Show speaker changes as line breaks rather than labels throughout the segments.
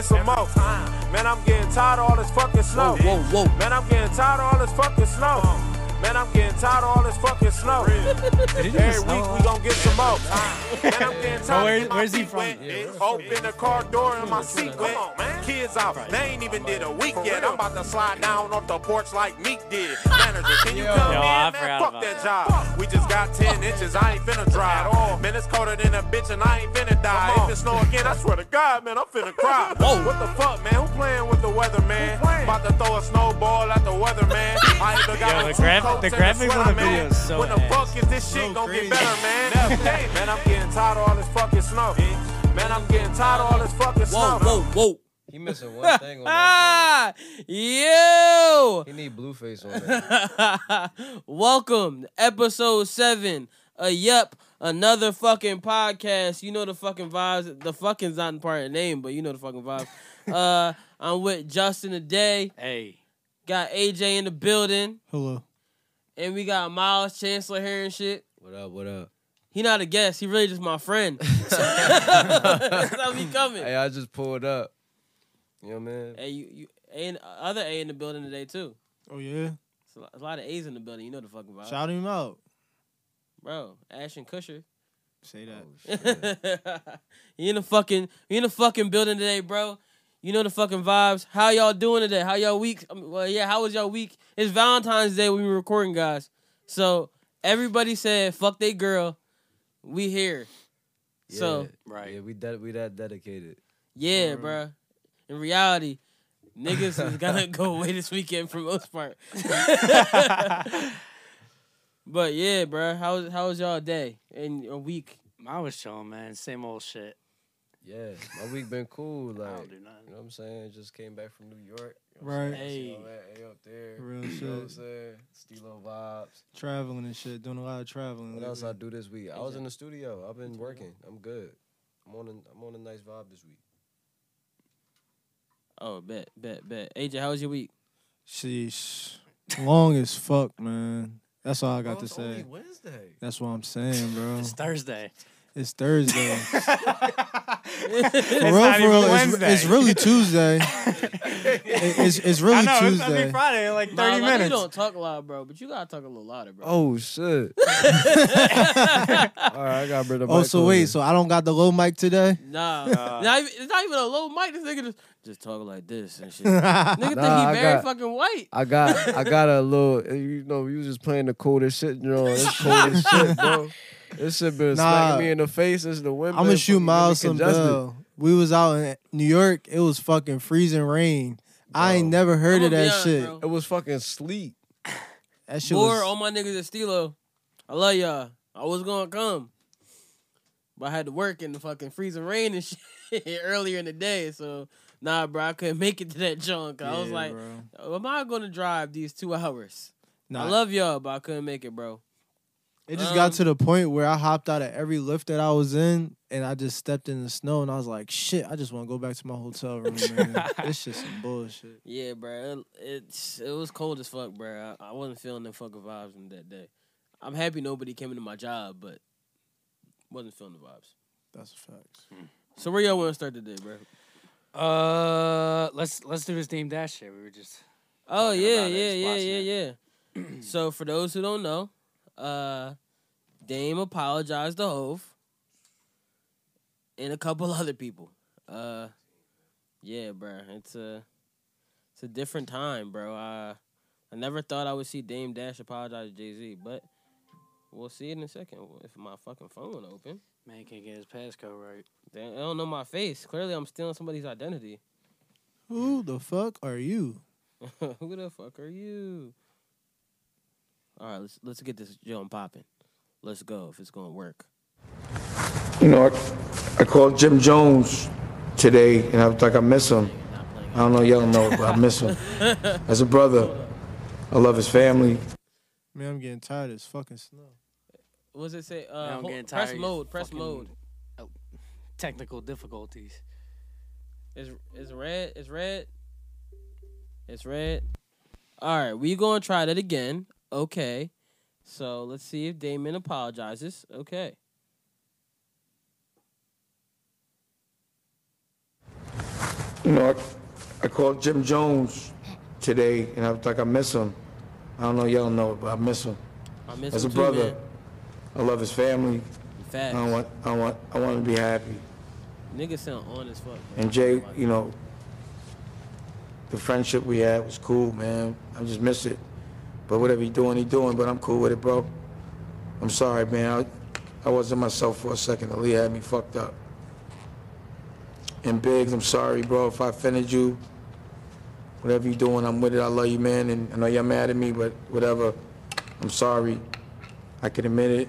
some more. Man, I'm getting tired of all this fucking snow.
Whoa, whoa, whoa.
Man, I'm getting tired of all this fucking snow. Man, I'm getting tired of all this fucking snow. Every week we gon' get some more. Man, I'm getting tired.
Bro, where-
of my
where's he
feet
from?
wet. Open the car door in my seat. Come on, man. Kids out. They ain't even did a week yet. I'm about to slide down off the porch like Meek did. Manager, can you come
Yo,
in,
I
man?
forgot
Fuck
about
that job. We just got 10 inches. I ain't finna dry at all. Man, it's colder than a bitch and I ain't finna die. If it snow again, I swear to God, man, I'm finna cry.
Whoa.
What the fuck, man? Who playing with the weather, man? About to throw a snowball at the weather, man. I even got
Yo,
on
the
two
graph-
coats
the
and a
graphics on
sweater,
the video
man.
is so
When the
ass.
fuck is this shit gonna
crazy.
get better, man? Hey, man, I'm getting tired of all this fucking snow. Man, I'm getting tired of all this fucking snow.
whoa, whoa, whoa.
He missing one thing on that.
Ah, yo.
He need Blueface on that.
Welcome to episode seven. Uh, yep, another fucking podcast. You know the fucking vibes. The fucking's not part of the name, but you know the fucking vibes. uh, I'm with Justin today.
Hey.
Got AJ in the building,
Hello.
and we got Miles Chancellor here and shit.
What up? What up?
He not a guest. He really just my friend. That's how we coming.
Hey, I just pulled up. You know what I mean?
Hey, you, you and other A in the building today too.
Oh yeah,
It's a lot, a lot of A's in the building. You know the fucking vibe,
shout him out.
bro. Ash and Kusher.
Say
Oh,
that.
shit.
you in the fucking you in the fucking building today, bro. You know the fucking vibes. How y'all doing today? How y'all week? I mean, well, yeah. How was y'all week? It's Valentine's Day when we were recording, guys. So everybody said "fuck they girl." We here. So
Yeah,
Right.
Yeah, we that we that dedicated.
yeah,
Mm.
bro. In reality, niggas is gonna go away this weekend for most part. but yeah, bro. How was how was y'all day and a week?
I was chilling, man. Same old shit.
Yeah, my week been cool. Like,
I don't do
you
nothing.
know what I'm saying? Just came back from New York. You know what I'm
Right.
saying? See
Hey.
all that, hey, up there.
Real
You know what I'm
shit.
saying? Stilo vibes.
Traveling and shit, doing a lot of traveling.
What else I
lately.
do this week? I was in the studio. I've been working. I'm good. I'm on. A, I'm on a nice vibe this week.
Oh, bet, bet, bet. AJ, how was your week?
Sheesh, long as fuck, man. That's all I got to say.
Oh, Wednesday.
That's what I'm saying, bro.
It's Thursday.
It's Thursday. for
It's
real,
not
for
even
real, it's,
Wednesday.
it's really Tuesday. It- it's it's
I
really
know, it's supposed to be
Tuesday.
Friday in like 30
Miles, I know You
minutes.
don't talk loud, bro, but you gotta talk a little louder, bro.
Oh shit! all right, I got rid of.
Oh, so wait, so I don't got the low mic today.
Nah,
Nah.
not even, it's not even a low mic. This nigga just just talk like this and shit. Nigga
Yo,
think
Nah,
he
I
very
got-
fucking white.
I got I got a little eh, you know, you was just playing the coldest shit, you know, it's coldest shit, bro. This shit been
Nah.
smacking me in the face. It's the wind.
I'm
been
gonna shoot
fucking
Miles
really
some
congested.
bill. We was out in New York. It was fucking freezing rain. I ain't
Bro.
never heard
I'ma
of
be
that
honest,
shit.
bro.
It was fucking sleep.
That shit
Boy,
was
all my niggas at Stilo. I love y'all. I was gonna come, but I had to work in the fucking freezing rain and shit earlier in the day. So nah, bro, I couldn't make it to that junk. I was
Yeah,
like,
bro.
am I gonna drive these two hours?
Nah,
I love y'all, but I couldn't make it, bro.
It just
Um,
got to the point where I hopped out of every lift that I was in, and I just stepped in the snow, and I was like, "Shit, I just want to go back to my hotel room, man. this shit's some bullshit."
Yeah, bro. It, it's it was cold as fuck, bro. I, I wasn't feeling the fucking vibes from that day. I'm happy nobody came into my job, but wasn't feeling the vibes.
That's a fact.
So where y'all want to start today, bro?
Uh, let's let's do his name dash shit. We were just
Oh
Talking
yeah,
about it,
yeah,
just
yeah,
watching
yeah, yeah. so for those who don't know, uh, Dame apologized to Hove and a couple other people. Uh, yeah, bro. It's a it's a different time, bro. I I never thought I would see Dame Dash apologize to Jay Z, but we'll see it in a second if my fucking phone will open.
man can't get his passcode right.
They they don't know my face. Clearly, I'm stealing somebody's identity.
Who the fuck are you?
Who the fuck are you? All right, let's let's get this John popping. Let's go if it's gonna work.
You know, I, I called Jim Jones today, and I was like, I miss him. I don't know, y'all know, but I miss him. As a brother, I love his family.
Man, I'm getting tired of this fucking snow.
What does it say?
Man,
Uh,
I'm
hol-
getting tired
press
of you
mode. Press
fucking
mode.
Technical difficulties.
It's it's red. It's red. It's red. All right, we gonna try that again. Okay, so let's see if Damon apologizes. Okay.
You know, I, I called Jim Jones today, and I was like, I miss him. I don't know, y'all know, but I miss him.
I miss
As a
him too,
brother, Um,
man.
I love his family. I
Facts.
want, I want, I want him to be happy.
Niggas sound on as fuck. bro.
And Jay, you know, the friendship we had was cool, man. I just miss it. But whatever he doing, he doing. But I'm cool with it, bro. I'm sorry, man. I, I wasn't myself for a second. Ali had me fucked up. And Biggs, I'm sorry, bro, if I offended you. Whatever you doing, I'm with it. I love you, man. And I know you're mad at me, but whatever. I'm sorry. I can admit it.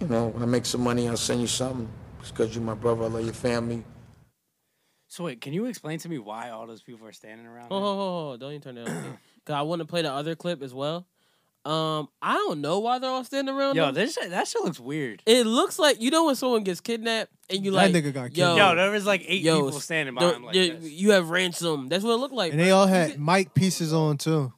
You know, when I make some money, I'll send you something. It's because you're my brother. I love your family.
So wait, can you explain to me why all those people are standing around?
Oh,
him?
don't you turn that on. Cause I want to play the other clip as well. Um, I don't know why they're all standing around.
Yo,
him.
this shit, that shit looks weird.
it looks like you know when someone gets kidnapped and you
That
like
nigga got
yo,
kidnapped.
Yo, there was like eight
yo,
people standing
don't-
by him like
you,
this.
you have ransom. That's what it looked like.
And they all had mic pieces on too.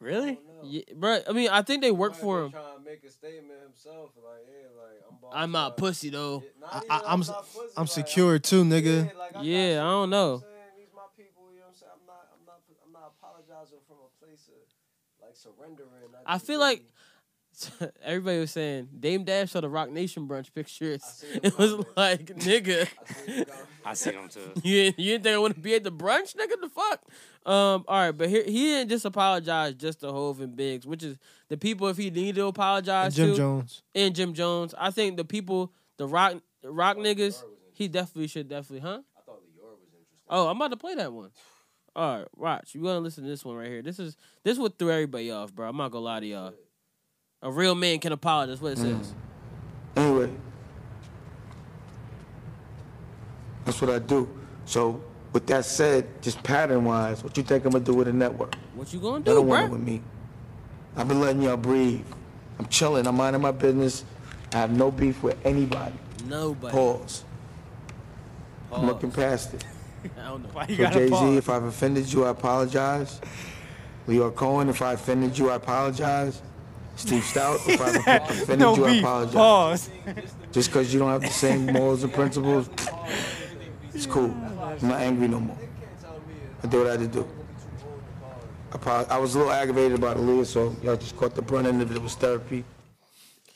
Really?
yeah, bro. I mean, I think they work for him.
Trying to make a statement himself, like, yeah, like I'm. boss,
I'm not
like,
pussy though.
not
I,
even
I, I'm
not pussy,
I'm
like,
secure too, nigga.
like, I
Yeah,
got
I don't know.
you know what I'm saying? These my people, you know what I'm saying? I'm not, I'm not, I'm not apologizing from a place of like surrendering.
I
just
feel
really-
like everybody was saying Dame Dash saw the Rock Nation brunch pictures.
seen the
It was
comments.
like nigga.
I think you got-
I seen him too.
You didn't, you didn't think I want to be at the brunch, nigga? The fuck. Um. All right, but here he didn't just apologize just to Hove and Biggs, which is the people if he needed to
And
apologize
Jim
to
Jones.
and Jim Jones. I think the people, the Rock, the Rock niggas, he definitely should definitely, huh?
I thought Lior was interesting.
Oh, I'm about to play that one. All right, watch. You want to listen to this one right here? This is this what threw everybody off, bro. I'm not gonna lie to y'all. A real man can apologize. That's What it says.
Anyway, that's what I do. So, with that said, just pattern wise, what you think I'm gonna do with the network?
What you gonna
They
do,
don't want it
bro?
with me. I've been letting y'all breathe. I'm chilling. I'm minding my business. I have no beef with anybody.
Nobody.
Pause. I'm looking past it.
I don't know.
Why you
So
gotta
Jay Z,
pause?
if I've offended you, I apologize. Leo Cohen, if I offended you, I apologize. Steve Stout, if I've offended
No
you, I
beef.
apologize.
Pause.
Just because you don't have the same morals and principles, it's cool. I'm not angry no more. I did what I had to do. I, prob- I was a little aggravated about Aaliyah, so y'all just caught the brunt end of it. It was therapy.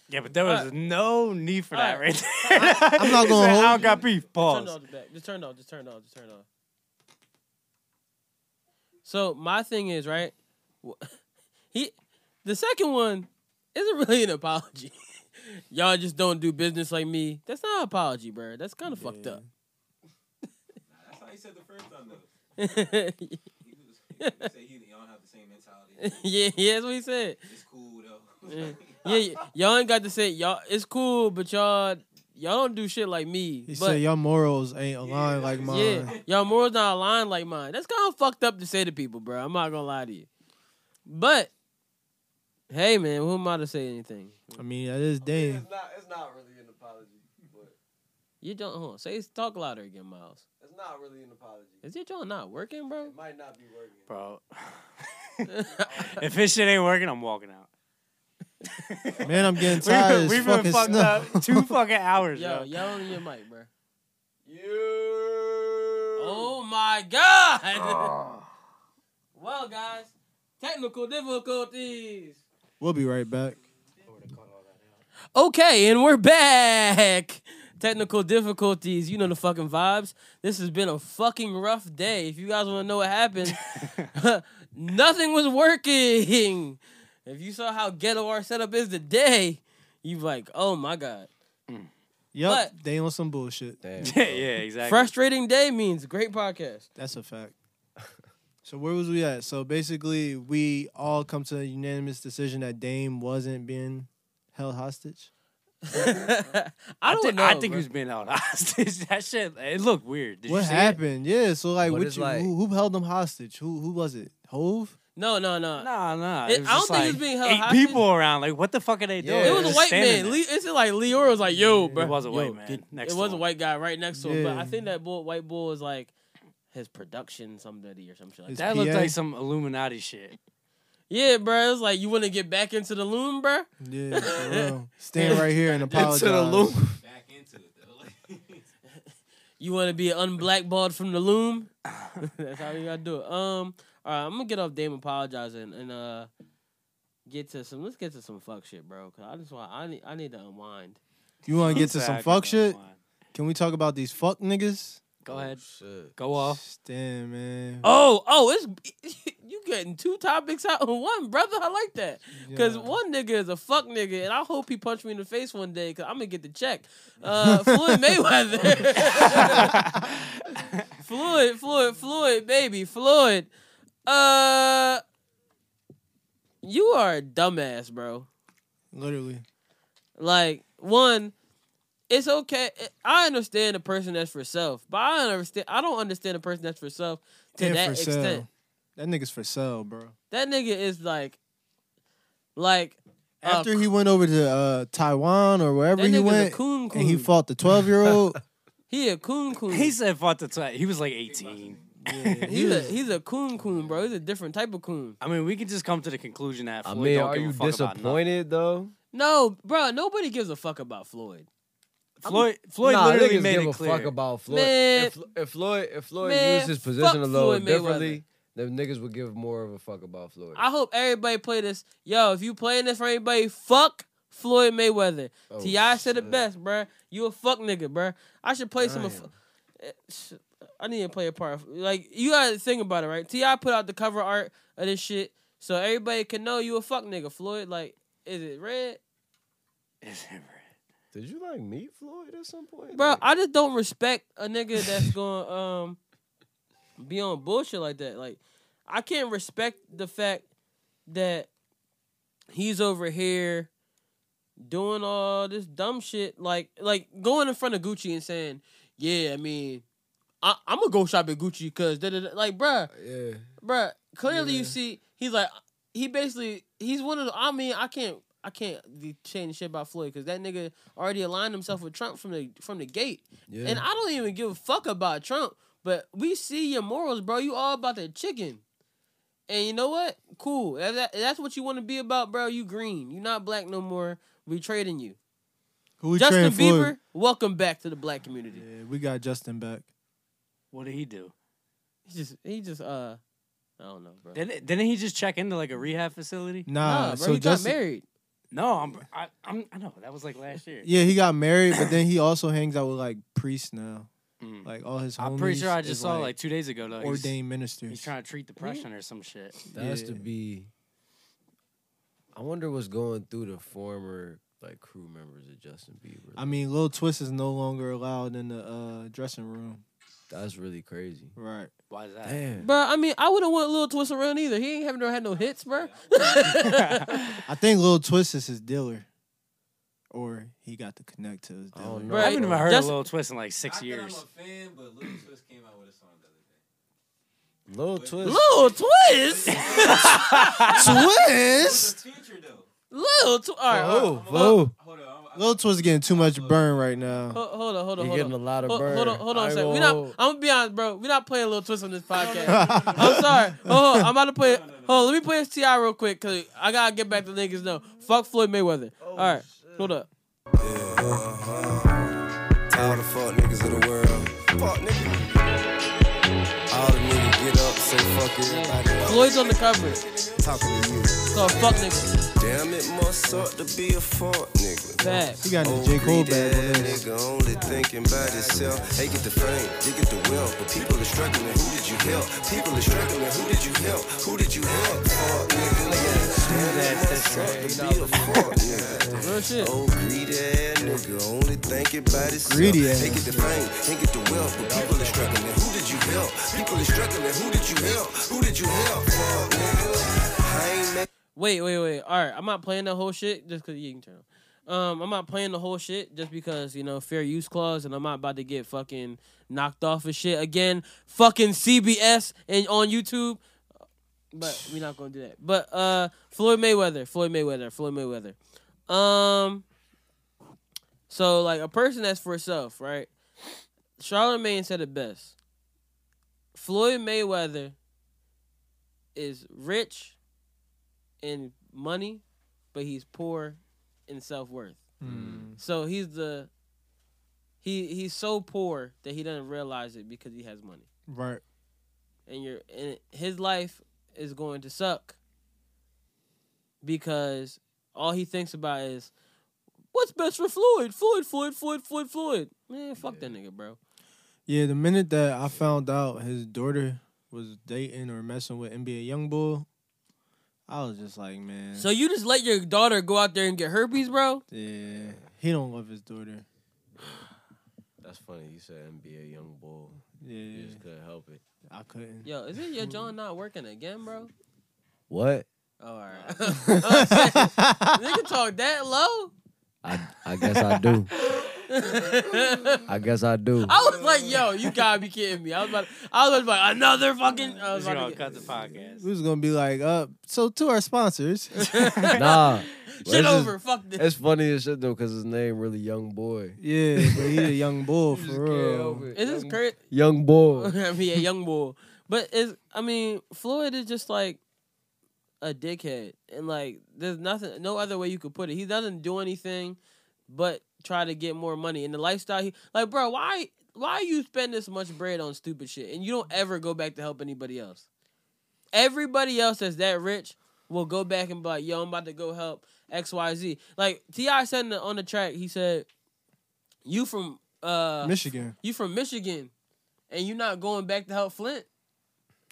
Yeah, but there was no need for that
Alright.
right there. I'm
not gonna
I
hold
don't got beef.
Turn it
Pause.
off the back. Just turn it off. Just turn it off. Just turn it off. So my thing is right. wh- He, the second one, isn't really an apology. Y'all just don't do business like me. That's not an apology, bro. That's kind of fucked up.
That's how he said the first time though.
yeah,
He was he said he y'all don't have the same mentality.
yeah, that's what he said.
It's cool though.
Yeah, y- y'all ain't got to say y'all. It's cool, but y'all, y'all don't do shit like me.
He
but,
said your morals ain't aligned like mine.
Yeah, y'all morals not aligned like mine. That's kind of fucked up to say to people, bro. I'm not gonna lie to you. But hey, man, who am I to say anything?
I mean, at this day,
It's not, it's not really an apology, but
You don't hold on, say talk louder again, Miles.
it's not really an apology.
Is your joint not working, bro?
It might not be working.
Bro. if his shit ain't working, I'm walking out.
man, I'm getting
We've
tired.
been,
as
we've been
fucking
fucked
snow.
up two fucking hours,
Yo,
yo.
yell in your mic, bro.
You.
Oh my god. well, guys, technical difficulties.
We'll be right back.
Okay, and we're back. Technical difficulties, you know the fucking vibes. This has been a fucking rough day. If you guys want to know what happened, nothing was working. If you saw how ghetto our setup is today, you like, oh my god.
Yep,
But-
they on some bullshit.
yeah, exactly.
Frustrating day means great podcast.
That's a fact. So where was we at? So basically, we all come to a unanimous decision that Dame wasn't being held hostage.
I don't
thi-
know.
I
bro.
think he was being held hostage. that shit, it looked weird. Did you
what
see it?
happened? Yeah. So like,
But
what
it's
you,
like-
who, who held them hostage? Who who was it? Hove?
no, no, no.
Nah, nah.
It-
was
I don't
just
think
like
it's being held
eight
hostage.
people around. Like, what the fuck are they
Yeah,
doing?
It was
Just
a white
standing
man.
there.
Le- it's like Leora was like, "Yo, bro."
It was a
Yo,
white man
get-
next
it
to
was a
him.
white guy right next to him, but I
Yeah.
think that boy, white boy was like his production somebody or some shit like
His-
that.
that looked
PA.
like some Illuminati shit.
Yeah, bro. It's like you want to get back into the loom, bro.
Yeah. For real. Stand right here and apologize.
Into the loop.
Back into it though. Like,
You want to be unblackballed from the loom? That's how you gotta do it. Um, all right, I'm gonna get off Dame apologizing and uh get to some. Let's get to some fuck shit, bro. Cause I just want I need I need to unwind.
You want to get to some
Exactly,
fuck
that's
shit?
fine.
Can we talk about these fuck niggas?
Go ahead.
Shit.
Go off.
Damn, man.
Oh, oh, it's you getting two topics out in one, brother. I like that. Cause
Yeah.
one nigga is a fuck nigga, and I hope he punched me in the face one day. Cause I'm gonna get the check. Uh, Floyd Mayweather, Floyd, Floyd, Floyd, baby, Floyd. Uh, you are a dumbass, bro.
Literally.
Like one, it's okay. I understand a person that's for self, but I don't understand. I don't understand a person that's for self to
And
that
for sale.
extent. Oh,
That nigga's for sale, bro.
That nigga is like, like Uh,
After he went over to uh, Taiwan or wherever
That
he
nigga's a
went,
coon
and he
coon.
fought the twelve year old.
he a coon coon.
He
He's
said fought the twi- He was like 18.
he's a he's a coon coon, bro. He's a different type of coon.
I mean, we could just come to the conclusion that.
I
Floyd
mean,
don't
are
give a
you
fuck about nothing.
disappointed though?
No, bro. Nobody gives a fuck about Floyd.
Floyd, Floyd
nah,
literally
niggas
made
give
it
a
clear.
fuck about Floyd.
Man.
if, Flo- if Floyd, if Floyd
Man,
used his
fuck
position a little
Floyd Mayweather.
differently, then niggas would give more of a fuck about Floyd.
I hope everybody play this. Yo, if you playing this for anybody, fuck Floyd Mayweather.
Oh,
Ti said it
shit.
best, bro. You a fuck nigga, bro. I should play some. Of,
Damn.
Eh, sh- I need to play a part. of- Like you gotta think about it, right? Ti put out the cover art of this shit, so everybody can know you a fuck nigga. Floyd, like, is it red?
Is it right?
Did you like meet Floyd at some point,
Bro,
Like,
I just don't respect a nigga that's gonna um be on bullshit like that. Like, I can't respect the fact that he's over here doing all this dumb shit. Like, like going in front of Gucci and saying, "Yeah, I mean, I, I'm gonna go shop at Gucci because like, bruh,
yeah.
bruh. Clearly, you
Yeah.
see, he's like, he basically, he's one of the. I mean, I can't, I can't be saying shit about Floyd because that nigga already aligned himself with Trump from the from the gate,
Yeah.
and I don't even give a fuck about Trump. But we see your morals, bro. You all about the chicken. And you know what? Cool. If that- if that's what you want to be about, bro. You green. You not black no more. We trading you.
Who we
Justin
trading for?
Bieber, welcome back to the black community.
Yeah, we got Justin back.
What did he do?
He just, he just, uh, I don't know, bro.
Didn't, didn't he just check into like a rehab facility?
Nah,
Nah, bro.
so
he
Justin.
got married.
No, I'm. I, I'm. I know that was like last year.
Yeah, he got married, but then he also hangs out with like priests now,
Mm.
like all his.
I'm pretty
homies
sure I
is,
just saw like two days ago though. He's,
ordained ministers.
he's trying to treat depression or some shit.
That has to
Yeah.
be. I wonder what's going through the former like crew members of Justin Bieber.
I mean, Lil Twist is no longer allowed in the uh, dressing room.
that's really crazy.
Right.
Why is that?
Damn.
Bro, I mean, I wouldn't want Lil Twist around either. He ain't having no had no hits, bro.
I think Lil Twist is his dealer, or he got to connect to his
I
dealer.
don't know.
Bro,
I haven't even
bro.
heard
Just-
of Lil Twist in like six
Not that
years.
I'm a fan, but Lil Twist came out with a song the other day.
Lil Twist.
Lil Twist,
It was
Twist.
a feature though.
Lil Twist. All right, all right.
Oh,
Hold,
whoa.
Hold on. I'm- I'm-
Lil Twist is getting too much burn right now.
Oh,
hold, hold on, hold on,
He
hold
getting a
on.
lot of
Hold,
burn.
hold on, hold
I
on a
ain't
second. We not.
gonna-
I'm gonna be honest, bro. We're not playing Lil Twist on this podcast. I'm sorry. Hold on, I'm about to play. Hold on, let me play this Ti real quick, cause I gotta get back to niggas. No, fuck Floyd Mayweather.
Oh,
All right, hold up.
All the fuck niggas of the world. Fuck niggas. All the niggas get up, say fuck everybody else.
Floyd's on the cover. It's
Talking to you.
called Fuck Niggas.
Damn, it must suck to be a fuck nigga.
He
Facts.
got the
Old
J. Cole
greedy
bag on
ass
this.
Nigga only thinking about himself. They get the fame, they get the wealth. But people are struggling, who did you help? People are struggling, who did you help? Who did you help? Fuck nigga. Damn, it must suck to be a fuck nigga.
Real shit.
Oh, greedy ass nigga, only thinking about himself.
Greedy ass.
They get the fame, they get the wealth, but people are struggling. Who did you help? People are struggling. Who did you help? Who did you help? Fuck, nigga. I ain't mad
Wait, wait, wait. All right, I'm not playing the whole shit just because you can turn. it on. Um, I'm not playing the whole shit just because you know fair use clause, and I'm not about to get fucking knocked off of shit again. Fucking CBS and on YouTube, but we're not gonna do that. But uh, Floyd Mayweather, Floyd Mayweather, Floyd Mayweather. Um, so like a person that's for self, right? Charlamagne said it best. Floyd Mayweather is rich in money,
Hmm.
but he's poor in self worth. So he's the He he's so poor that he doesn't realize it because he has money.
Right.
and your and his life is going to suck because all he thinks about is what's best for Floyd, Floyd, Floyd, Floyd, Floyd, Floyd. Man, fuck that nigga, bro.
Yeah, the minute that I found out his daughter was dating or messing with NBA YoungBoy, I was just like, man.
So you just let your daughter go out there and get herpes, bro?
yeah, he don't love his daughter.
That's funny. You said NBA young bull. You
Yeah,
just couldn't help it.
I couldn't.
Yo, is it your John not working again, bro?
What?
Oh, all right. nigga talk that low?
I I guess I do. I guess I do.
I was like, yo, you gotta be kidding me. I was about, I was about another fucking. I was
You
about
know,
to get,
cut the podcast.
We was gonna be like, uh, so to our sponsors,
Nah. It's
shit
just-
over. fuck this.
It's funny as shit though, cause his name really Young Boy.
yeah, but he a young bull for real.
Is this crazy?
Young Boy.
I mean, a young boy. But is I mean, Floyd is just like a dickhead, and like there's nothing, no other way you could put it. He doesn't do anything but try to get more money. And the lifestyle, he like, bro, why, why you spend this much bread on stupid shit, and you don't ever go back to help anybody else? Everybody else that's that rich will go back and be like, yo, I'm about to go help X Y Z. Like Ti said in the- on the track, he said, "You from uh
Michigan.
you from Michigan, and you not going back to help Flint?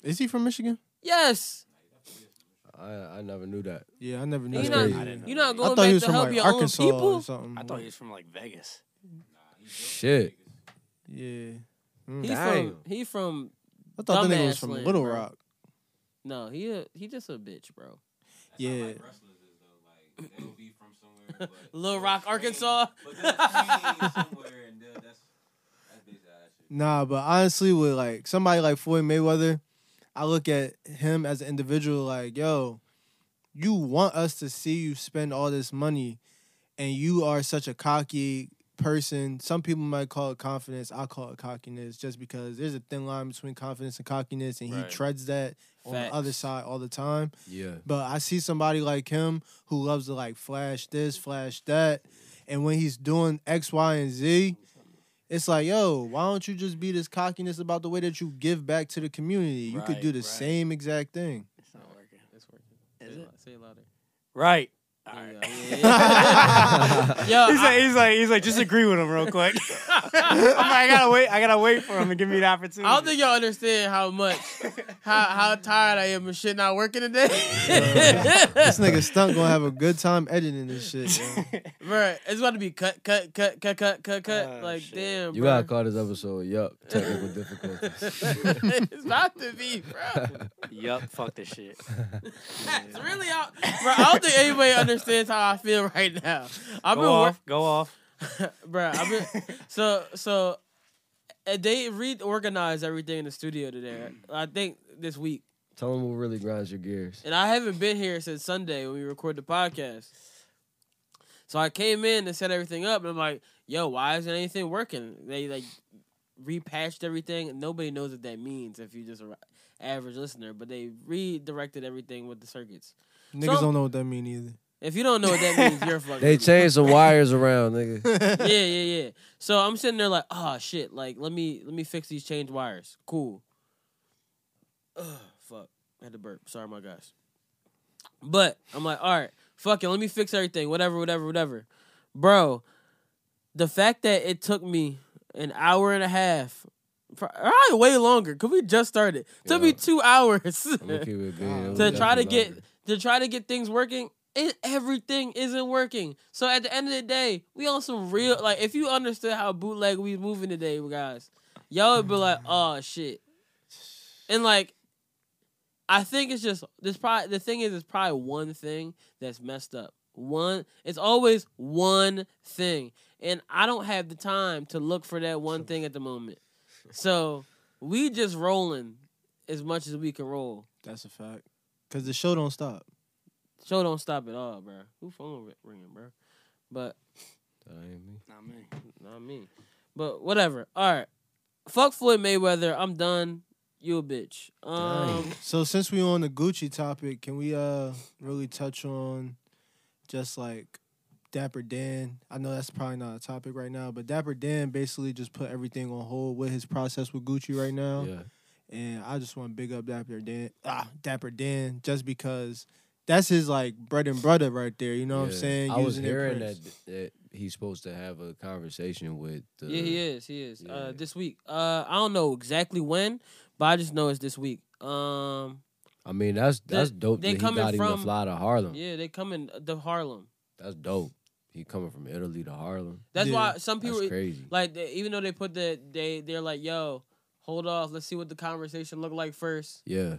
Is he from Michigan?
Yes,
I, I never knew that.
Yeah, I never knew.
you
That's
that.
not
crazy. I
you not
I
going
thought he
back
was
to
from
help
like
your
Arkansas
own
or
people.
something.
I thought he was from like Vegas.
Shit.
Yeah, Mm.
He from
Damn.
he from
I thought that nigga was
Dumbass
from
land,
Little
bro.
Rock.
no he a, he just a bitch, bro.
Yeah,
Wrestlers is though, like they'll be from somewhere. But
Little
they'll
Rock,
train-
Arkansas.
But they'll train somewhere, and they'll- that's that's basically how that shit.
Nah, but honestly, with like somebody like Floyd Mayweather, I look at him as an individual like, yo, you want us to see you spend all this money, and you are such a cocky person. Some people might call it confidence. I call it cockiness, just because there's a thin line between confidence and cockiness, and he
Right.
treads that on the
Facts.
other side all the time.
Yeah.
But I see somebody like him who loves to like flash this, flash that. And when he's doing X, Y, and Z, it's like, yo, why don't you just be this cockiness about the way that you give back to the community? You could do
Right,
the
right.
same exact thing.
It's not working.
It's working.
Is
say,
it?
lou- say it louder.
Right. All
There you
right.
go. Yeah, yeah, yeah. Yo,
He's
I-
like, he's like, he's like, just agree with him real quick. I'm like, I gotta wait, I gotta wait for him to give me the opportunity.
I don't think y'all understand how much how how tired I am of shit not working today.
This nigga stunt gonna have a good time editing this shit. yo.
Bruh, it's about to be cut, cut, cut, cut, cut, cut, cut.
Oh,
like,
shit.
damn,
You
bruh.
gotta call this episode yup. Technical difficulties.
it's about to be, bro.
Yup, fuck this shit.
It's really out, bro. I don't think anybody understands how I feel right now. I've
Go
been, wor-
off, go off.
bro. I've been so so. uh, They reorganized everything in the studio today. I think this week,
Tell him what really grinds your gears.
and I haven't been here since Sunday when we record the podcast. So I came in and set everything up, and I'm like, "Yo, why isn't anything working?" They like repatched everything. and Nobody knows what that means if you just a ra- average listener, but they redirected everything with the circuits.
Niggas
So-
don't know what that mean either.
If you don't know what that means, you're a fucking.
They
idiot.
changed the wires around, nigga.
yeah, yeah, yeah. So I'm sitting there like, oh shit, like let me let me fix these change wires. Cool. Ugh, fuck. I had to burp. Sorry, my guys. But I'm like, all right, fuck it, let me fix everything. Whatever, whatever, whatever. Bro, the fact that it took me an hour and a half, pro- probably way longer, because we just started. Took me
Yeah.
two hours
I'm gonna keep it being.
To
it
to
was
try to
definitely
get to try to get things working and everything isn't working. So at the end of the day, we on some real like if you understood how bootleg we moving today, guys, y'all would be like, oh shit. And like I think it's just this probably the thing is it's probably one thing that's messed up. One it's always one thing. And I don't have the time to look for that one thing at the moment. So we just rolling as much as we can roll.
That's a fact. Cause the show don't stop.
Show don't stop at all, bro. Who phone ri- ringing, bro? But
loud. That ain't me.
Not me.
not me. But whatever. All right. Fuck Floyd Mayweather. I'm done. You a bitch. Um,
So since we on the Gucci topic, can we uh really touch on just like Dapper Dan. I know that's probably not a topic right now, but Dapper Dan basically just put everything on hold with his process with Gucci right now.
Yeah.
And I just want to big up Dapper Dan. Ah, Dapper Dan, just because that's his like bread and butter right there. You know what I'm
Yeah.
saying?
I was
Using their
hearing that,
prints.
that he's supposed to have a conversation with. The,
yeah, he is. He is.
yeah.
Uh, this week. Uh, I don't know exactly when, but I just know it's this week. Um,
I mean, that's that's dope.
they
that he
coming
got him
from-
to fly to Harlem.
yeah, they coming to Harlem.
That's dope. He coming from Italy to Harlem.
That's
Yeah,
why some people
That's crazy.
like they, even though they put the they they're like, yo, hold off, let's see what the conversation look like first.
Yeah,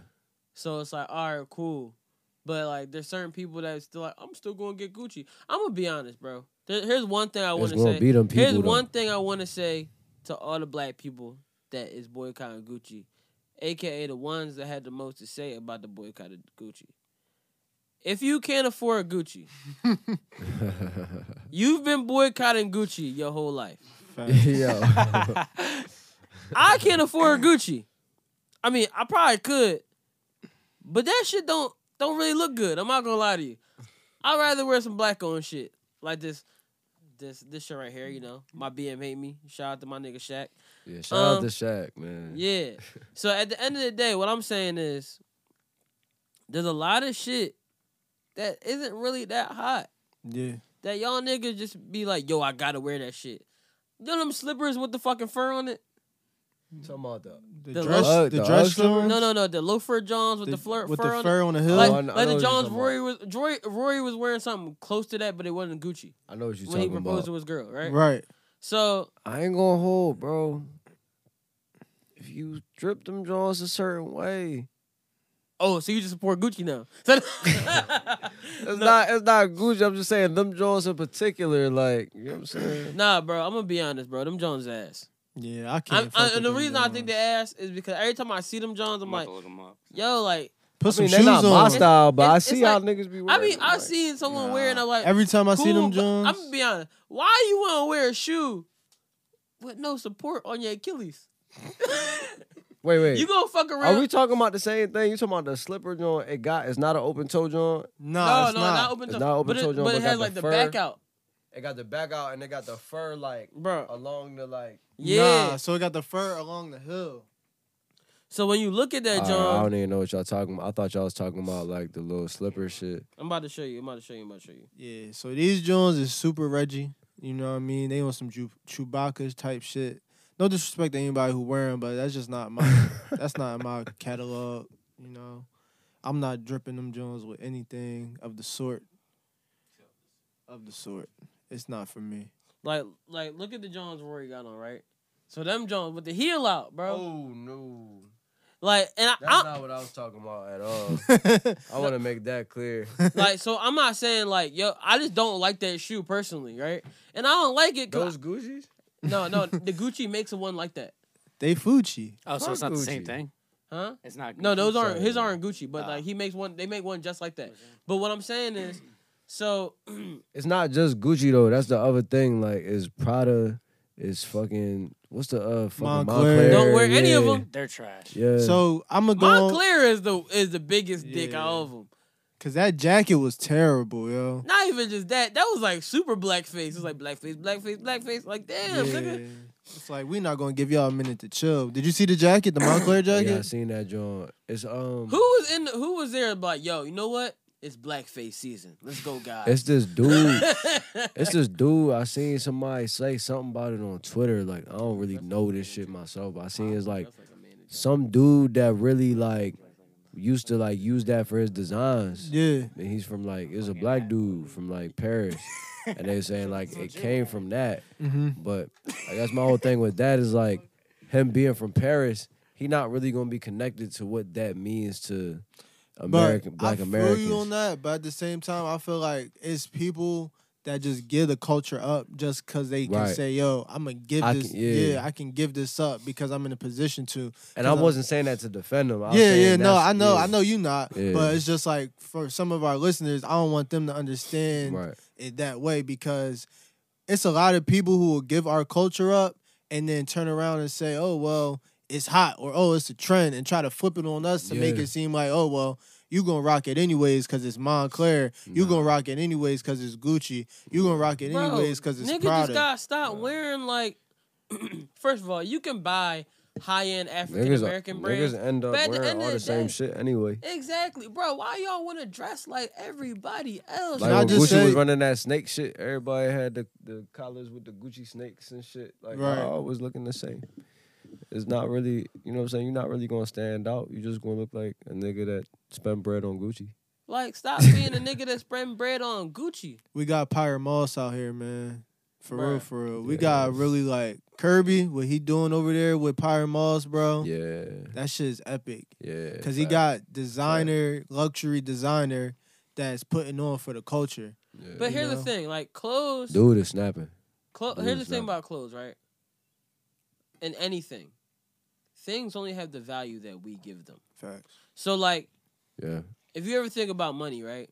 So it's like, all right, cool. But like, there's certain people that's still like, I'm still going to get Gucci. I'm gonna be honest, bro. There, here's one thing I want
it's
to
gonna
say.
be them people.
Here's
though.
one thing I want to say to all the black people that is boycotting Gucci, aka the ones that had the most to say about the boycott of Gucci. If you can't afford Gucci, you've been boycotting Gucci your whole life.
Yo.
I can't afford Gucci. I mean, I probably could, but that shit don't don't really look good. I'm not gonna lie to you. I'd rather wear some black on shit like this, this this shit right here. You know, my BM hate me. Shout out to my nigga Shaq.
Yeah, shout out
Um,
to Shaq, man.
Yeah. So at the end of the day, what I'm saying is, there's a lot of shit that isn't really that hot
Yeah.
that y'all niggas just be like, yo, I gotta wear that shit. You know them slippers with the fucking fur on it?
talking about the
The,
The
dress,
Ugg-
the
the
dress
Ugg slippers?
ones?
No, no, no. The loafer Johns with the, flirt
with
fur
the
on
fur
it.
on the hood.
like,
Oh, I kn- I
like
know
the
what you're
Johns,
talking
Rory was Rory, Rory was wearing something close to that, but it wasn't Gucci
I know what you're
when he
talking
proposed
about.
to his girl, right?
right.
So
I ain't gonna hold, bro. If you strip them jaws a certain way,
oh, so you just support Gucci now? So-
it's not it's not Gucci. I'm just saying them jaws in particular, like you know what I'm saying.
nah, bro. I'm gonna be honest, bro. Them Jones ass.
Yeah, I can't.
I'm,
fuck
I,
with
and the
them
reason I think
joints.
they ass is because every time I see them Jones, I'm like, yo, like
put
I
some
mean, they
shoes
not my
on.
style, but I
It's-
see
it's
how
like-
niggas be
I
wearing.
mean,
them,
I've
like,
seen someone wearing. I'm like,
Every time I see them
I'm
joints,
gonna be honest. Why you wanna wear a shoe with no support on your Achilles?
Wait, wait.
You gonna fuck around?
Are we talking about the same thing? You talking about the slipper joint? It got it's not an open toe joint.
no,
no, no,
it's not.
open
It's
toe.
not open
but
toe
it,
joint,
but
but
it
got
has
the
like the
fur.
back out,
It got the back out and it got the fur like
bro.
along the like.
Yeah.
Nah, so it got the fur along the hill.
So when you look at
All
that
Uh,
right, I
John,
don't even know what y'all talking about. I thought y'all was talking about like the little slipper shit.
I'm about to show you. I'm about to show you. I'm about to show you.
Yeah, so these Jones is super Reggie. You know what I mean? They on some Ju- Chewbacca type shit. No disrespect to anybody who wear 'em, but that's just not my. that's not in my catalog. You know, I'm not dripping them Jones with anything of the sort. Of the sort, it's not for me.
Like, like look at the Johns Rory got on, right? So them Johns with the heel out, bro.
Oh. no,
Like, and I,
Ah!
I,
what I was talking about at all.
yeah,
I want to make that clear.
like so I'm not saying like yo I just don't like that shoe personally, right? And I don't like it cuz
Those Gucci's?
no no the Gucci makes a one like that.
they Fucci.
Oh, so it's not the same
Gucci.
thing.
Huh?
It's not.
No,
Gucci?
those aren't his
Sorry.
aren't Gucci, but like he makes one they make one just like that. But what I'm saying is so
It's not just Gucci though. That's the other thing. Like, is Prada is fucking what's the uh fucking Montclair?
Montclair.
don't wear any of
yeah.
them.
They're trash.
Yeah.
So I'm gonna go on,
Montclair is the is the biggest dick out of them.
cause that jacket was terrible, yo.
Not even just that. That was like super blackface. It was like blackface, blackface, blackface. Like damn, nigga.
It's like we're not gonna give y'all a minute to chill. Did you see the jacket, the Montclair jacket?
yeah, I seen that joint. It's um.
Who was in? The, who was there? Like yo, you know what? It's blackface season. Let's go, guys.
It's this dude. it's this dude. I seen somebody say something about it on Twitter. Like I don't really know this shit myself. But I seen it's like some dude that really like used to like use that for his designs.
Yeah.
And he's from like it's a black dude from like Paris. And they saying like it came from that.
Mm-hmm.
But like, that's my whole thing with that is like him being from Paris, he not really gonna be connected to what that means to American black
I
Americans.
feel you on that, but at the same time, I feel like it's people that just give the culture up just because they can
Right.
say, "Yo, I'm gonna give
I
this.
can-
yeah.
yeah.
I can give this up because I'm in a position to."
And I
'Cause I'm-
wasn't saying that to defend him. I was
yeah,
saying
yeah, no,
that's-
I know,
yeah.
I know you not,
Yeah.
but it's just like for some of our listeners, I don't want them to understand
Right.
it that way because it's a lot of people who will give our culture up and then turn around and say, "Oh well, it's hot," or "Oh, it's a trend," and try to flip it on us to make
Yeah.
it seem like, "Oh well, you gonna rock it anyways because it's Montclair. You
Nah.
gonna rock it anyways because it's Gucci. You gonna rock it
Bro,
anyways because it's
nigga
Prada.
just gotta stop wearing like. first of all, you can buy high end African
Niggas,
American brands.
niggas end up
but at the
wearing
end
all
of
the
the
same
day-
shit anyway.
Exactly, bro. Why y'all want to dress like everybody else?
Like
I
when
just
Gucci
say-
was running that snake shit, everybody had the, the collars with the Gucci snakes and shit. Like
Right.
I always looking the same. It's not really, you know what I'm saying? You're not really gonna stand out. You're just gonna look like a nigga that spent bread on Gucci.
Like, stop being a nigga that's spreading bread on Gucci.
we got Pyre Moss out here, man. For real,
Bruh.
for real. We
Yeah.
got really like Kirby, what he doing over there with Pyre Moss, bro.
Yeah,
That shit is epic.
yeah.
Cause he
facts.
got designer, luxury designer that's putting on for the culture.
Yeah.
But
You
here's
know?
the thing, like clothes.
dude is snapping.
Clo-
Dude,
here's the
it's
thing
not-
about clothes, right? And anything, things only have the value that we give them.
Facts.
So, like,
Yeah,
if you ever think about money, right?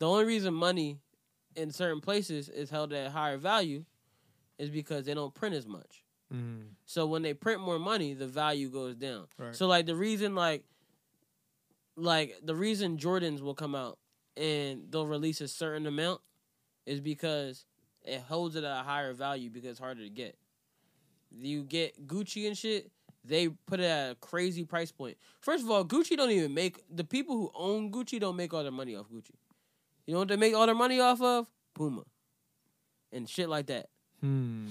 The only reason money in certain places is held at a higher value is because they don't print as much. So when they print more money, the value goes down.
Right.
So like the reason like like the reason Jordans will come out and they'll release a certain amount is because it holds it at a higher value because it's harder to get. You get Gucci and shit, they put it at a crazy price point. First of all, Gucci don't even make the people who own Gucci don't make all their money off Gucci. You know what they make all their money off of? Puma. And shit like that.
Hmm.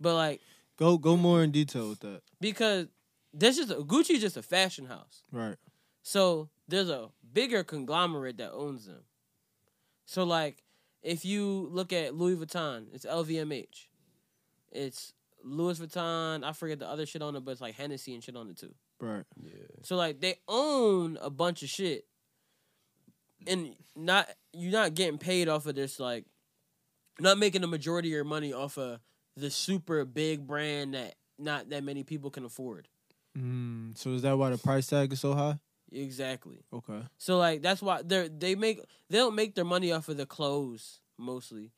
But like
Go go more in detail with that.
because this is a, Gucci's just a fashion house.
Right.
So there's a bigger conglomerate that owns them. So like if you look at Louis Vuitton, it's LVMH. It's Louis Vuitton, I forget the other shit on it, but it's like Hennessy and shit on it too.
Right.
So like they own a bunch of shit, and not you're not getting paid off of this like, not making the majority of your money off of the super big brand that not that many people can afford.
Mm, so is that why the price tag is so high?
Exactly.
Okay.
So like that's why they they make they don't make their money off of the clothes mostly.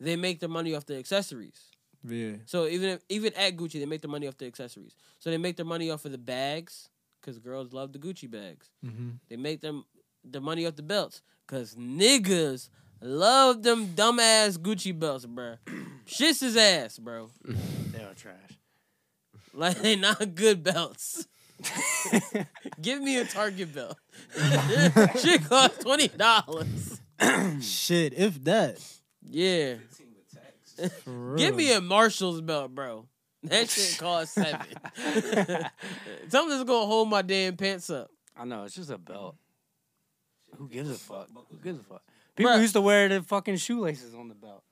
They make their money off the accessories.
Yeah.
So even if, even at Gucci, they make their money off the accessories. So they make their money off of the bags because girls love the Gucci bags.
Mm-hmm.
They make them the money off the belts because niggas love them dumbass Gucci belts, bruh. Shit's his ass, bro.
They are trash.
Like they not good belts. Give me a Target belt. Shit costs twenty dollars.
Shit, if that.
Yeah.
For real.
Give me a Marshall's belt, bro. That shit costs seven. Something's gonna hold my damn pants up.
I know it's just a belt. Who gives a fuck? Who gives a fuck? People
Bruh.
used to wear the fucking shoelaces on the belt.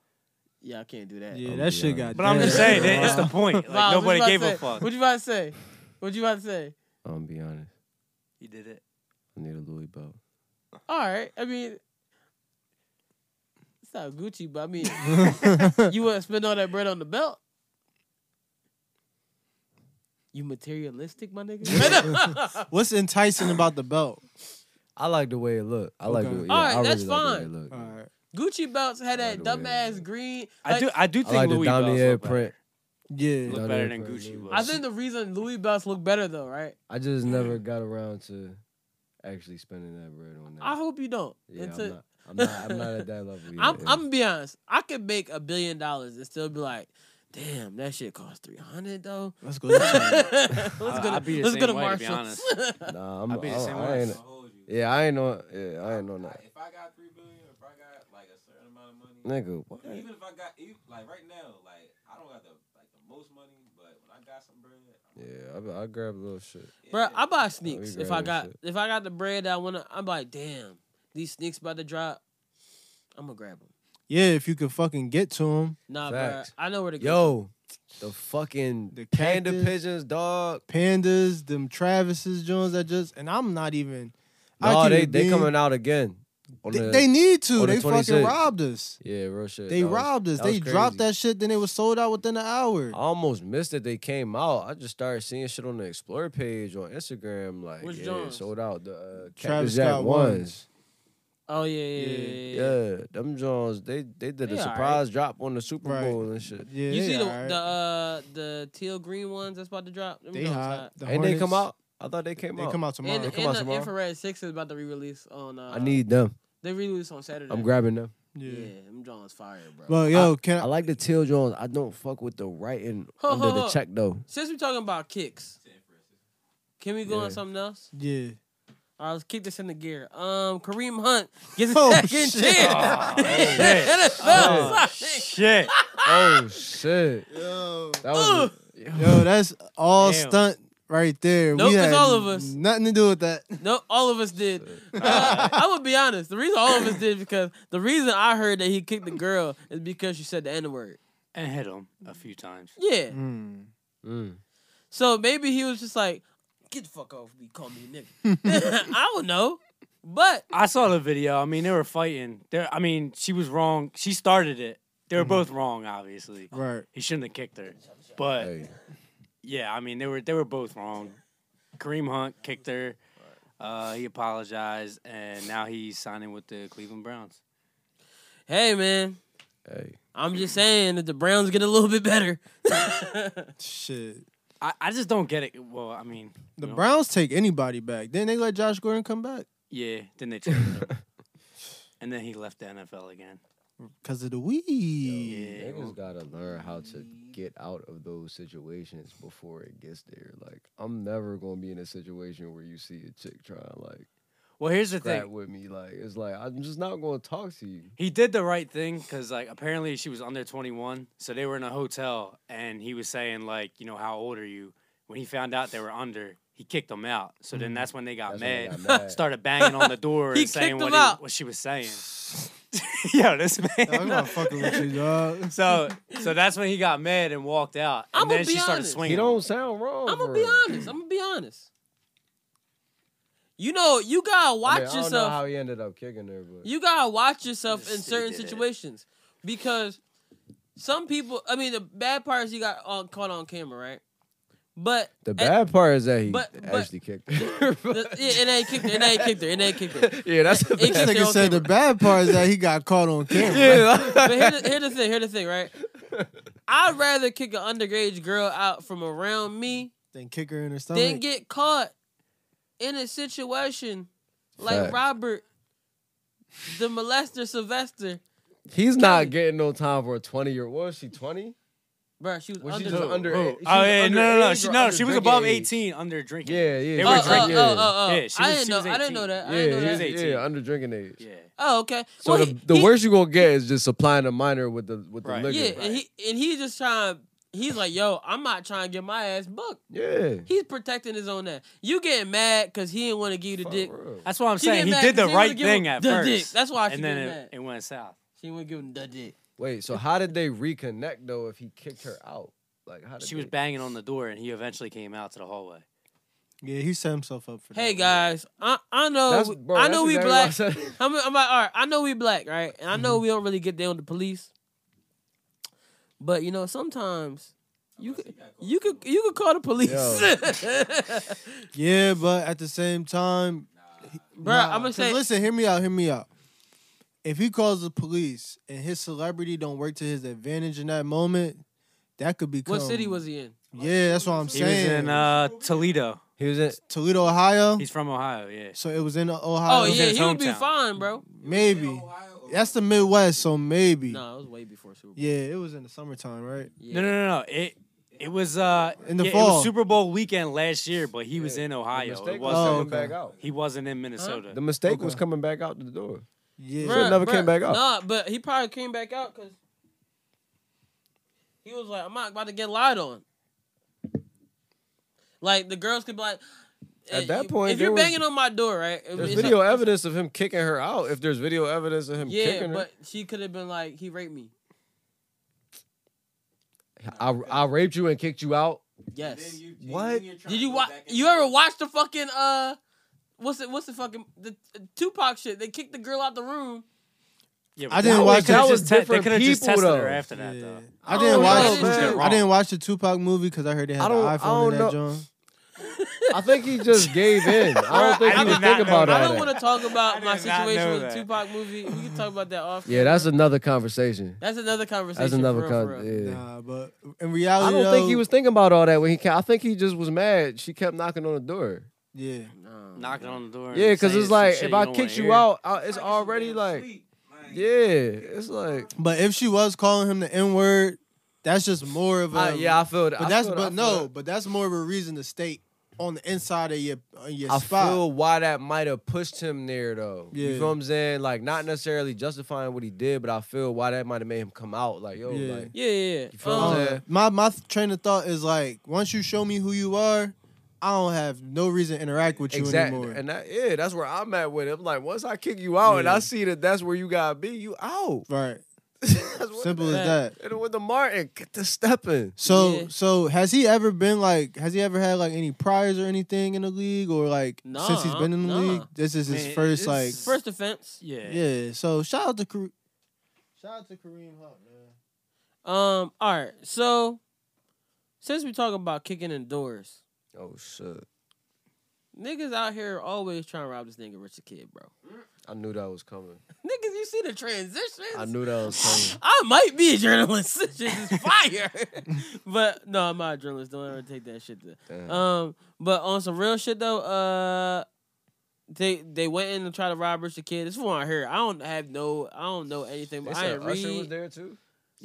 Yeah, I can't do that.
Oh, Yeah, that shit got.
But I'm just saying, that, it's the
damaged.
point. Like
Miles, what
nobody
you about
gave
to
a
say?
fuck.
What you about to say? What you about to say?
I'm gonna be honest.
He did it.
I need a Louis belt.
All right. I mean, it's not Gucci, but I mean, you wouldn't spend all that bread on the belt. You materialistic, my nigga.
What's enticing about the belt?
I like the way it look. I like
Okay.
the way, yeah,
All right,
I
that's
really like the
fine.
way it look.
All right.
Gucci belts had
I
that
like the way it
dumbass
look.
green.
I
like,
do. I do
I
think
like the
Louis belts
Damier
look better.
print.
Yeah.
Look
Damier
better than
print,
Gucci
Louis
belts.
I think the reason Louis belts look better though, right?
I just never got around to actually spending that bread on that.
I hope you don't.
yeah,
It's
I'm,
a-
not, I'm, not, I'm not at that level yet.
I'm,
yeah.
I'm gonna be honest. I could make a billion dollars and still be like, damn, that shit cost three hundred though.
Let's go.
let's
this way.
go.
I-
to-
I'd be the
let's go to
same way, to be
Marshalls.
nah, I'm,
I'd be the
I-
same
I
way.
ain't,
I'll hold you.
yeah, I ain't know. Yeah, I ain't know that.
If I got three billion, if I got like a certain amount of money,
Nigga, what?
even if I got even, like right now, like I don't got the like the most money, but when I got some bread, I'm,
Yeah, I, I grab a little shit.
Bro, I buy
Oh,
sneaks
you
if I
grab
got
that shit.
if I got the bread that I wanna. I'm like, damn, these sneaks about to drop. I'm gonna grab them.
Yeah, if you could fucking get to him,
Nah,
Facts.
bro, I know where to go.
Yo, the fucking
The
panda
cactus.
pigeons, dog.
pandas, them Travis's Jones that just and I'm not even. I
No,
keep
they
it
they
being-
coming out again. on
They,
the-
they need
on
to.
the
They fucking
26th.
robbed us.
yeah, real shit.
They
That was-
robbed us.
that was
They dropped
crazy. Uh,
that shit. Then they was sold out within an hour.
I almost missed it. They came out. I just started seeing shit on the Explorer page on Instagram. Like,
Which
yeah,
Johns?
sold out the uh,
Travis
Travis Jack
Scott
ones.
Oh yeah, yeah, yeah.
Yeah.
yeah, yeah.
Yeah, them Johns. They they did
They
a
alright.
surprise drop on the Super
Right.
Bowl and shit.
Yeah,
You
they
see the
alright.
the uh, the teal green ones that's about to drop? Them
they
joints
hot. The
Ain't they
Hornets.
come out?
I thought they came
They
out.
come out
And,
tomorrow.
and
come out
the
tomorrow.
Infrared Six is about to re-release on. Uh,
I need them.
They re-release on Saturday.
I'm grabbing them.
Yeah.
Yeah, them John's fire, bro.
But yo, can
I
I,
like the Till Jones. I don't fuck with the writing
Ho,
under
ho,
the
ho.
check though.
Since we're talking about kicks, can we go
Yeah.
on something else?
yeah.
All right, let's kick this into gear. Um, Kareem Hunt gets a
Oh,
second
shit.
chance. NFL side.
Shit.
Ah!
Oh shit!
Yo,
That was
yo, that's all
Damn.
stunt right there.
Nope,
we
it's
had
all of us.
Nothing to do with that.
No, all of us did. Uh, I'm gonna be honest. The reason all of us did because the reason I heard that he kicked the girl is because she said the N word.
And hit him a few times.
Yeah.
Mm.
So maybe he was just like, "Get the fuck off me, call me a nigga." I don't know, but
I saw the video. I mean, they were fighting. There. I mean, she was wrong. She started it. They were both wrong, obviously.
Right.
He shouldn't have kicked her. But
Hey,
yeah, I mean, they were they were both wrong. Kareem Hunt kicked her. Uh, he apologized, and now he's signing with the Cleveland Browns.
hey, man,
hey.
I'm just saying that the Browns get a little bit better.
Shit.
I, I just don't get it. Well, I mean,
The
you know,
Browns take anybody back. Then they let Josh Gordon come back
Yeah, then they traded him, and then he left the NFL again.
because of the weed.
Yeah,
Niggas gotta learn how to get out of those situations before it gets there. Like, I'm never gonna be in a situation where you see a chick trying like
Well, here's the
that
thing.
with me. Like, it's like I'm just not gonna talk to you.
He did the right thing because, like, apparently she was under 21, so they were in a hotel, and he was saying, like, you know, how old are you? When he found out they were under, he kicked them out. So
Mm.
then that's when they got,
That's when they
mad,
got mad.
started banging on the door
He
and saying
kicked 'em
what,
out.
he, what she was saying. Yo, this
I'm
man.
not fucking with you, dog.
so, so that's when he got mad and walked out, and
I'ma
then
be
she started
honest.
swinging.
He
him.
don't sound wrong.
I'm
for
gonna be
real.
honest. I'm gonna be honest. You know, you gotta
I
watch
mean, I don't know
yourself.
how he ended up kicking her, but
You gotta watch yourself in
Yes, they
certain
did.
situations because some people. I mean, the bad part is you got on, caught on camera, right? But
the
at-
bad part is that he
but- but-
actually kicked her.
the- yeah, it ain't kicked. Her, it ain't kicked her. It ain't kicked her.
yeah, that's the
It
bad.
This
kicked her
nigga
on
said the
camera.
bad part is that he got caught on camera.
But here, the- here the thing. Here the thing. Right? I'd rather kick an underage girl out from around me
Then kick her in her stomach.
than get caught in a situation like
Facts.
Robert, the molester Sylvester.
He's not getting no time for a 20 year. Was she 20?
Bro, she was
Was she
under.
just under?
Who?
she
oh
was
yeah, no, no, no.
underage
She,
or
no,
under
she was
drinking
above
age?
18, under drinking.
Yeah, yeah.
They
Oh,
were
oh,
drinking.
oh, oh, oh.
Yeah, she
I
was-
didn't
she
know.
was
I didn't
18.
know that. I
Yeah,
didn't know
he
that.
was
18.
yeah, under drinking age.
Yeah.
Oh, okay.
So
well,
the,
he-
the
he-
worst you gonna get is just supplying a minor with the with the
Right.
liquor.
Yeah, and he and he just trying. He's like, yo, I'm not trying to get my ass booked.
Yeah.
He's protecting his own ass. You getting mad because he didn't want to give you the
Fuck,
dick.
bro.
That's what I'm
She getting
saying. He
mad
did
'cause
the
he
right
wouldn't give
thing
him
at
the
first.
dick. That's why she
and then
getting
it,
mad.
it went south.
She wouldn't give him the dick.
Wait, so how did they reconnect though if he kicked her out? Like how did
She was
they-
banging on the door, and he eventually came out to the hallway.
Yeah, he set himself up for that.
Hey guys, I I know
That's- bro,
Oh, I
that's
know we
exactly why I
black.
said-
I'm, I'm like, all right, I know we black, right? And I know we don't really get down with the police. But you know, sometimes you could you could you could call the police.
Yeah, but at the same time,
Bro,
nah,
I'm gonna
'cause
say
Listen, hear me out. Hear me out. If he calls the police and his celebrity don't work to his advantage in that moment, that could become.
what city was he in?
Yeah, that's what I'm
He
saying.
was in uh, Toledo.
He was in
Toledo, Ohio.
He's from Ohio. Yeah.
So it was in Ohio.
Oh
was in
yeah,
his
he would be
hometown.
fine, bro.
Maybe. That's the Midwest, so maybe.
No, it was way before Super Bowl.
Yeah, it was in the summertime, right?
Yeah.
No, no, no, no. It it was uh
In the
yeah, It
fall.
was Super Bowl weekend last year, but he was in Ohio.
The mistake
It
was
Oh,
wasn't.
coming
okay.
back out.
He wasn't in Minnesota.
The mistake was
Okay.
coming back out the door.
Yeah.
Bruh,
never came
bruh,
back up.
Nah, but he probably came back out because he was like, I'm not about to get lied on. Like the girls could be like,
At
eh,
that
you-
point,
if
there
you're
was-
banging on my door, right? it-
There's
it's a-
video evidence of him kicking her out. If there's video evidence of him
Yeah,
kicking her,
but she could have been like, he raped me.
I, I raped you and kicked you out.
Yes.
What?
Did you watch? You ever watch the fucking uh? What's it? What's the fucking the uh, Tupac shit? They kicked the girl out the room.
yeah,
I didn't watch it.
That
That
was
was te- they
different
could have just
people,
tested her
though.
after that
Yeah.
though.
I
I
didn't
don't
watch.
know,
man.
I didn't watch the Tupac movie because I heard they
I
had an
don't- I
iPhone in
don't
that
know.
John.
I think he just gave in. I don't think
I
he
did not
was thinking
know
about
that.
I
all
don't want
that.
to talk about
did
my
not know
situation with the
that.
Tupac movie. We can talk about that off.
Yeah, that's another conversation.
that's another conversation.
That's
for
another
real, for real.
conversation. Yeah.
Nah, but in
I
reality,
don't think he
though,
was thinking about all that when he came. I think he just was mad. She kept knocking on the door.
Yeah.
knocking on the door. and
Yeah, because
saying
it's
some
like
shit
if
you
I
don't
kick
wanna
you
hear.
out, I, it's already like, yeah, it's like,
But if she was calling him the N word, that's just more of a
I, yeah, I feel that.
But
I
that's
feel that, I
but
feel
no,
that.
but that's more of a reason to stay on the inside of your uh, your
I
spot.
feel why that might have pushed him there though. You
Yeah.
feel what I'm saying? Like not necessarily justifying what he did, but I feel why that might have made him come out. Like yo,
Yeah.
like
Yeah, yeah, yeah.
You feel
Um,
what I'm
Um,
saying?
my my th- train of thought is like once you show me who you are, I don't have no reason to interact with you
exactly.
anymore.
And that yeah, that's where I'm at with it. I'm like once I kick you out and
Yeah.
I see that that's where you gotta be, you out.
right.
That's what
Simple
the-
as that.
And with the Martin, get the stepping.
So
Yeah.
so has he ever been like has he ever had like any priors or anything in the league or like since he's
Nah,
been in the
nah.
league? This is his
Man, this-
first like
First offense.
Yeah.
yeah. So shout out to Kare- shout out to Kareem Hunt, man.
Um. All right. So, since we're talking about kicking in doors,
Oh shit.
niggas out here always trying to rob this nigga Richard Kid, bro.
I knew that was coming.
Niggas, you see the transitions.
I knew that was coming.
I might be a journalist. This shit is fire. but no, I'm not a journalist. Don't ever take that shit. To.
Damn.
Um, but on some real shit though, uh, they they went in and tried to rob Richard Kidd. This is what I heard. I don't have no, I don't know anything.
They
But I
said
ain't
Usher was
read,
there too.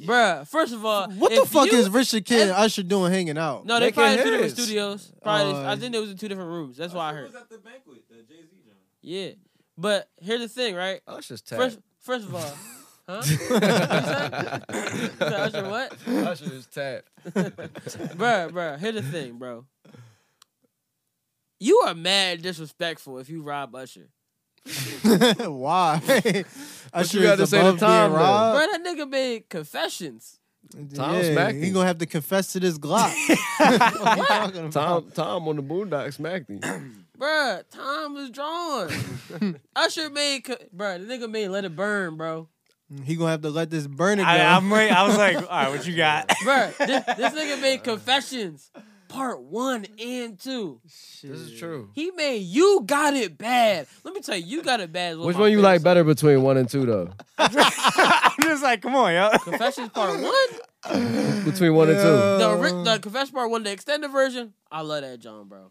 bruh. First of all,
What the
Uh, if
fuck
you-
is Richard
if-
Kidd and Usher doing hanging out?
No, they,
They can
probably
hear
two different
this.
studios. Probably,
Oh,
I think they was in two different rooms. That's why I
Usher
heard.
was at the banquet, the Jay Z joint.
Yeah, but here's the thing, right?
Usher's tapped.
First, first of all, huh? What'd you say? Usher what?
Usher is tapped.
bruh, bruh, here's the thing, bro. You are mad disrespectful if you rob Usher.
Why? Usher
you gotta
is
say to
above
Tom,
being
though?
robbed.
Bruh, that nigga made confessions.
Tom smacked
He
him.
gonna have to confess to this Glock. what you talking about?
Tom Tom on the boondocks smacked me.
Bruh, time was drawn. Usher made, co- bruh, the nigga made Let It Burn, bro.
He gonna have to let this burn it go.
I, I'm wait. I was like, all right, what you got?
Bruh, this, this nigga made confessions. Part one and two.
This is true.
He made You Got It Bad. Let me tell you, You Got It Bad. is of
Which
my
one you
favorite
like better between one and two though?
I'm just like, come on, yo.
songs. Confessions Part One.
Between one and
The, ori- the confession part one, the extended version. I love that John, bro.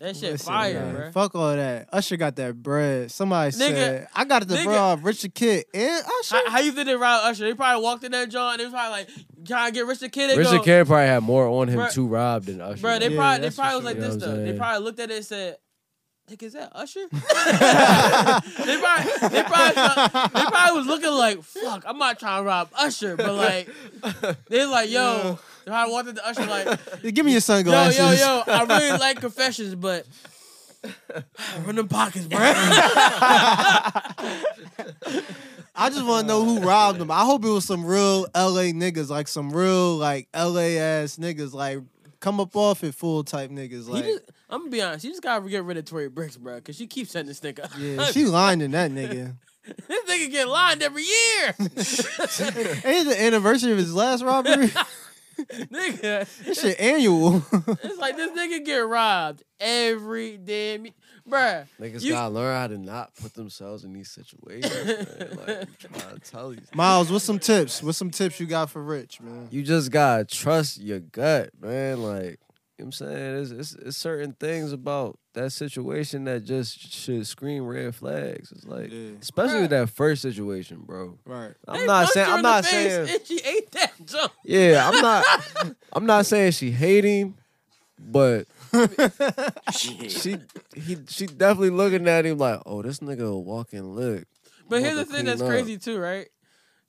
That shit
Listen, man,
fire, bro.
Fuck all that. Usher got that bread. Somebody
Nigga,
said I got the
nigga.
bread off Richard Kidd and Usher.
How, how you think they robbed Usher? They probably walked in that John. They was probably like trying to get Richard Kidd.
two.
They
Richard
go,
Kidd probably had more on him
Bruh-
to rob than Usher.
Bro, they
Yeah,
probably
that's
they probably was
for
like
sure.
this
You
though.
know what I'm
They
saying?
probably looked at it and said, "Nigga, is that Usher?" they probably they probably thought- they probably was looking like, "Fuck, I'm not trying to rob Usher," but like they like, "Yo," they probably walked into Usher like.
Give me your
Yo,
sunglasses.
yo, yo, I really like confessions, but run them pockets, bro.
I just want to know who robbed him. I hope it was some real LA niggas, like some real like LA ass niggas, like come up off it full type niggas.
He
Like
just, I'm gonna be honest. You just gotta get rid of Tory Bricks, bro, because she keeps setting this nigga. up.
yeah, she lying in that nigga.
this nigga get lined every year,
Ain't the anniversary of his last robbery?
nigga.
This shit annual.
It's like this nigga get robbed every damn, y- bruh.
Niggas
You-
gotta learn how to not put themselves in these situations. man. Like, I'm trying to tell you.
Miles, what's some tips? What's some tips you got for Rich, man?
You just gotta trust your gut, man. Like, you know what I'm saying? It's, it's, it's certain things about that situation that just should scream red flags. It's like,
Yeah.
especially
Bruh.
with that first situation, bro.
Right.
I'm
They
not
punched
saying.
her
I'm
in the
not
face
saying.
And she ate that junk.
Yeah, I'm not. I'm not saying she hate him, but she he she definitely looking at him like, oh, this nigga a walking lick.
But here's the
Mother
thing that's
clean up.
crazy too, right?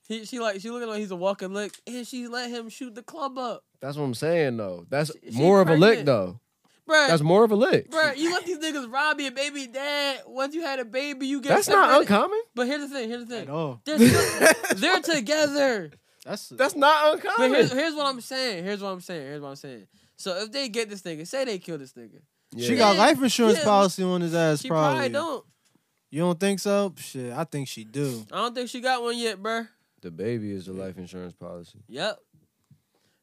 He, she like she looking like he's a walking lick, and she let him shoot the club up,
That's what I'm saying though. That's
She- she
more of a lick
pregnant.
though.
bruh.
That's more of a lick.
Bruh, you let these niggas rob your baby dad. Once you had a baby, you get
That's not
separated.
uncommon.
But here's the thing. Here's the
At
thing.
all.
They're, still- they're together.
That's
That's not
But
uncommon.
here's, here's what I'm saying. Here's what I'm saying. Here's what I'm saying. So if they get this nigga, say they kill this nigga,
she
Yeah.
got life insurance
Yeah.
policy on his ass
she
probably.
probably. don't.
You don't think so? Shit, I think she do.
I don't think she got one yet, bruh.
the baby is the life insurance policy.
Yep.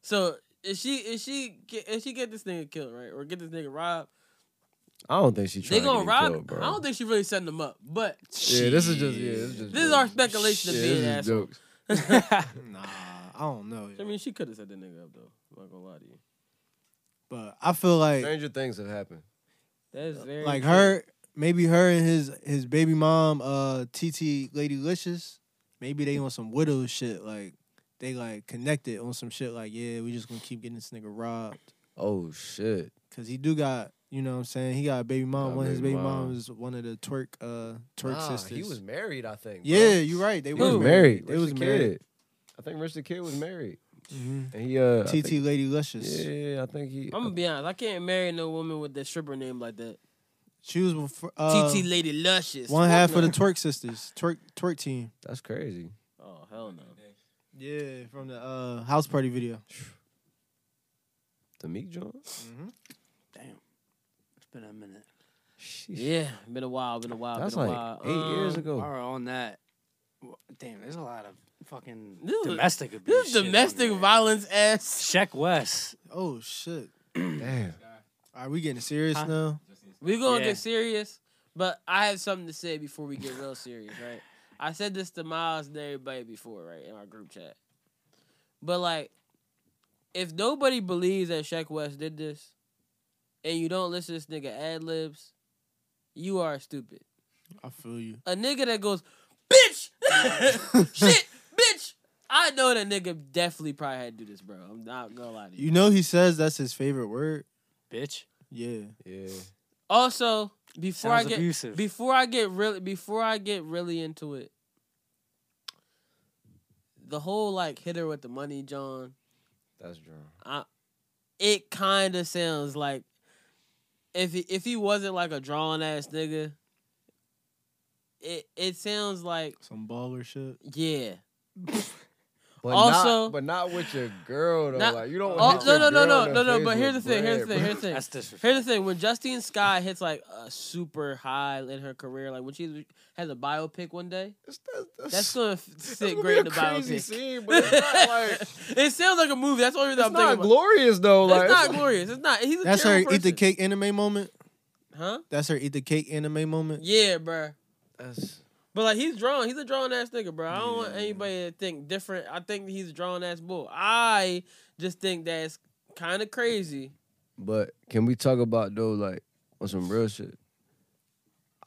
So if she if she get, if she get this nigga killed right or get this nigga robbed,
I don't think she
they
trying to
gonna
get
rob.
killed, bro.
I don't think she really setting them up, but
yeah, this is just yeah, this is just
This is
jokes.
our speculation of
Shit,
being
this is
assholes.
jokes.
Nah, I don't know.
I mean she could have set that nigga up though. I'm not gonna lie to you.
But I feel like
Stranger things have happened.
That's very
like
true.
her, maybe her and his his baby mom, uh, TT Lady Licious, maybe they on some widow shit. Like they like connected on some shit. Like yeah, we just gonna keep getting this nigga robbed
Oh shit!
because he do got. You know what I'm saying? He got a baby mom.
Got a
one of his
baby
baby mom.
mom.
was one of the twerk uh twerk
Nah,
sisters.
he was married, I think. bro.
yeah, you're right. They
He
were
was married.
They
Rich
was
the
married.
Kid. I think Rich the Kid was married.
Mhm.
And he uh I
TT
think-
Lady Luscious.
yeah, I think he.
I'm gonna be honest. I can't marry no woman with that stripper name like that.
She was before, uh,
TT Lady Luscious.
one
Fuck
half of
no.
the twerk sisters, twerk twerk team.
That's crazy.
Oh hell no.
Yeah, from the uh, house party video.
The Meek John.
Mm.
It's been a minute.
Yeah, been a while. Been a while.
That's
been a
like
while.
eight years
Um,
ago.
All right, on that. Well, damn, there's a lot of fucking
This is-
domestic abuse.
This is
shit on
domestic
there.
violence ass.
Check West.
Oh shit!
Damn.
Are we getting serious
Huh?
now?
We gonna
Yeah.
get serious, but I have something to say before we get real serious, right? I said this to Miles and everybody before, right, in our group chat. But like, if nobody believes that Shaq West did this, and you don't listen to this nigga ad libs, you are stupid.
I feel you.
a nigga that goes, bitch, shit, bitch. I know that nigga definitely probably had to do this, bro. I'm not gonna lie to you.
You know he says that's his favorite word.
Bitch.
Yeah.
Yeah.
Also, before I
Sounds
get
abusive.
before I get really before I get really into it, the whole like hit her with the money, John.
That's John.
It kind of sounds like if he, if he wasn't like a drawn ass nigga, it it sounds like
Some baller shit.
yeah.
But
Also-
not, but not with your girl though.
Not-
like you don't.
Oh,
hit
no,
your
no, no,
girl
no,
in
no,
the
no,
face
But here's the
with
thing. Here's the
bread,
thing.
bro.
Here's the thing.
That's disrespectful.
Here's the thing: when Justine Sky hits like a super high in her career, like when she has a biopic one day,
That's, that's,
that's
that's, gonna
gonna f- sit
be
great in the
a crazy
biopic.
Scene, but it's not like it's
it sounds like a movie. That's the only reason I'm
not
thinking. about-
glorious though. Like
it's not glorious. It's not. He's a
That's her
terrible
eat the
person.
cake anime moment.
huh?
That's her eat the cake anime moment.
Yeah, bruh.
That's,
But like he's drawn, he's a drawn ass nigga, bro. I don't want anybody to think different. I think he's a drawn ass bull. I just think that's kind of crazy.
but can we talk about though, like on some real shit?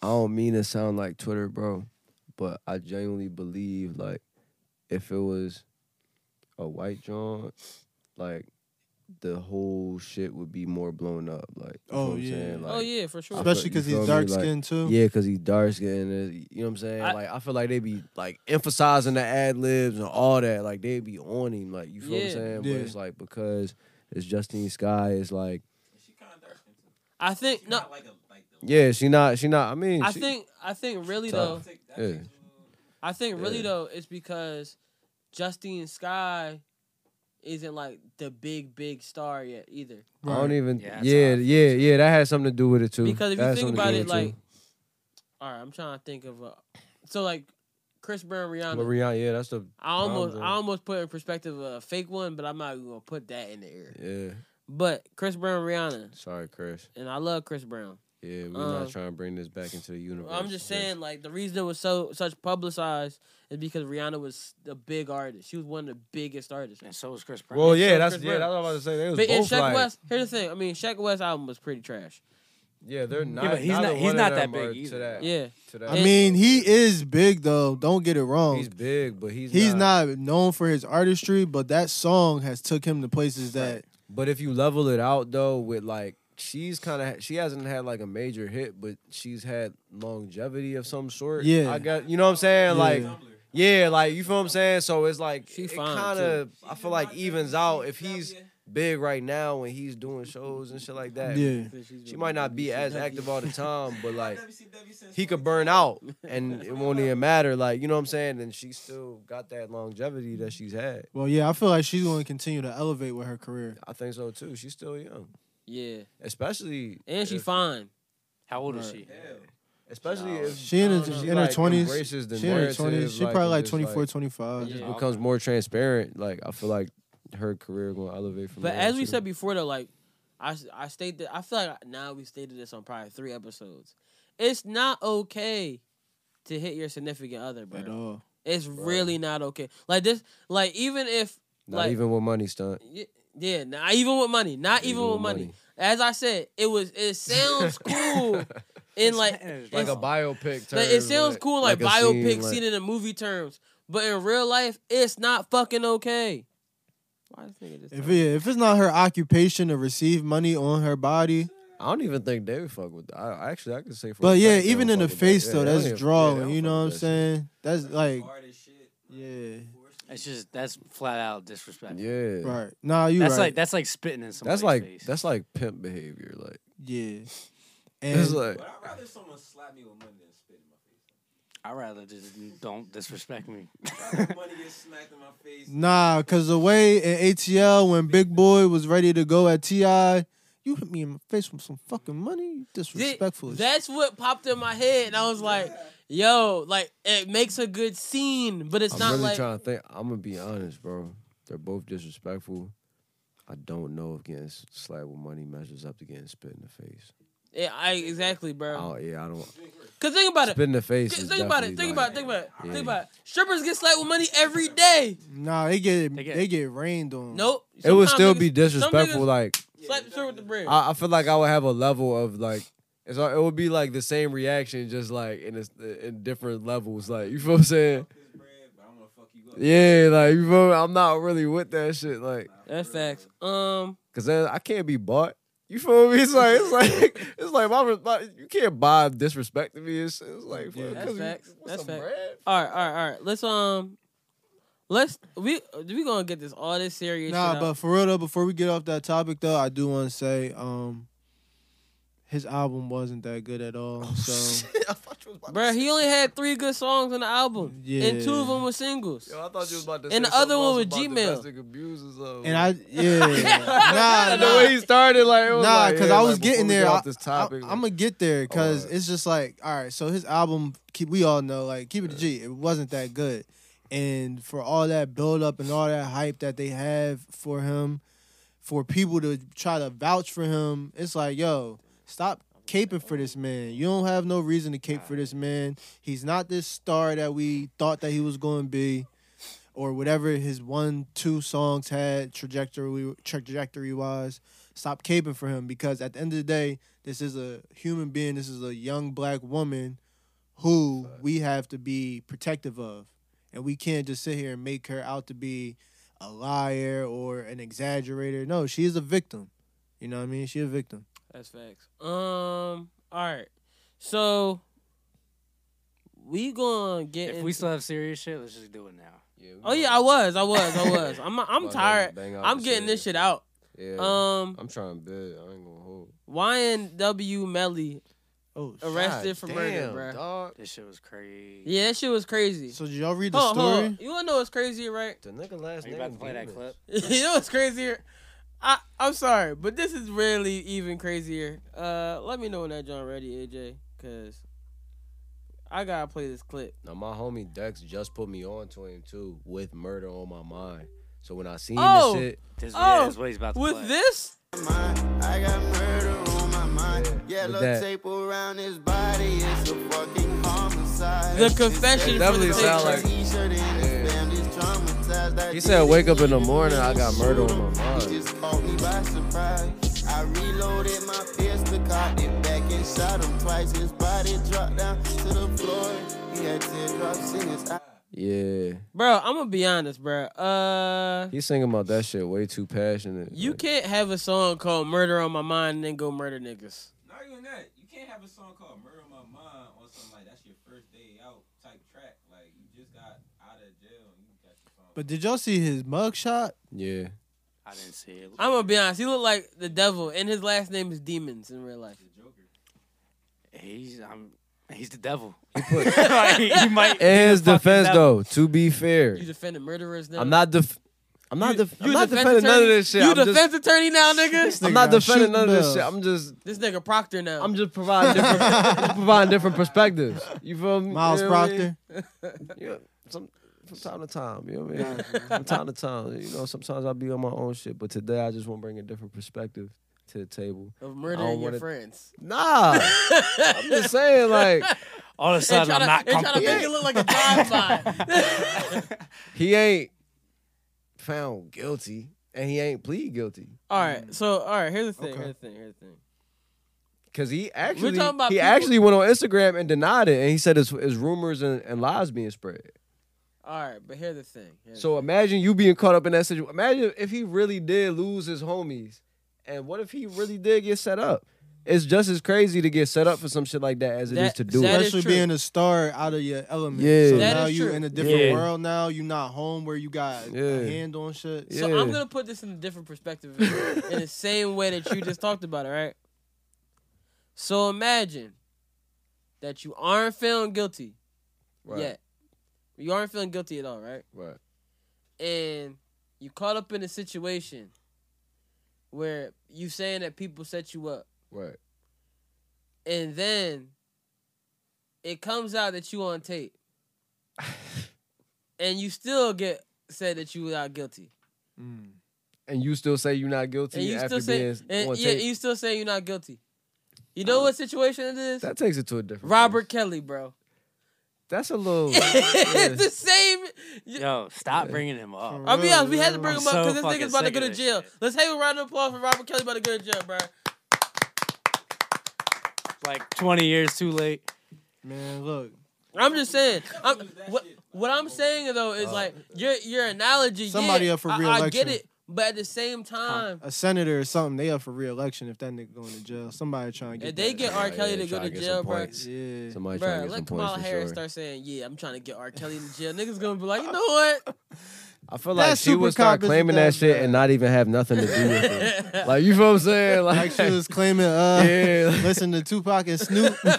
I don't mean to sound like Twitter, bro, but I genuinely believe like if it was a white John, like the whole shit would be more blown up. Like, you know
Oh,
what I'm
yeah.
saying? Like,
oh yeah, for sure.
Especially
you
because
feel
he's
me?
dark
Like,
skinned too.
Yeah, because he dark skinned. and, You know what I'm saying?
I-
like I feel like they be like emphasizing the ad libs and all that. Like they be on him. Like you feel what I'm
Yeah.
saying?
Yeah.
But it's like because it's Justine Sky. It's like
She kind of dark skin too.
I think no.
Not like a like the.
yeah, she not. She not. I mean,
I
she-
think I think really though.
Tough.
Take that
Yeah.
chick's a little-
I think really
Yeah.
though it's because Justine Sky isn't like the big big star yet either.
I don't
Right.
even.
Yeah,
Yeah,
that's how
yeah,
I feel,
yeah, That has something to do with it too.
Because if
That
you
has
think
something to
about
do
it,
with
like,
too.
all right, I'm trying to think of a, so like Chris Brown Rihanna.
But Rihanna, yeah, that's the
I almost
Brown's
I
a-
almost put in perspective a fake one, but I'm not even gonna put that in the air.
yeah.
But Chris Brown Rihanna,
Sorry, Chris.
and I love Chris Brown.
Yeah, we're
Um,
not trying to bring this back into the universe.
I'm just
Chris.
saying like the reason it was so such publicized is because Rihanna was a big artist. She was one of the biggest artists.
And so was Chris Brown.
Well,
It's so
yeah, that's
Chris
yeah.
Brown.
That's what I was about to say. They was
But in
both
Shaq
like,
West, here's the thing. I mean, Shaq West album was pretty trash.
yeah, they're not.
but he's
neither
not- he's
one of
not that
them
big
are
either.
To that,
Yeah.
to that.
I mean, he is big though. Don't get it wrong.
He's
He's,
big, but he's not,
not. known for his artistry, but that song has took him to places that
But if you level it out though, with like she's kind of she hasn't had like a major hit, but she's had longevity of some sort.
Yeah.
I got you know what I'm saying. Like
Yeah.
yeah, like you feel what I'm saying. So it's like
She
it
fine,
kind of I feel like evens out if he's big right now and he's doing shows and shit like that.
yeah.
She might not be as active all the time, but like
WCW since
he could burn out and it won't even matter. Like, you know what I'm saying? And she still got that longevity that she's had.
Well, yeah, I feel like she's going to continue to elevate with her career.
I think so too. She's still young.
Yeah.
Especially
And she
if-
fine.
How old is she?
especially if
She in,
I
her,
don't know.
in
She,
her
like,
20s.
embraces the
She in her
narrative,
20s. She
like,
probably
and
like
just,
24,
like-
25.
Yeah.
becomes more transparent, like I feel like her career gonna elevate from
But
there,
as we
too.
said before, though, like, I, I stated, I feel like now we stated this on probably three episodes. It's not okay to hit your significant other,
At
bro.
all.
It's really not okay. Like, this, like, even if,
not
like,
even with money stunt.
y- Yeah, not even with money. Not even, with money. As I said, it was. It sounds cool, in like,
Like a
it's-
biopic.
like, it
terms,
sounds cool in like,
a
biopic
scene,
scene,
like-
in the movie terms, but in real life, it's not fucking okay. Why this nigga just?
If it, if it's not her occupation to receive money on her body,
I don't even think they would fuck with. I- I actually I could say. For a
but yeah,
fact they
even
don't
in the
fuck with that.
face
Yeah,
though,
they don't
that's
even- yeah, they
drawing.
don't
You
fuck
know what I'm
with that shit.
saying? That's like,
hard as shit.
yeah,
It's just that's flat out disrespect.
Yeah,
right. Nah, you
that's
right.
like that's like spitting in somebody's
That's like
face.
that's like pimp behavior. Like
yeah,
it's
and
like
But I'd rather someone slap me with money than spit in my face.
I rather just don't disrespect me.
I'd rather money get smacked in my face.
nah, cause the way in ATL when Big Boy was ready to go at Ti, you hit me in my face with some fucking money, you
Th-
disrespectful. as
That's what popped in my head, and I was like, "Yo, like it makes a good scene, but it's
I'm
not
really
like
trying to think. I'm gonna be honest, bro. They're both disrespectful. I don't know if getting s- slapped with money measures up to getting spit in the face.
yeah, I exactly, bro.
Oh yeah, I don't
Cause think about it.
spit in the face.
Think
Is
think about it.
definitely,
Think
like,
about it. Think about it.
yeah.
Think about it. Strippers get slapped with money every day.
Nah, they get
They
they
get-
get, rained on.
Nope.
It would
Sometimes
still
niggas-
be
some
disrespectful.
niggas
Like
slap the stripper with the bread.
I, I feel like I would have a level of like. It's, like- it would be like the same reaction, just like in this, in different levels. Like you feel what I'm saying? Yeah, like you feel. me? I'm not really with that shit. Like
That's facts. Um,
Cause then I can't be bought. You feel me? It's like it's like it's like my, re- my you can't buy disrespect to me. It's, it's like fuck,
That's
'cause you-
facts.
what's
That's
some
facts.
bread?
all right, all right, all right. Let's um, let's we we gonna get this all this serious.
Nah,
shit
but
out.
for real though, before we get off that topic though, I do want to say, um, his album wasn't that good at all.
Oh,
so
I thought you was about
Bruh, he only had three good songs on the album, and two
Yeah.
of them were singles.
Yo, I thought you was about to
And
say
the other
something
one
else
was
about
Gmail.
domestic abuse or something.
and I yeah, nah,
And the
nah.
way he started, like, it was
Nah,
like,
because
yeah,
I was
like, before
getting
we get
there.
Off this topic,
I, am gonna get there because it's just like, all right. So his album, keep we all know, like, keep it a G. It wasn't that good, and for all that build up and all that hype that they have for him, for people to try to vouch for him, it's like, yo, stop caping for this man. You don't have no reason to cape for this man. He's not this star that we thought that he was going to be. Or whatever his one two songs had trajectory trajectory wise, stop caping for him because at the end of the day, this is a human being. This is a young black woman who we have to be protective of, and we can't just sit here and make her out to be a liar or an exaggerator. No, she is a victim. You know what I mean? She a victim.
That's facts. Um, all right, so we gonna get.
if
into-
we still have serious shit, let's just do it now.
oh yeah, I was, I was, I was. I'm I'm tired. I'm getting this shit out.
Yeah.
Um,
I'm trying to bid. I ain't gonna hold.
YNW Melly
Oh, sh-
arrested for murder,
damn,
bruh.
Dog.
This shit was crazy.
Yeah, that shit was crazy.
so did y'all read the
Hold on, hold
story?
on. You wanna know what's crazy, right?
The nigga last
Are you
name.
about to play that
Bemis.
clip?
you know what's crazier? I I'm sorry, but this is really even crazier. Uh, let me know when that John ready, AJ, cause I gotta play this clip.
Now my homie Dex just put me on to him too with murder on my mind. So when I seen
Oh!
this shit,
This
Oh,
yeah, is what he's about to
With
play.
this,
I got murder on my mind. Yeah,
with
look
that.
tape around his body. It's a fucking homicide.
the confession for
definitely
the
sound
picture.
like-
T-shirt and his family's traumatized. I
he
did
said,
it.
"Wake up in the morning, I got murder on my
He
mind."
just caught me by surprise. I reloaded my pistol, caught it back and shot him twice. His body dropped down to the floor. He had teardrops in his eyes.
Yeah,
bro. I'm gonna be honest, bro. Uh,
he's singing about that shit way too passionate.
you
Like,
can't have a song called "Murder on My Mind" and then go murder niggas.
Not even that. You can't have a song called Murder on My Mind on something like that's your first day out type track. Like you just got out of jail and you got your song.
But did y'all see his mugshot?
yeah,
I didn't see it.
I'm gonna be honest. He looked like the devil, and his last name is Demons in real life.
He's I'm, he's the devil.
put-
Like, he might.
In his
the fucking
defense,
devil.
though, to be fair,
You defending murderers now?
I'm not def- I'm not def- I'm not defending none
attorney?
of this shit.
You
I'm just-
defense attorney now,
This
nigga.
nigga
I'm not
got
defending none of this
shooting
shit.
bells.
I'm just,
This nigga Proctor now.
I'm just providing different, just providing different perspectives. You feel me?
Miles
You know what I mean?
Proctor.
Yeah, some from time to time, you know what I mean? from time to time, you know, sometimes I'll be on my own shit, but today I just want to bring a different perspective to the table.
of
I
murdering
don't
your
wanna-
friends.
Nah, I'm just saying, like,
All of a
And
sudden,
try
I'm
to,
not
and try to
comfortable.
make it look like a drive by.
he ain't found guilty. and he ain't plead guilty
All right. So all right. Here's the thing.
Okay.
Here's the thing. Here's the thing.
because he actually he
talking about people-
actually went on Instagram and denied it, and he said it's, it's rumors and, and lies being spread.
All right. But here's the thing. here's
So imagine you being caught up in that situation. Imagine if he really did lose his homies, and what if he really did get set up? It's just as crazy to get set up for some shit like that as it is
That-
to do
that
it.
is
Especially
true.
being a star out of your element.
Yeah.
So
That
now
is
you
true.
in a different
Yeah.
world now. You not home where you got
Yeah.
a hand on shit.
So I'm
Yeah.
gonna put this in a different perspective, in the same way that you just talked about it, right? So imagine that you aren't feeling guilty
Right.
yet. You aren't feeling guilty at all, right?
Right.
And you caught up in a situation where you saying that people set you up,
Right.
and then it comes out that you on tape, and you still get said that you not guilty.
And you still say you're not guilty
and you
after
still say,
being on
and yeah,
tape.
you still say you're not guilty. You know what situation it is?
that takes it to a different.
Robert
place.
Kelly, bro.
That's a little.
it's the same.
Yo, stop bringing him up.
I'll be honest, we had to bring
I'm
him up because
so
this
fucking
nigga's about to
sick
go
of
to
this
jail.
shit.
Let's have a round of applause for Robert Kelly about to go to jail, bro.
Like 20 years too late.
Man, look.
I'm just saying. I'm, what what I'm saying though is like your your analogy.
Somebody
yeah,
up for
I- I, get
reelection.
it, but at the same time,
A senator or something, they up for reelection if that nigga going to jail. Somebody trying to get
if they
that.
get R.
Yeah,
Kelly
yeah,
to go
try
to
get
jail,
some
bro.
points.
Yeah.
Somebody trying to
Bro,
get some
let
points
Kamala
for
Harris
sure.
start saying, "Yeah, I'm trying to get R. Kelly in jail." Niggas gonna be like, "You know what?
I feel
That
like she
super
would start
cop isn't
claiming
that
that shit
bad.
and not even have nothing to do with it. Like you feel what I'm saying? Like,
Like she was claiming, uh,
Yeah.
listen to Tupac and Snoop.
yeah,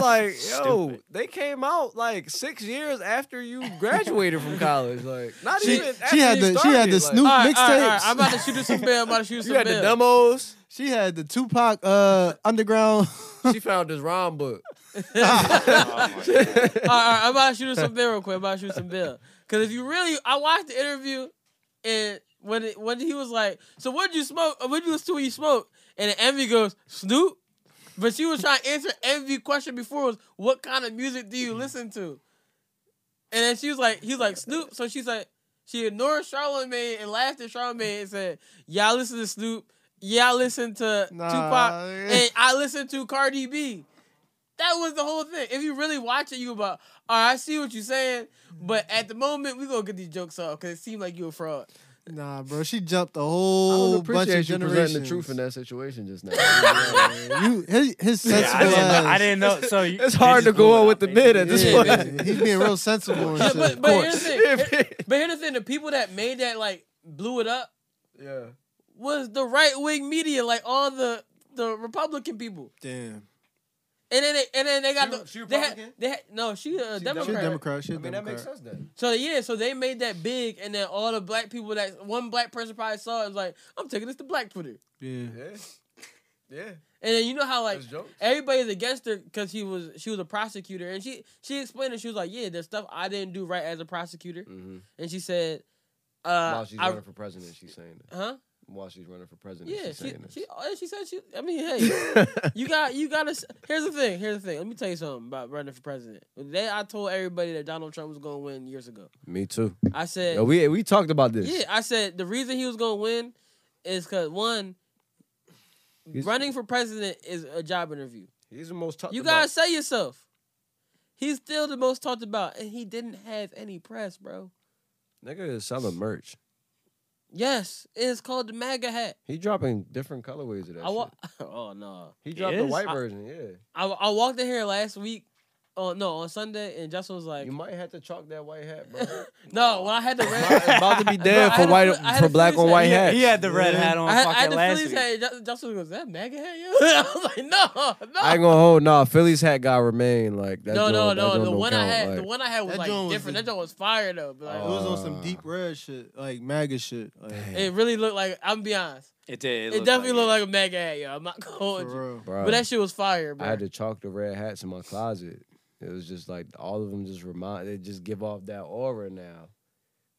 like, yo, they came out like six years after you graduated from college. Like, not
She-
even.
she
after
had
you
the- she had the
started,
Snoop-
All right, all right, all right.
Mixtapes.
I'm about to shoot you some bail. I'm about to shoot you some
Like, you had the
bail.
demos.
She had the Tupac uh underground.
She found this rhyme book.
All right, all right, I'm about to shoot her some bill real quick. I'm about to shoot some bill. Because if you really, I watched the interview, and when it, when he was like, "So what did you smoke? uh, What did you listen to when you smoked?" And then Envy goes, "Snoop," but she was trying to answer Envy question before was, "What kind of music do you listen to?" And then she was like, "He's like Snoop," so she's like, she ignored Charlamagne and laughed at Charlamagne and said, "Yeah, I listen to Snoop. Yeah, I listen to
Nah.
Tupac, and I listen to Cardi B." That was the whole thing. If you really watch it, you about, all right, I see what you're saying, but at the moment, we gonna get these jokes off because it seemed like you a fraud.
nah, bro, she jumped a
I
whole
don't
bunch of
appreciate you
generations.
presenting the truth in that situation just now.
You, his his sensible
Yeah, I, didn't
ass.
know, I didn't know. So you, they
it's hard
just
to go
blew
on
it
with
out,
the
basically.
bid at this
Yeah,
point.
Yeah, he's being real sensible and
Yeah,
shit.
but but here's the thing. But here's the thing: the people that made that like blew it up
yeah.
was the right wing media, like all the the Republican people,
Damn.
and then they, and then they got
She-
the
she
they had,
Republican?
they had no she a Democrat.
She a Democrat. She a
I mean, that makes
Democrat.
sense then.
So yeah, so they made that big, and then all the black people that one black person probably saw it was like, I'm taking this to Black Twitter,
Yeah.
Yeah. Yeah.
and then you know how like
That's jokes.
everybody's against her because he was she was a prosecutor and she she explained it she was like yeah there's stuff i didn't do right as a prosecutor
Mhm.
and she said
While
uh
she's
I,
running for president, she's saying this.
huh
While she's running for president,
yeah
she's
she
saying
she, oh, she said she i mean hey
this.
you got you gotta s- here's the thing here's the thing let me tell you something about running for president they i told everybody that donald trump was gonna win years ago
Me too.
i said
Yo, we we talked about this.
yeah i said the reason he was gonna win is because one
He's-
running for president is a job interview
He's the most tough.
You gotta say yourself. He's still the most talked about, and he didn't have any press, bro.
Nigga is selling merch.
Yes, it's called the MAGA hat.
He dropping different colorways of that
I wa-
shit.
oh no,
He
He
dropped the
is?
white
I-
version, yeah.
I, I walked in here last week. Oh no, on Sunday, and Justin was like,
You might have to chalk that white hat, bro.
"No, when I had the
It's
red,
about to be dead
I
for
had a
white
fl- I had
for
a
black
fleece
on
hat.
white
He had,
hat.
he had the red hat on
I had, I
fucking
had the
last
Phillies
week.
hat." and Ju- Justin goes, "Is "That MAGA hat, yo." I was like, "No, no."
I ain't gonna hold nah. Philly's hat gotta remain like that.
no, no,
joint- that
no.
joint
The
don't
one I
count,
had,
like-
the one I had was
That
like
joint was
different.
the-
that joint was fire though. But like,
it was on some
Uh,
deep red shit, like MAGA shit. Like,
it really looked like. I'm gonna be honest.
It did.
It,
It, looked
definitely looked
like
like a MAGA hat, yo. I'm not gonna
for
hold you.
real.
Bruh,
But that shit was fire, bro.
I had to chalk the red hats in my closet. It was just like all of them just remind. They just give off that aura now.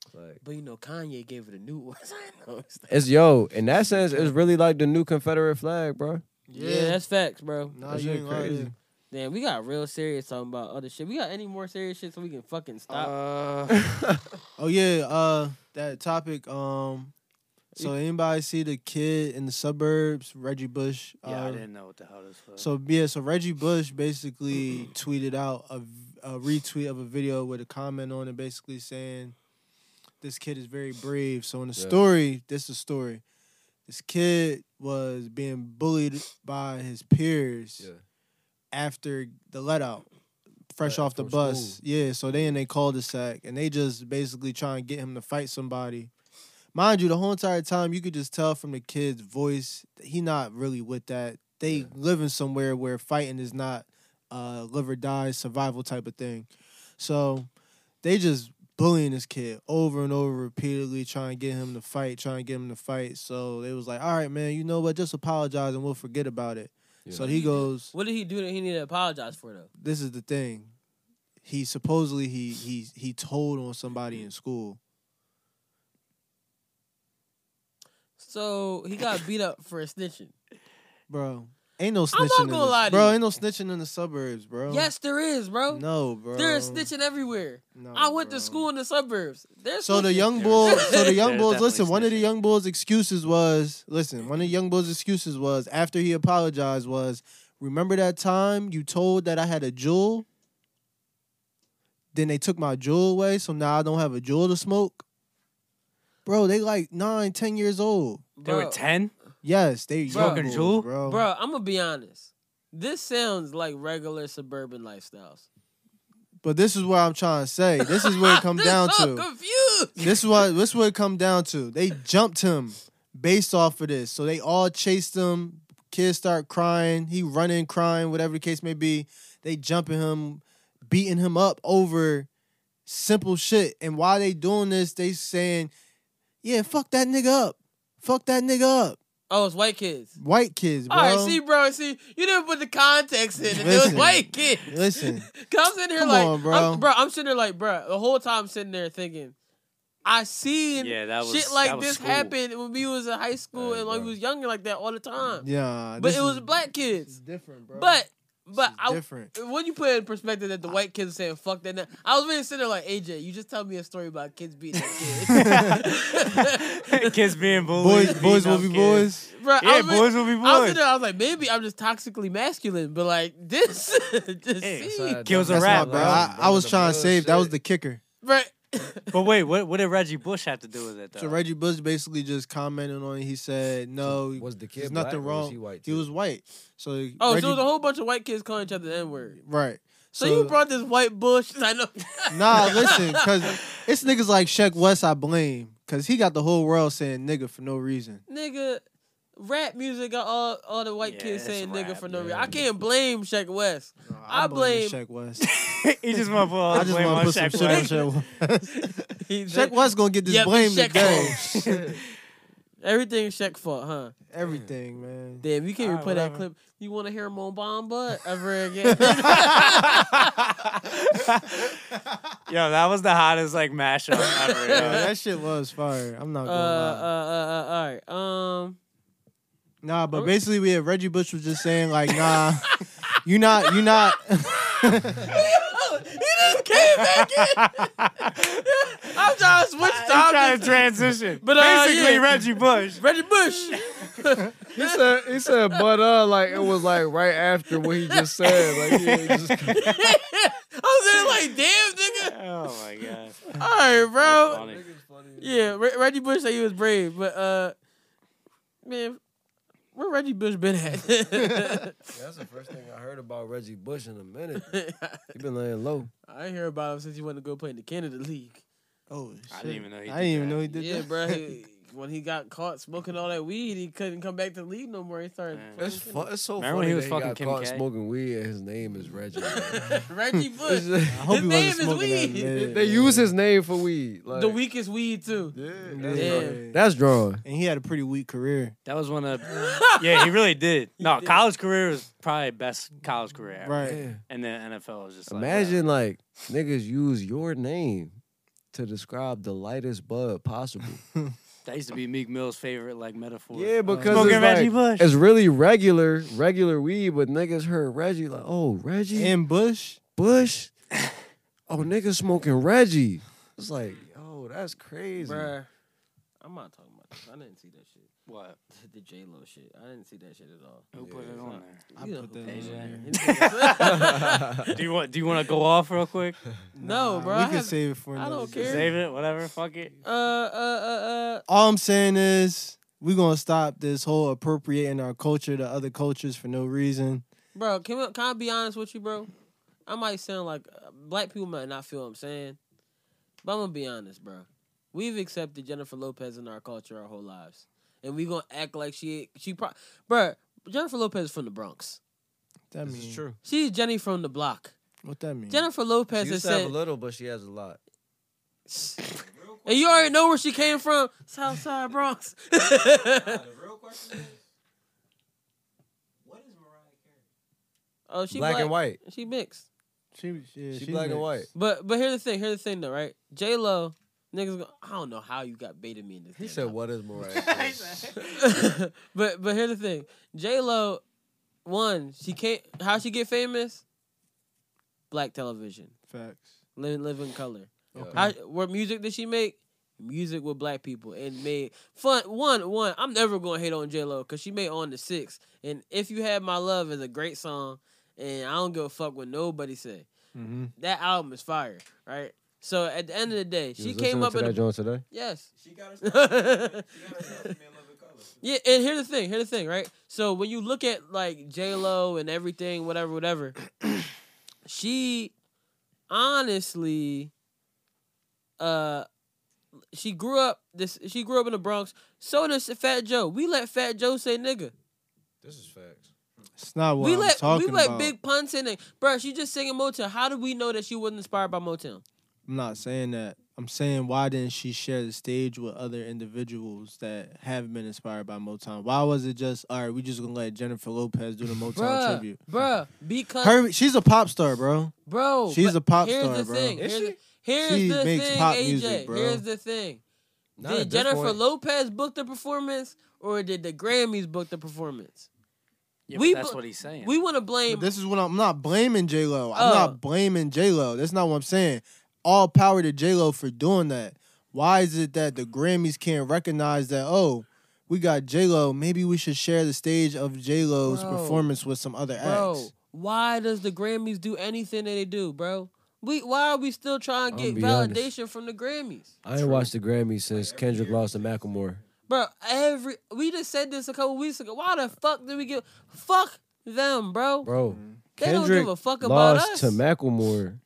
It's Like
But you know, Kanye gave it a new one. I know.
it's yo. In that sense, it's really like the new Confederate flag, bro.
yeah. that's facts, bro.
Nah,
That
you
shit
ain't lying.
crazy.
Damn, we got real serious talking about other shit. We got any more serious shit so we can Uh, fucking stop?
Uh,
Oh yeah, uh, that topic. Um, So anybody see the kid in the suburbs, Reggie Bush?
Yeah, I
uh,
didn't know what the hell this was.
So yeah, so Reggie Bush basically tweeted out a, v- a retweet of a video with a comment on it, basically saying, "This kid is very brave." So in the
Yeah.
story, this is the story. This kid was being bullied by his peers
Yeah.
after the let out, fresh
Right,
off the
from
bus.
school.
Yeah, so they in they cul-de-sac and they just basically try and get him to fight somebody. Mind you, the whole entire time you could just tell from the kid's voice that he not really with that. They living somewhere where fighting is not uh live or die survival type of thing. So they just bullying this kid over and over repeatedly, trying to get him to fight, trying to get him to fight. So they was like, All right, man, you know what? Just apologize and we'll forget about it. So he goes,
What did he do that he needed to apologize for though?
This is the thing. He supposedly he he he told on somebody in school.
So he got beat up for snitching.
Bro. Ain't no snitching.
not
in
gonna
the,
lie to
bro,
you.
ain't no snitching in the suburbs, bro.
Yes, there is, bro.
No, bro.
there is snitching everywhere.
No,
I went
bro.
to school in the suburbs. There's
So the
snitching.
young bull, so the young
There's
bulls. Listen,
definitely
one of the
snitching.
young bulls' excuses was, listen, one of the young bulls' excuses was after he apologized was, remember that time you told that I had a jewel. Then they took my jewel away, so now I don't have a jewel to smoke. Bro, they like nine, ten years old.
They were
Bro.
ten.
Yes, they young
Smoking
Juul?
bulls, bro.
Bro, I'm gonna be honest. This sounds like regular suburban lifestyles.
But this is what I'm trying to say. This is where it comes
This
down
so
to.
confused.
this what this what it come down to. They jumped him based off of this. So they all chased him. Kids start crying. He running, crying, whatever the case may be. They jumping him, beating him up over simple shit. And while they doing this, they saying, "Yeah, fuck that nigga up, fuck that nigga up."
Oh, it's white kids.
White kids, bro.
All right, see, bro, see, you didn't put the context in. It It was
Listen.
white kids.
Listen.
Cause I'm sitting here
Come
like,
on, bro.
I'm, bro, I'm sitting there like, bro, the whole time I'm sitting there thinking, I seen
Yeah, that was
shit like
that was
this
school.
happen when we was in high school
Hey,
and like
bro.
we was younger like that all the time.
yeah,
but
this
it was
is-
black
this is
kids.
different, bro.
But
This
but
is
I,
different.
when you put it in perspective that the white kids are saying fuck that, now, I was really sitting there like AJ, you just tell me a story about kids beating their kids.
Kids being bullied.
Boys, boys
beating
will
up
be
kids.
boys.
Bro, I
Yeah,
was really-
boys will be
I was
boys.
sitting there, I was like, maybe I'm just toxically masculine, but like this, just see,
kills a
That's
rap,
my
bro.
bro. I, I was trying to save. That was the kicker.
bro.
But wait, what, what did Reggie Bush have to do with it though?
So Reggie Bush basically just commented on it. He said, "No,
was the kid
there's nothing
black or
wrong.
was he white
He
too?
was white. So
Oh,
Reggie-
so there's a whole bunch of white kids calling each other the N word.
right.
So, you brought this white bush. I know.
nah, listen, because it's niggas like Sheck West. I blame because he got the whole world saying nigga for no reason.
nigga, rap music got all all the white
Yeah,
kids
it's
saying nigga
rap,
for no
yeah.
reason. I can't blame Shaq West. I blame-
Sheck West.
he just want to pull
I
all the
just
blame
want
on
to put some
Shaq
shit on
West.
Sheck West.
He-
Sheck West gonna get this
Yeah,
blame
Shaq
today.
Everything Shaq fault, huh?
Everything, man.
Damn, you can't even
Alright,
play that
whatever.
clip. You want to hear Mobamba ever again? Uh,
Yo, that was the hottest like mashup ever. yo.
Yeah, that shit was fire. I'm not
uh, uh, uh,
gonna lie.
uh, uh, all right. Um,
Nah,
uh,
but basically, we had Reggie Bush was just saying like, nah, you not, you not.
he just came back in. I'm trying to switch
I'm trying
topics.
to transition.
But,
But
uh,
basically,
yeah.
Reggie Bush.
Reggie Bush.
He said, he said, but uh, like it was like right after what he just said. Like he was just
I was there like, damn, nigga.
Oh my god.
All right,
That's
bro.
funny.
Yeah, Re- Reggie Bush said he was brave, but uh, man, where Reggie Bush been at?
That's the first thing I heard about Reggie Bush in a minute. He been laying low.
I ain't hear about him since he went to go play in the Canada League.
Oh shit!
I didn't even know he.
I didn't even know
that.
he did
Yeah,
that.
bro. He, when he got caught smoking all that weed, he couldn't come back to the league no more. He started.
Man.
fucking
It's fun. It's so
Remember
funny
when he was
that
fucking
got
Kim
caught
K?
smoking weed and his name is Reggie.
kidding. Reggie Bush.
I
His name
hope he wasn't
is
smoking that,
weed.
man.
they use his name for weed. Like,
the weakest weed too.
Yeah,
Yeah.
that's
Yeah.
right.
That's drawn.
And he had a pretty weak career.
That was one of. yeah, he really did. No, college career was probably best college career. Ever.
Right.
Yeah.
And then NFL was just. uh,
Imagine like niggas use your name to describe the lightest bud possible.
like, that used to be Meek Mill's favorite like metaphor.
Yeah, because
Smoking
it's,
Reggie
like,
Bush.
it's really regular, regular weed, but niggas heard Reggie like, oh Reggie
And Bush,
Bush. Oh niggas smoking Reggie. It's like, oh that's crazy.
Bruh, I'm not talking about I didn't see that shit.
What?
The J Lo shit. I didn't see that shit at all.
Who put
Yeah.
it on there?
I
You know
put
who
that
put
on
it on there.
do you want? Do you want to go off real quick?
No,
Nah,
bro.
We
I
can
have-
save it for
I
another
don't
day.
care.
Save it. Whatever. Fuck it.
uh, uh, uh, uh.
All I'm saying is we're gonna stop this whole appropriating our culture to other cultures for no reason.
Bro, can, we, can I be honest with you, bro? I might sound like uh, black people might not feel what I'm saying, but I'm gonna be honest, bro. We've accepted Jennifer Lopez in our culture our whole lives, and we gonna act like she she pro, bro. Jennifer Lopez is from the Bronx.
That
This
mean-
is true.
She's Jenny from the block.
What that
Mm.
means?
Jennifer
She
Lopez
used
has
to have a
said,
little, but she has a lot.
and you already know where she came from, Southside Bronx.
Nah, the real question is, what is Mariah Carey?
oh, she
black, and white.
She mixed.
She, yeah,
She
she's
black and white.
mixed.
But but here's the thing. Here's the thing though, right? J Lo, niggas. Go, I don't know how you got baited me in this.
He
damn
said,
topic.
"What is Mariah?" Carey?"
but but here's the thing. J Lo, one, she can't. How she get famous? Black television,
Facts.
live, live in color.
Okay.
How, what music did she make? Music with black people and made fun. One one. I'm never gonna hate on J Lo because she made on the six. And if you had my love is a great song, and I don't give a fuck what nobody say.
Mm-hmm.
That album is fire, right? So at the end of the day,
You
she
was
came
listening
up
to
in
that
a,
joint today.
yes.
She got herself. she got herself to be in love with color.
Yeah, and here's the thing. Here's the thing, right? So when you look at like J Lo and everything, whatever, whatever, she honestly, uh, she grew up this. She grew up in the Bronx. So does Fat Joe. We let Fat Joe say nigga.
This is facts.
It's not what
we
I'm
let we
talking
let
about.
Big Pun say nigga. Bro, she just singing Motown. How do we know that she wasn't inspired by Motown?
I'm not saying that. I'm saying why didn't she share the stage with other individuals that have been inspired by Motown? Why was it just all right? We just gonna let Jennifer Lopez do the Motown
Bruh,
tribute?
bruh, because
Her, she's a pop star, bro.
Bro,
She's
but
a pop
here's
star,
the
bro.
Thing.
Is
here's
she?
the- here's
She
the
makes
thing,
pop
AJ.
music, bro.
Here's the thing.
Not
did
at this
Jennifer
point.
Lopez book the performance, or did the Grammys book the performance?
Yeah,
We
but that's
bu-
what he's saying.
We want to blame.
But this is what I'm, I'm not blaming J Lo. I'm
Oh.
not blaming J Lo. That's not what I'm saying. All power to J Lo for doing that. Why is it that the Grammys can't recognize that? Oh, we got J Lo. Maybe we should share the stage of J Lo's
Bro.
performance with some other
bro,
acts.
why does the Grammys do anything that they do, bro? We why are we still trying to
I'll
get
be honest.
validation from the Grammys,
I ain't watched the Grammys since Kendrick lost to Macklemore.
bro? Every we just said this a couple weeks ago. Why the fuck did we give fuck them, bro?
Bro,
they
Kendrick
don't give a fuck about
lost
us.
to Macklemore.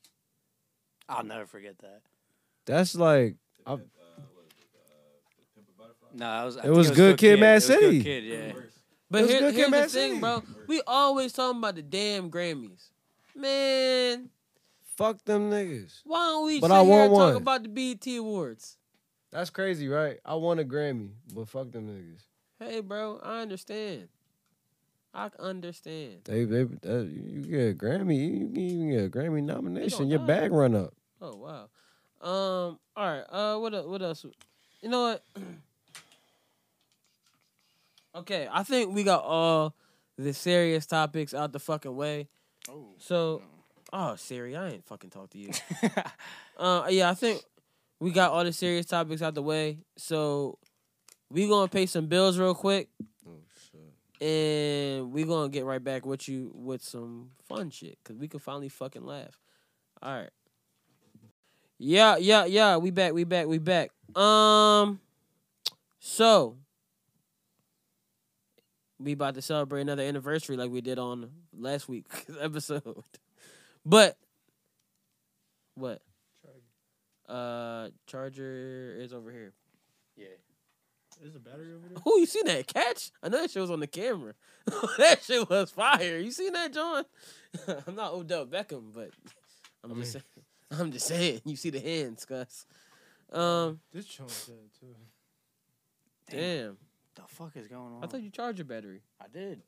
I'll never forget that.
That's like
No, I was. I
It
think
was Good Kid, Mad
It was Good
City.
Kid, yeah.
But
Let's
here,
go get
here's the
Mad
thing,
City.
bro. We always talking about the damn Grammys. Man,
fuck them niggas.
why don't we
But
sit
I
here
want
and
one.
talk about the BET Awards?
That's crazy, right? I won a Grammy, but fuck them niggas.
Hey, bro, I understand. I c- understand.
They, they, that, you get a Grammy, you, you can even get a Grammy nomination. Your
die.
bag run up.
Oh wow. Um. All right. Uh. What. el- What else? You know what? okay. I think we got all the serious topics out the fucking way.
Oh.
So, oh Siri, I ain't fucking talk to you. Uh, yeah, I think we got all the serious topics out the way. So we gonna pay some bills real quick,
Oh shit!
and we gonna get right back with you with some fun shit, cause we can finally fucking laugh. All right. Yeah, yeah, yeah. We back. We back. We back. Um. So we about to celebrate another anniversary like we did on last week's episode, but what? Uh, charger is over here.
Yeah.
There's a battery over there.
Who you seen that catch? I know that shit was on the camera. that shit was fire. You seen that, John? I'm not Odell Beckham, but I'm just saying. I'm just saying. You see the hands, cuz. Um,
This joint's dead too.
damn.
The fuck is going on?
I thought you charged your battery,
I did.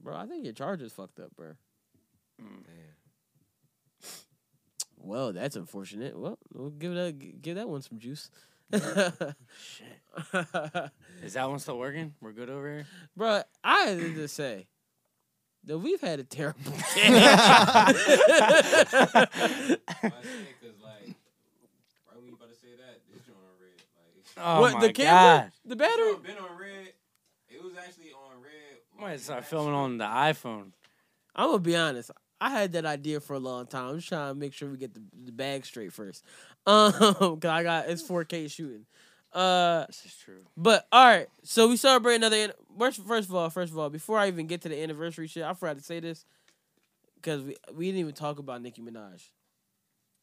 bro. I think your charger's fucked up, bro.
Mm.
Well, that's unfortunate. Well, we'll give that g- give that one some juice.
Shit. Is that one still working? We're good over here.
Bro, I had to just say that we've had a terrible day.
Oh
Why I say it? Cause like, right when you about to say that, this joint on red. Like,
Oh
what
my
the
God.
camera? The battery?
It's been on red. It was actually on red.
I might start filming on the iPhone.
I'm gonna be honest. I had that idea for a long time. I'm just trying to make sure we get the, the bag straight first. Um, cause I got it's 4K shooting. Uh,
This is true.
but all right. So we celebrate another. an- First, first of all, first of all, before I even get to the anniversary shit, I forgot to say this because we we didn't even talk about Nicki Minaj.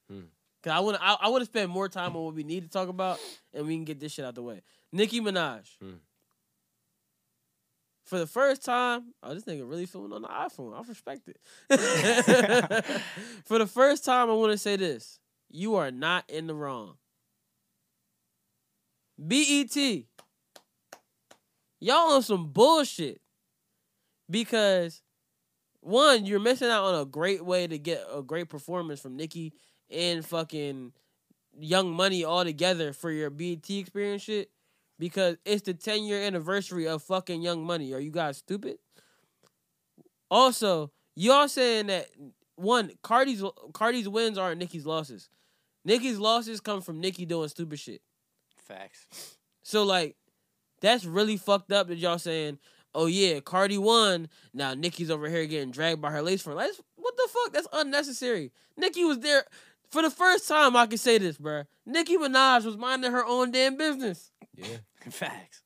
Hmm.
Cause I want to I, I want to spend more time on what we need to talk about, and we can get this shit out the way. Nicki Minaj.
Hmm.
For the first time, oh, this nigga really filming on the iPhone. I respect it. For the first time, I want to say this: you are not in the wrong. BET, y'all on some bullshit because one, you're missing out on a great way to get a great performance from Nicki and fucking Young Money all together for your BET experience shit because it's the 10 year anniversary of fucking Young Money. Are you guys stupid? Also, y'all saying that one Cardi's Cardi's wins aren't Nicki's losses. Nicki's losses come from Nicki doing stupid shit.
Facts.
So like, that's really fucked up that y'all saying, oh yeah, Cardi won. Now Nikki's over here getting dragged by her lace front. Like, that's- what the fuck? That's unnecessary. Nikki was there for the first time. I can say this, bruh. Nicki Minaj was minding her own damn business,
Yeah.
Facts.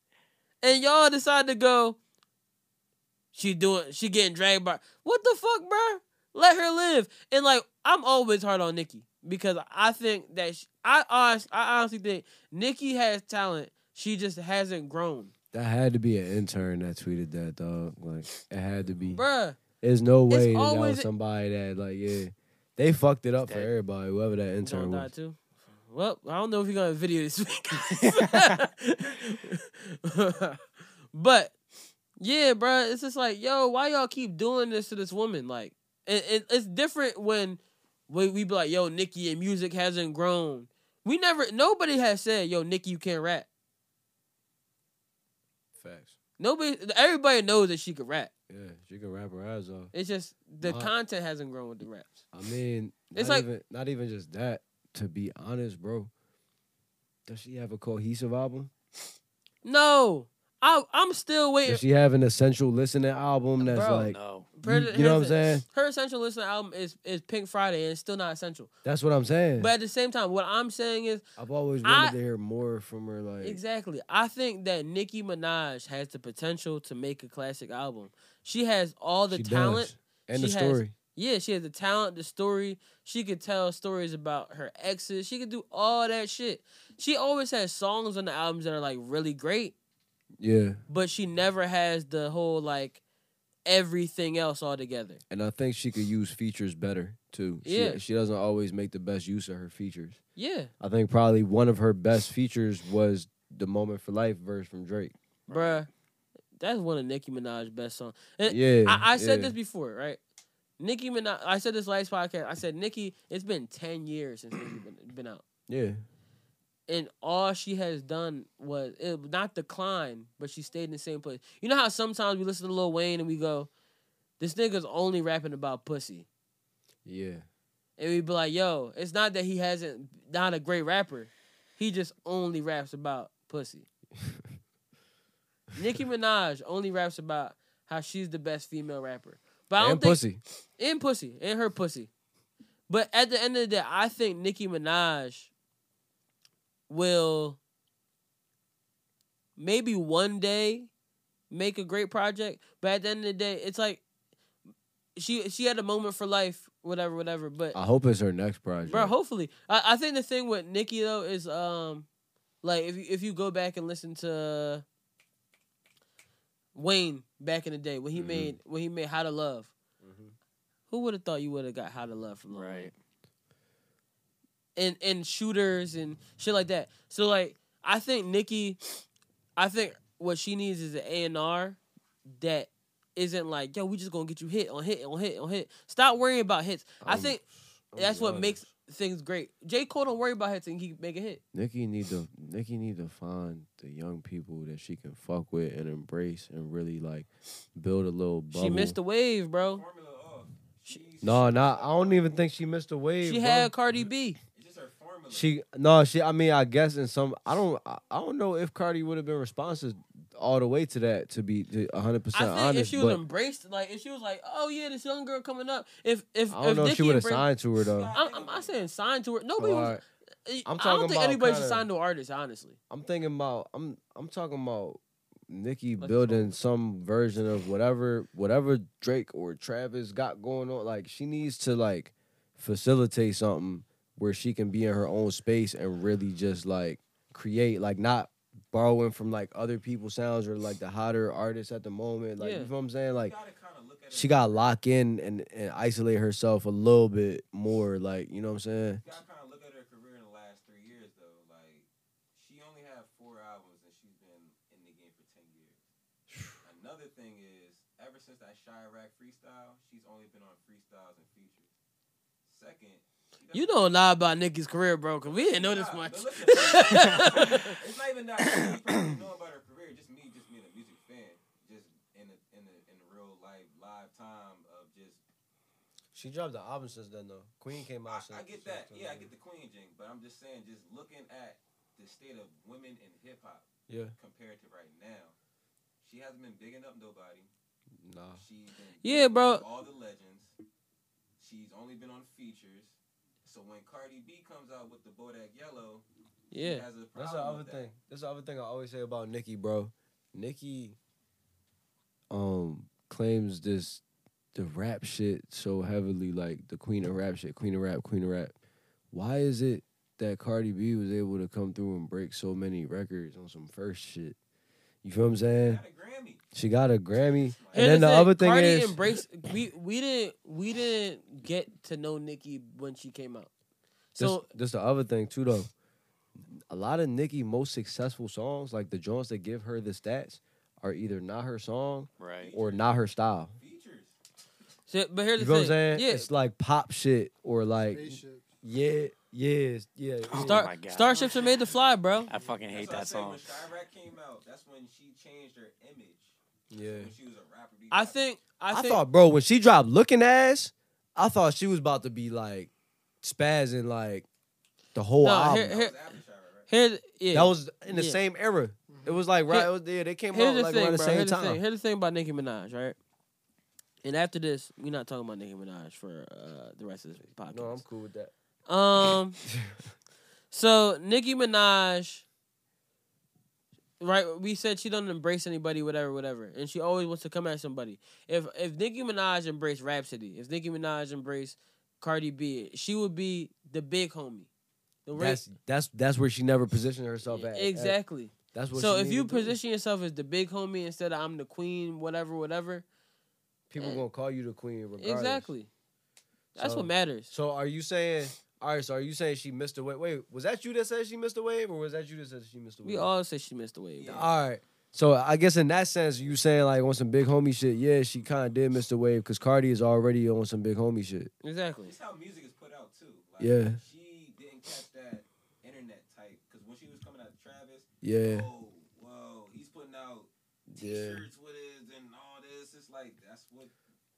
and y'all decided to go. She doing. She getting dragged by. What the fuck, bruh? Let her live. And like, I'm always hard on Nikki because I think that she, I honest, I honestly think Nikki has talent. She just hasn't grown.
That had to be an intern that tweeted that, dog. Like, it had to be.
Bruh,
There's no way that, that
always-
was somebody that, like, yeah. They fucked it up for
dead.
everybody, whoever that
you gonna
intern
die
was.
too. Well, I don't know if you're gonna video this week. but yeah, bruh, it's just like, yo, why y'all keep doing this to this woman? Like, and, and it's different when we, we be like, yo, Nikki and music hasn't grown. We never, nobody has said, yo, Nikki, you can't rap.
Facts.
Nobody, everybody knows that she could rap.
Yeah, she can rap her eyes off.
It's just the
Right.
content hasn't grown with the raps.
I mean,
It's
it's
like-
like even, not even just that. To be honest, bro, does she have a cohesive album?
No, I, I'm still waiting.
Does she have an essential listening album that's
Bro,
like?
no.
Her-
You- you know what I'm
her-
saying?
Her essential listening album is is Pink Friday, and it's still not essential.
That's what I'm saying.
But at the same time, what I'm saying is
I've always
I-
wanted to hear more from her. Like,
exactly. I think that Nicki Minaj has the potential to make a classic album. She has all the
she does.
talent.
and the
She has-
story.
Yeah, she has the talent, the story. She could tell stories about her exes. She could do all that shit. She always has songs on the albums that are like really great,
Yeah,
but she never has the whole like everything else all together.
and I think she could use features better too. She,
Yeah.
she doesn't always make the best use of her features.
Yeah,
I think probably one of her best features was the "Moment for Life" verse from Drake.
bruh. That's one of Nicki Minaj's best songs. And
Yeah,
I, I said
yeah.
this before, right? Nicki Minaj. I said this last podcast. I said Nicki. It's been ten years since Nicki been, been out,
Yeah,
and all she has done was it, not decline, but she stayed in the same place. You know how sometimes we listen to Lil Wayne and we go, "This nigga's only rapping about pussy,"
yeah.
and we be like, "Yo, it's not that he hasn't not a great rapper. He just only raps about pussy." Nicki Minaj only raps about how she's the best female rapper. But I don't
and
think
pussy.
and pussy. And her pussy. But at the end of the day, I think Nicki Minaj will maybe one day make a great project. But at the end of the day, it's like she she had a moment for life, whatever, whatever. But
I hope it's her next project.
Bro, hopefully. I, I think the thing with Nikki though is um like if you if you go back and listen to Wayne back in the day when he
Mhm.
made when he made How to Love.
Mhm.
Who would have thought you would have got How to Love from Lil Wayne?
Right.
and and shooters and shit like that. So like I think Nikki, I think what she needs is an A and R that isn't like yo we just gonna get you hit on hit on hit on hit. Stop worrying about hits. I
I'm-
think
I'm
that's what
honest.
makes things great. J Cole don't worry about hits and he can make a hit.
Nikki need to Nikki need to find the young people that she can fuck with and embrace and really like build a little bubble.
She missed the wave, bro.
Formula off. She's,
No, nah, I don't even think she missed a wave.
She
bro.
had Cardi B.
it's just her formula. formula.
She no, she. I mean, I guess in some, I don't, I I don't know if Cardi would have been responsive all the way to that. To be hundred
I
percent
think
honest,
if she was
but
embraced, like if she was like, "Oh yeah, this young girl coming up," if if
I don't
if
know if she
Nicki
would have
embraced-
signed to her though.
I'm, I'm not saying signed to her. Nobody
All
was.
right.
I'm
I'm
I don't
talking
think
about
anybody should
kinda-
sign to an artist, honestly.
I'm thinking about I'm I'm talking about Nicki
Let's
building some version of whatever whatever Drake or Travis got going on. Like she needs to like facilitate something where she can be in her own space and really just like create, like not borrowing from like other people's sounds or like the hotter artists at the moment. Like
Yeah.
you know what I'm saying? Like
You gotta kind of look at it.
she gotta lock in and, and isolate herself a little bit more, like, you know what I'm saying?
You gotta kind of look at her career in the last three years, though. Like, she only had four albums, and she's been in the game for ten years. Another thing is, ever since that Chirac freestyle, she's only been on freestyles and features. Second, she
You don't
doesn't-
lie about Nicki's career, bro, because we didn't know this
Nah,
much.
but listen, it's not even that. You probably know about her career. Just me, just being a music fan, just in the in the in the real life, live time of just
She dropped the album since then though. Queen came
I, I get that. Yeah, I get the Queen Jing, but I'm just saying, just looking at the state of women in hip hop
Yeah.
compared to right now, she hasn't been bigging up nobody.
Nah.
She's been
Yeah,
bigging
bro.
up All the legends. She's only been on features. So when Cardi B comes out with the Bodak Yellow,
Yeah.
she has a problem.
That's the other
with that.
thing. That's the other thing I always say about Nikki, bro. Nikki um claims this the rap shit so heavily, like the queen of rap shit, queen of rap, queen of rap. Why is it that Cardi B was able to come through and break so many records on some first shit? You feel what I'm saying?
Got a Grammy.
She got a Grammy. And
Here's
then the
thing,
other thing
Cardi
is
embraced. We we didn't we didn't get to know Nicki when she came out.
This,
So
this the other thing too though. A lot of Nicki most successful songs, like the joints that give her the stats, are either not her song
Right.
or not her style.
Features.
so- but here's
You
the
know what
thing.
I'm saying?
Yeah,
It's like pop shit or like yeah, yeah, yeah.
Start-
Oh
Star
my God.
Starships are made to fly, bro.
I fucking hate that
That's what I
song.
say, When Chirac came out, that's when she changed her image.
yeah.
When she was a rapper.
I think I,
I
think
thought, bro, when she dropped "Looking Ass," I thought she was about to be like spazzing like the whole
No,
album.
here-
that
here-
was after Chirac, right?
here yeah.
that was in the
yeah. Mm-hmm.
same era. It was like right,
Here-
it was, yeah, they came
Here's
out
the
like
thing,
around the
bro.
same
Here's the
time.
thing. Here's the thing about Nicki Minaj, right? And after this, we're not talking about Nicki Minaj for uh, the rest of this podcast.
no, I'm cool with that.
Um, so Nicki Minaj, right? We said she don't embrace anybody, whatever, whatever, and she always wants to come at somebody. If if Nicki Minaj embraced Rhapsody, if Nicki Minaj embraced Cardi B, she would be the big homie. The ra-
That's that's that's where she never positioned herself at.
exactly.
That's what.
So
she
if
needed
you
to do.
position yourself as the big homie instead of I'm the queen, whatever, whatever,
people gonna call you the queen regardless.
exactly. That's
So-
what matters.
So are you saying? All right. So are you saying she missed a wave? Wait, was that you that said she missed a wave, or was that you that said she missed a wave?
We all say she missed the wave. bro.
All right. So I guess in that sense, you saying like on some big homie shit. Yeah, she kind of did miss the wave because Cardi is already on some big homie shit.
Exactly.
It's how music is put out too. Like,
Yeah.
She didn't catch that internet type because when she was coming out of Travis,
Yeah.
oh, whoa, he's putting out
Yeah.
t-shirts with it and all this. It's like that's what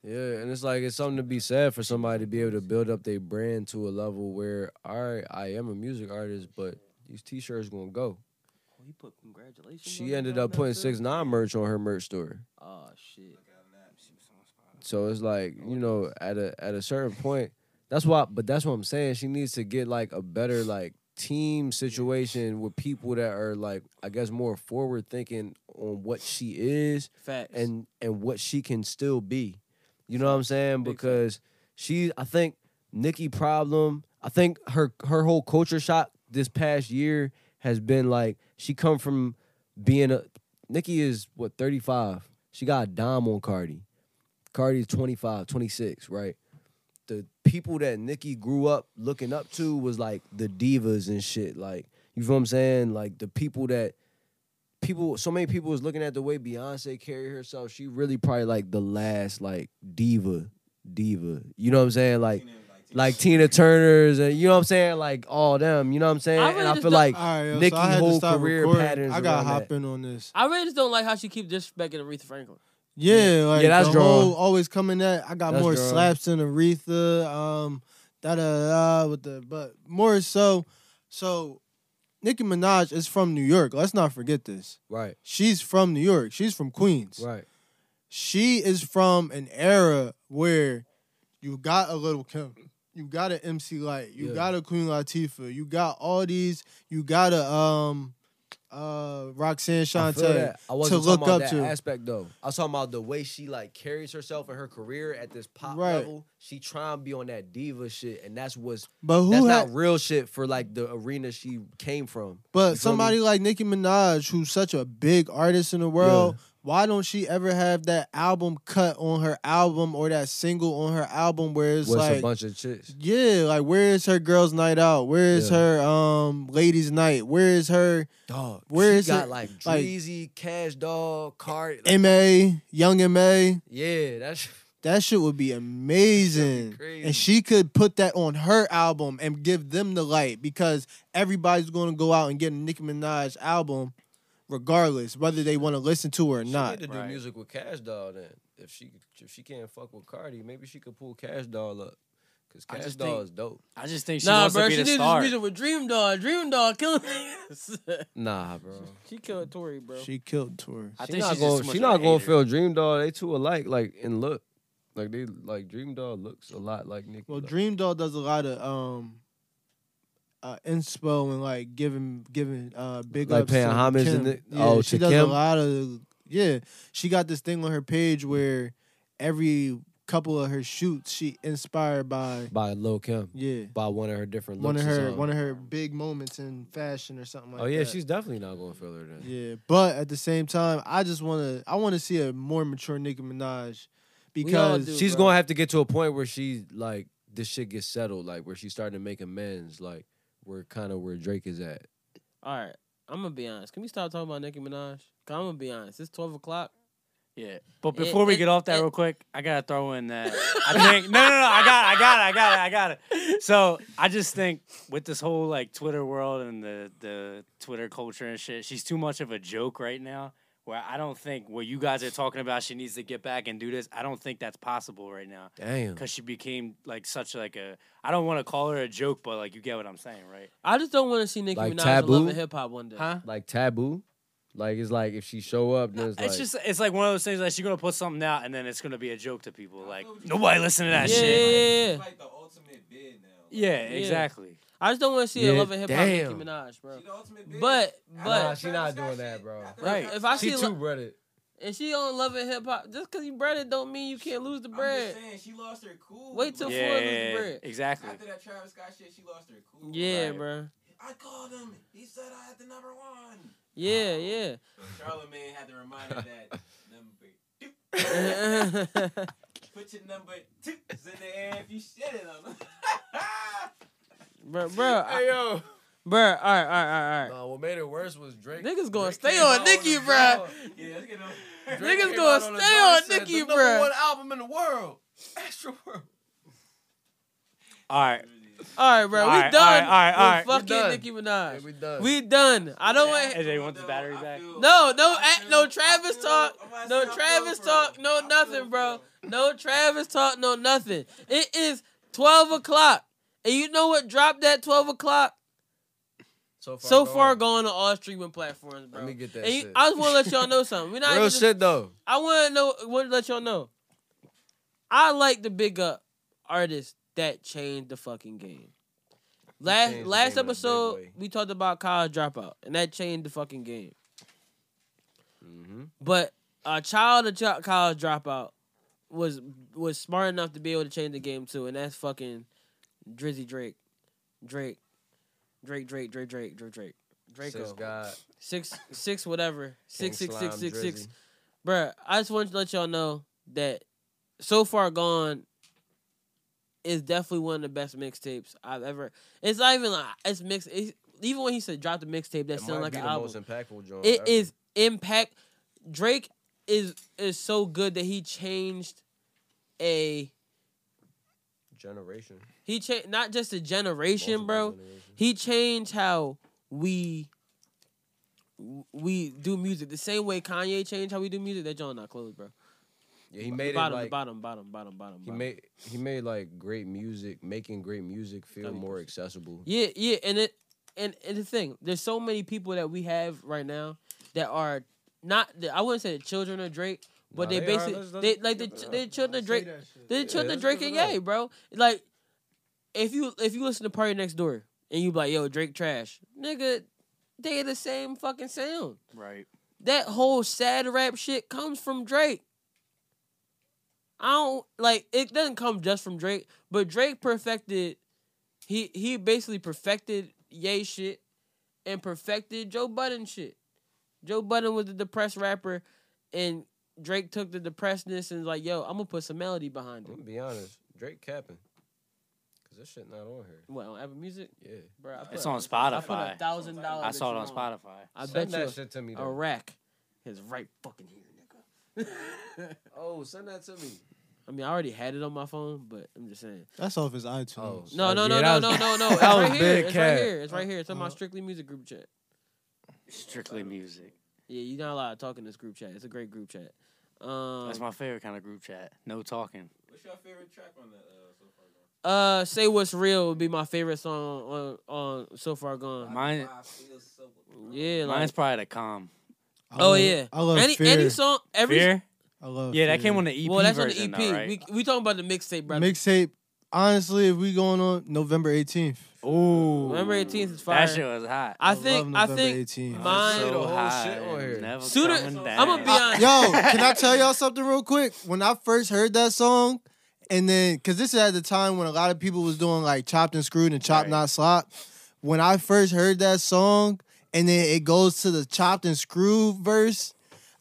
Yeah, and it's like it's something to be said for somebody to be able to build up their brand to a level where, all right, I am a music artist, but these t-shirts gonna go.
Oh, he put congratulations. on
She
the
ended
job
up putting
after?
six nine merch on her merch store.
Oh shit.
look out in that.
So it's like you know, at a at a certain point, that's why. But that's what I'm saying. She needs to get like a better like team situation with people that are like I guess more forward thinking on what she is
Facts.
and and what she can still be. You know what I'm saying?
Big
Because she, I think Nikki problem. I think her her whole culture shock this past year has been like she come from being a Nikki is what 35. She got a dime on Cardi. Cardi is 25, 26, right? The people that Nikki grew up looking up to was like the divas and shit. Like, you feel what I'm saying? Like the people that people so many people was looking at the way Beyonce carried herself. She really probably like the last like diva, diva. You know what I'm saying? Like like Tina Turner's and you know what I'm saying? Like all them. You know what I'm saying?
I
and
really
I
just
feel
don't-
like
All right, yo, so
Nikki
I had to
whole
stop
career
recording.
patterns.
I gotta
around
hop
that.
in on this.
I really just don't like how she keep disrespecting Aretha Franklin.
Yeah, like
Yeah, that's
the
drawn.
whole always coming at. I got
That's
more
drawn.
slaps than Aretha. Um, da da da with the but more so, So Nicki Minaj is from New York. Let's not forget this.
Right,
She's from New York. She's from Queens.
right.
She is from an era where you got a little Kim. You got an MC Light. You
Yeah.
got a Queen Latifah. You got all these. You got a um uh Roxanne
I feel
Shante
that. I
to
wasn't
look
talking about
up
that
to.
aspect though. I was talking about the way she like carries herself and her career at this pop
Right.
level. She trying to be on that diva shit, and that's what's
but who
that's
had,
not real shit for like the arena she came from.
But
You feel
somebody
me?
like Nicki Minaj, who's such a big artist in the world, why don't she ever have that album cut on her album or that single on her album where it's
was a
like,
bunch of chicks.
yeah, like where is her girls' night out? Where is
Yeah.
her um ladies' night? Where is her
Dog,
Where
she
is
got
it?
like
Like-
Dreezy, Cash Dog, Card. Like,
MA, Young MA?
yeah, that's
That shit would be amazing.
crazy.
And she could put that on her album and give them the light because everybody's going to go out and get a Nicki Minaj album regardless whether they want to listen to her or
She
not.
need to do
Right.
music with Cash Doll then. If she if she can't fuck with Cardi, maybe she could pull Cash Doll up. Cause
I
Cash
just
Doll
think-
is dope.
I just think she
nah,
wants
bro.
to be
She
the
did
star.
this music with Dream Dog. Dream Dog killing me.
Nah, bro.
she killed Tori, bro.
She killed Tori.
I
She
think
not
she's
gonna,
just too
she
much
not
of a
gonna
hater.
feel Dream Doll. They two alike, like in look, like they like Dream Doll looks a lot like Nicki.
Well,
Doll.
Dream Doll does a lot of um uh inspo and like giving giving uh big
Like
ups
paying
to
homage
Kim.
and the-
yeah,
oh,
she
to
does
Kim?
a lot of yeah. She got this thing on her page where every couple of her shoots she inspired by
by Lil Kim,
yeah
by one of her different
one
looks.
of
or
her
something.
one of her big moments in fashion or something like
oh yeah,
that.
she's definitely not gonna feel her then.
yeah. But at the same time, I just wanna I wanna see a more mature Nicki Minaj because
do.
she's
bro.
gonna have to get to a point where she like this shit gets settled, like where she's starting to make amends, like where kind of where Drake is at.
All right, I'm gonna be honest. Can we stop talking about Nicki Minaj? 'Cause I'm gonna be honest. It's twelve o'clock.
Yeah, but
It-
before we
it-
get off that
it-
real quick, I gotta throw in that I think no, no, no, I got, it, I got, it, I got, it, I got it. So I just think with this whole like Twitter world and the the Twitter culture and shit, she's too much of a joke right now. Where I don't think what you guys are talking about, she needs to get back and do this. I don't think that's possible right now
Damn.
because she became like such like a. I don't want to call her a joke, but like you get what I'm saying, right?
I just don't want to see Nicki
Like
Minaj
Taboo?
loving hip hop one day.
Like taboo. Like it's like if she show up, then it's
It's
like
just it's like one of those things like she's gonna put something out and then it's gonna be a joke to people. Like nobody listen to that
Yeah,
shit.
yeah, yeah.
It's like the ultimate bid now. Like,
Yeah, exactly.
I just don't want to see a
Yeah,
loving hip hop Nicki
damn.
Minaj, bro.
She the ultimate bid.
But
Nah,
but
she not doing that, bro.
Right. If I
she
see
too
lo-
breaded.
and she don't love it hip hop just because you bread it don't mean you can't lose the
I'm
bread.
just saying, she lost her cool.
Wait till-
bro.
Floyd was the bread.
exactly.
After that Travis Scott shit, she lost her cool.
Yeah,
Right.
bro.
I called him. He said I had the number one.
Yeah, yeah.
Charlemagne had to remind her that number two. Put your number twos in the air if you shit it on them.
bro, bro, I-
yo.
bro. All right, all right, all right, all right.
Nah, what made it worse was Drake.
Niggas gonna
Drake
stay
came out
on
on
Nicki,
the
bro.
dog.
yeah, let's get them.
Drake
Niggas
came
gonna
out the
stay
dog,
on
he said,
Nicki,
the number
bruh."
One album in the world. Extra world.
All right.
All right, bro.
All
we
right,
done.
all right, all right,
with
all
right.
Fucking
We done.
Nicki Minaj.
we done.
we done. I don't want.
Hey, they want the battery back?
No, no, eh, no Travis talk, no Travis talk, no nothing, bro. No Travis talk, no nothing. It is twelve o'clock, and you know what? Dropped at twelve o'clock.
so far,
So far, gone on all streaming platforms, bro.
Let me get that
And you-
shit.
I just want to let y'all know something. We're not
Real
even just-
shit though.
I want to know. Want to let y'all know. I like to big up artists that change the fucking game. Last
changed the
last
game in a big
episode
way.
we talked about college dropout, and that changed the fucking game.
Mm-hmm.
But a child of ch- college dropout was was smart enough to be able to change the game too, and that's fucking Drizzy Drake, Drake, Drake, Drake, Drake, Drake, Drake, Drake, Draco,
Sis God,
six six whatever,
King
six six six
Slime,
six six
Drizzy.
bruh, I just wanted to let y'all know that so far gone is definitely one of the best mixtapes I've ever. It's not even like it's mixed. It's, even when he said drop the mixtape, that
It
sounded
might
like
be
an
the
album.
most impactful joint.
It
ever.
is impact. Drake is is so good that he changed a
generation.
he changed not just a generation,
Multiple
bro.
generation.
He changed how we we do music the same way Kanye changed how we do music. That joint not closed, bro.
Yeah, he made
bottom,
it like
bottom, bottom, bottom, bottom,
he
bottom.
made he made like great music, making great music feel more accessible.
yeah, yeah, and it and, and the thing, there's so many people that we have right now that are not. that- I wouldn't say the children of Drake, but
Nah,
they,
they are.
basically
Let's- let's-
they like the ch- they children of Drake. They children of
let's
Drake
give
and
it up.
Ye, bro. Like if you if you listen to Party Next Door and you be like, yo, Drake trash, nigga, they the same fucking sound.
Right.
That whole sad rap shit comes from Drake. I don't like it doesn't come just from Drake, but Drake perfected he he basically perfected Ye shit and perfected Joe Budden shit. Joe Budden was the depressed rapper and Drake took the depressedness and was like, yo, I'm gonna put some melody behind
I'm
it.
gonna be honest. Drake capping. Cause this shit not on here.
What on Apple Music?
Yeah.
Bro, I put
It's
a-
on
I put a
Spotify.
thousand dollars.
I saw it on
bet you
Spotify.
I
send
bet
that
you
shit to me.
a, a
Though.
rack is right fucking here, nigga.
Oh, send that to me.
I mean, I already had it on my phone, but I'm just saying.
That's off his iTunes.
Oh,
No,
sorry.
no, no,
Yeah, that
no,
was-
no, no, no. It's
that was
right here.
big
It's right
cat.
here. It's right here. It's on my
Uh-huh.
strictly music group chat.
Strictly music.
Yeah, you're not allowed to talk in this group chat. It's a great group chat. Um,
That's my favorite kind of group chat. No talking.
What's your favorite track on the uh, so far? Gone?
uh, say what's real would be my favorite song on on, on so far gone.
Mine,
I feel so.
yeah, like,
mine's probably the calm.
I
oh
love-
yeah.
I love
any
fear.
any song every
Fear.
I love
Yeah, that
Fear.
came on the EP
well that's on the
version,
EP.
though, right?
We we talking about the mixtape, brother.
mixtape. Honestly, if we going on November 18th,
Ooh,
November 18th is fire.
That shit was hot.
I
love
think I
November
think
18th.
mine.
Shit, the
so
whole
high.
shit on here.
Never
Sooner-
coming down.
I'ma be honest.
yo, can I tell y'all something real quick? When I first heard that song, and then because this is at the time when a lot of people was doing like chopped and screwed and chopped
Right.
not slop. When I first heard that song, and then it goes to the chopped and screwed verse.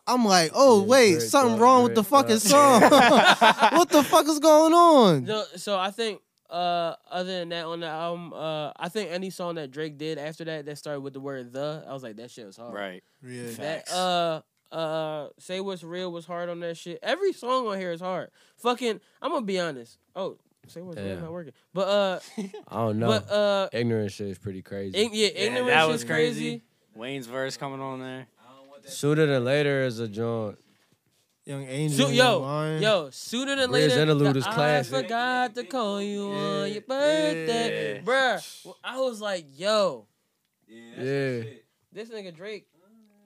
I'm like, oh
Yeah,
wait,
great
something
thought,
wrong with the
great
fucking song.
thought.
what the fuck is going on?
No, so I think uh other than that on the album, uh I think any song that Drake did after that that started with the word the, I was like that shit was hard.
Right.
Yeah.
That uh uh say what's real was hard on that shit. Every song on here is hard. Fucking I'm gonna be honest. Oh, say what's real
Damn.
not working. But uh
I don't know.
but uh
Ignorant shit is pretty crazy.
ig- yeah,
Yeah,
ignorance
that
is
was
crazy.
crazy. Wayne's verse coming on there.
Sooner than later is a joint.
Young Angel.
So,
Young
yo,
Lion.
yo, sooner than
Ray's
later.
interlude
the
is
I
classic.
forgot to call you on
Yeah,
your birthday,
yeah.
bruh. Well, I was like, yo,
Yeah. That's
Yeah.
That shit.
this nigga Drake.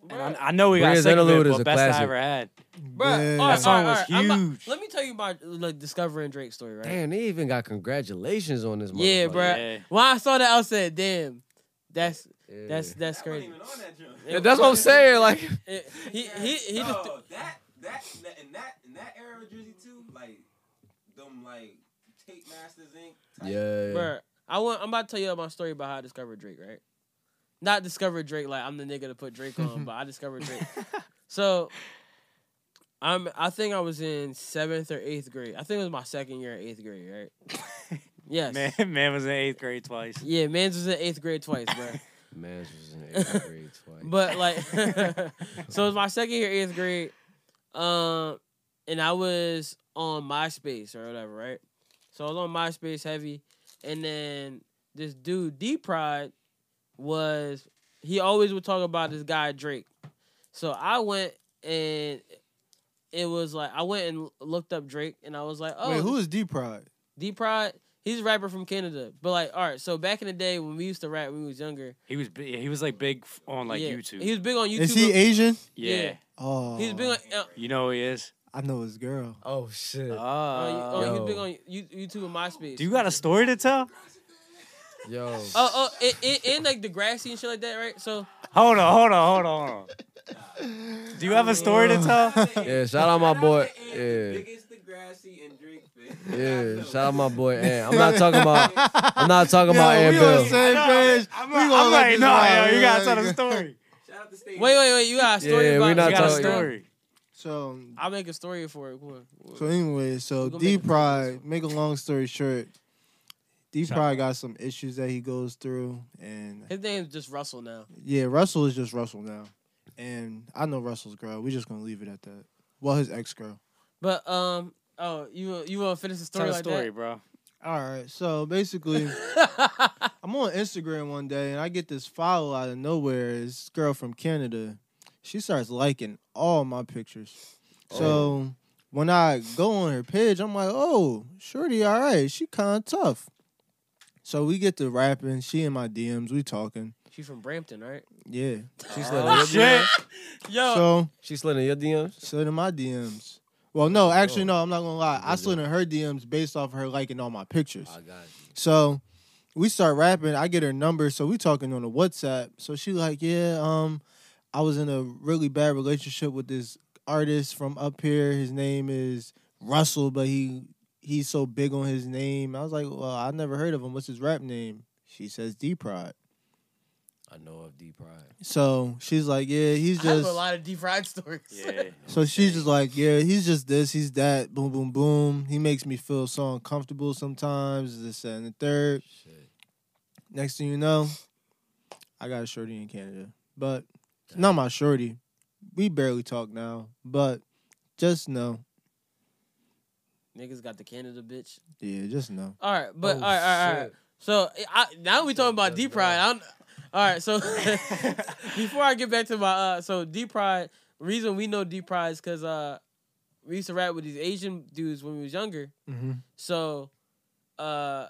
And
bruh.
I, I know we got
Ray's
sick of it,
Interlude is
but
a
best
classic.
I ever had.
Bruh,
Yeah.
all right,
That song
all right,
was
all right. I'm
huge.
About, let me tell you my like discovering Drake story, right?
Damn, they even got congratulations on this.
Yeah,
motherfucker.
bruh.
Yeah.
When I saw that, I said, "Damn, that's
Yeah.
that's that's
That wasn't
crazy."
even on that joint.
Yeah, that's what I'm saying. Like,
It- he he he just
Yo, Oh, that that that- in that in that era of Jersey too, like them like tape masters ink. Type.
yeah,
bruh. I want. I'm about to tell you my story about how I discovered Drake, right? Not discovered Drake like I'm the nigga to put Drake on, but I discovered Drake. so, I'm. I think I was in seventh or eighth grade. I think it was my second year in eighth grade, right? Yes.
Man, man was in eighth grade twice.
Yeah, man's was in eighth grade twice, bruh.
man, was in eighth grade twice.
But like, so it was my second year, eighth grade, um, and I was on MySpace or whatever, right? So I was on MySpace heavy, and then this dude D Pride was he always would talk about this guy Drake. So I went and it was like I went and looked up Drake, and I was like, oh,
Wait, who is D Pride?
D Pride? He's a rapper from Canada, but like, all right. So back in the day when we used to rap when we was younger,
He was bi- he was like big f- on like
yeah,
YouTube.
he was big on YouTube.
Is he Asian?
yeah.
yeah.
Oh,
He's big on uh,
you know who he is. Uh,
I know his girl.
oh shit,
oh,
yo.
he's big on you- YouTube and MySpace.
do you got a story to tell?
yo,
Oh, oh, and, and, and like Degrassi and shit like that, right? So
Hold on, hold on, hold on, hold on. Do you have a story to tell?
yeah, shout out my boy,
Ant, the
yeah.
biggest Degrassi and Drake fan.
Yeah, shout out my boy Ant. I'm not talking about. I'm not talking about
Yo,
Ant
we on the
Bill.
same page.
I'm,
We gonna
I'm
let
like,
this
no,
ride.
yo, you
We
gotta
gonna
tell the
let
story.
Shout out to State.
wait, wait, wait. You got a story
Yeah,
about?
we
You
not
you
got a
talking-
story.
So,
I'll make a story for it. Come on.
so anyway, so
We gonna make
D
it
Pride. Make a long story short, D
Shout
Pride got some issues that he goes through, and
His name's just Russell now.
yeah, Russell is just Russell now, and I know Russell's girl. We just gonna leave it at that. Well, his ex girl.
But um, oh, you you want to finish the
Tell
story
the
like
story, bro.
All right, so basically,
that?
I'm on Instagram one day, and I get this follow out of nowhere. This girl from Canada, she starts liking all my pictures.
Oh.
So when I go on her page, I'm like, oh, shorty, all right, she kind of tough. So we get to rapping. She in my DMs, we talking.
She from Brampton, right?
Yeah. Ah.
She slid in your
Shit.
DMs.
Yo,
So
She slid in your DMs.
slid in my DMs. Well, no, actually,
Oh.
no. I'm not gonna lie. I slid in her DMs based off her liking all my pictures.
I got
So we start rapping. I get her number, so we talking on the WhatsApp. So she like, yeah, um, I was in a really bad relationship with this artist from up here. His name is Russell, but he he's so big on his name. I was like, well, I never heard of him. What's his rap name? She says D Pride.
I know of D Pride.
So she's like, yeah, he's
I have
just
a lot of deep fried stories.
Yeah.
So she's just like, yeah, he's just this, he's that, boom, boom, boom. He makes me feel so uncomfortable sometimes, this, that, and the third. Next thing you know, I got a shorty in Canada. But not my shorty. We barely talk now. But just know.
Niggas got the Canada bitch.
Yeah, just know.
All right, but all
Oh,
right, all right, all right.
shit.
So I, now we talking about
That's
D Pride. I don't- All right, so before I get back to my uh, so D Pride. Reason we know D Pride is because uh, we used to rap with these Asian dudes when we was younger.
Mm-hmm.
So, uh,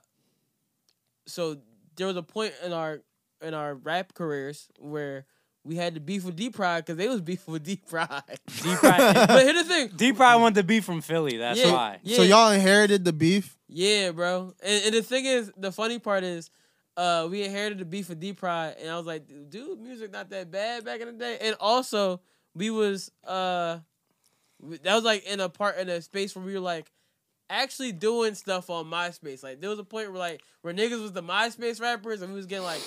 so there was a point in our in our rap careers where we had to beef with D Pride because they was beefing with D Pride.
D Pride.
but here's the thing,
D Pride wanted to be from Philly. That's
Yeah.
why.
yeah,
So y'all inherited the beef?
yeah, bro. And, and the thing is, the funny part is, uh, we inherited the beef with D Pride, and I was like, dude, music not that bad back in the day. And also, we was uh, we- that was like in a part in a space where we were like actually doing stuff on MySpace. Like there was a point where like where niggas was the MySpace rappers, and we was getting like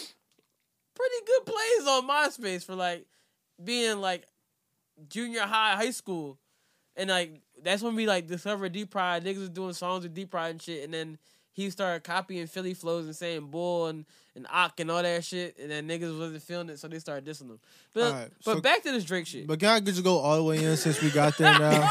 pretty good plays on MySpace for like being like junior high, high school. And like that's when we like discovered D Pride. Niggas was doing songs with D Pride and shit. And then he started copying Philly flows and saying bull and and ock and all that shit. And then niggas wasn't feeling it, so they started dissing them. But
Alright,
but
so-
back to this Drake shit.
But can I just go all the way in since we got there now?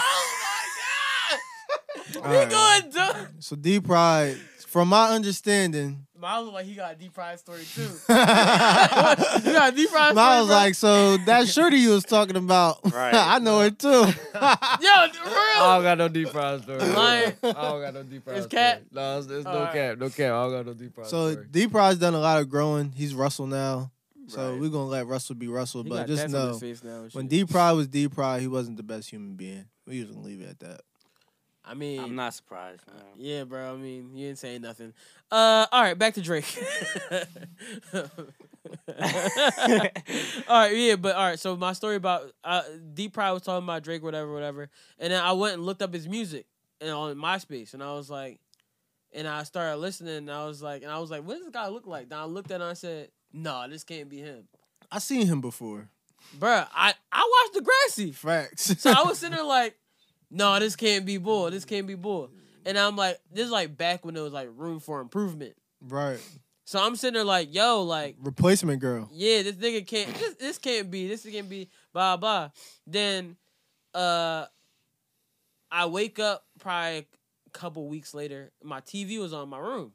we
All right.
going dumb.
So D Pride, from my understanding,
Miles was like he got a D Pride story too. you
I
got a D Pride story.
was
bro?
like, so that shorty you was talking about,
Right.
I know her too.
yo, for real.
I don't got no D Pride story.
Liar.
I don't got no D Pride
It's
story.
cat?
No, it's, it's no
Alright.
cap. No cap. I don't got no D Pride
So
story.
D Pride's done a lot of growing. He's Russell now. So
Right.
we're gonna let Russell be Russell.
He
but
got
just
tats on his
know
face now and
when
shit.
D Pride was D Pride, he wasn't the best human being. We just gonna leave it at that.
I mean,
I'm not surprised. man.
Yeah, bro. I mean, you ain't saying nothing. Uh, all right, back to Drake. all right, yeah, but all right. So my story about uh, D Pride was talking about Drake, whatever, whatever, and then I went and looked up his music and on MySpace, and I was like, and I started listening, and I was like, and I was like, what does this guy look like? Then I looked at it and I said, nah, this can't be him,
I seen him before.
Bruh, I I watched Degrassi.
Facts.
So I was sitting there like, no, this can't be bull. This can't be bull. And I'm like, this is like back when there was like room for improvement.
right.
So I'm sitting there like, yo, like,
Replacement girl.
yeah, this nigga can't this this can't be, this can't be blah blah. Then uh I wake up probably a couple weeks later, my TV was on my room.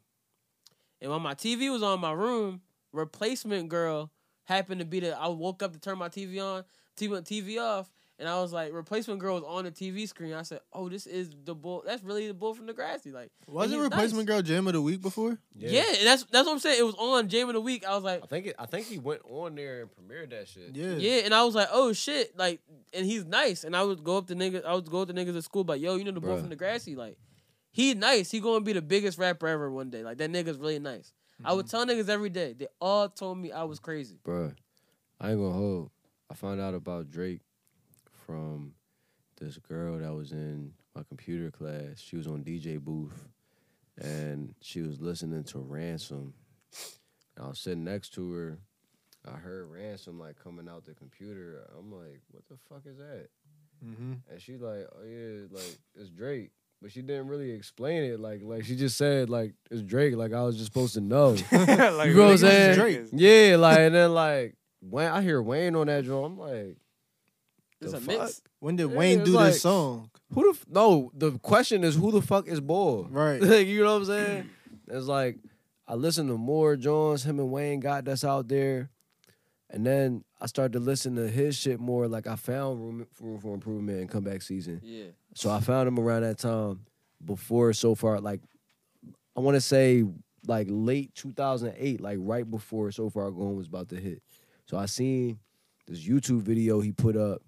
And when my TV was on my room, replacement girl happened to be the I woke up to turn my TV on, TV TV off, and I was like, replacement girl was on the TV screen. I said, Oh, this is the bull that's really the bull from the grassy. Like
Wasn't
he's
replacement
nice.
girl jam of the week before?
yeah. and that's that's what I'm saying. It was on Jam of the Week. I was like,
I think it, I think he went on there and premiered that shit.
Yeah.
Yeah, and I was like, oh shit, like, and he's nice. And I would go up to niggas, I would go up to niggas at school, but yo, you know the boy
Bruh.
from the grassy, like, he nice. He gonna be the biggest rapper ever one day. Like that nigga's really nice. I would tell niggas every day. They all told me I was crazy.
Bruh, I ain't gonna hold. I found out about Drake from this girl that was in my computer class. She was on DJ Booth and she was listening to Ransom. And I was sitting next to her. I heard Ransom like coming out the computer. I'm like, what the fuck is that?
Mm-hmm.
And she like, oh yeah, like it's Drake. But she didn't really explain it. Like, like she just said, like, it's Drake. Like I was just supposed to know.
like,
You know what I'm
niggas
saying?
niggas.
Yeah, like and then like Wayne, I hear Wayne on that drum. I'm like,
It's
The
a mix.
When did
Yeah,
Wayne
it's
do
like-
this song?
who the f- no? The question is who the fuck is Bull?
Right.
Like, you know what I'm saying? It's like I listened to more Jones, him and Wayne got that's out there, and then I started to listen to his shit more. Like I found room, room for improvement in comeback season.
Yeah.
So I found him around that time before so far like I want to say like late 2008, like right before so far gone was about to hit. So I seen this YouTube video he put up.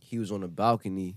He was on a balcony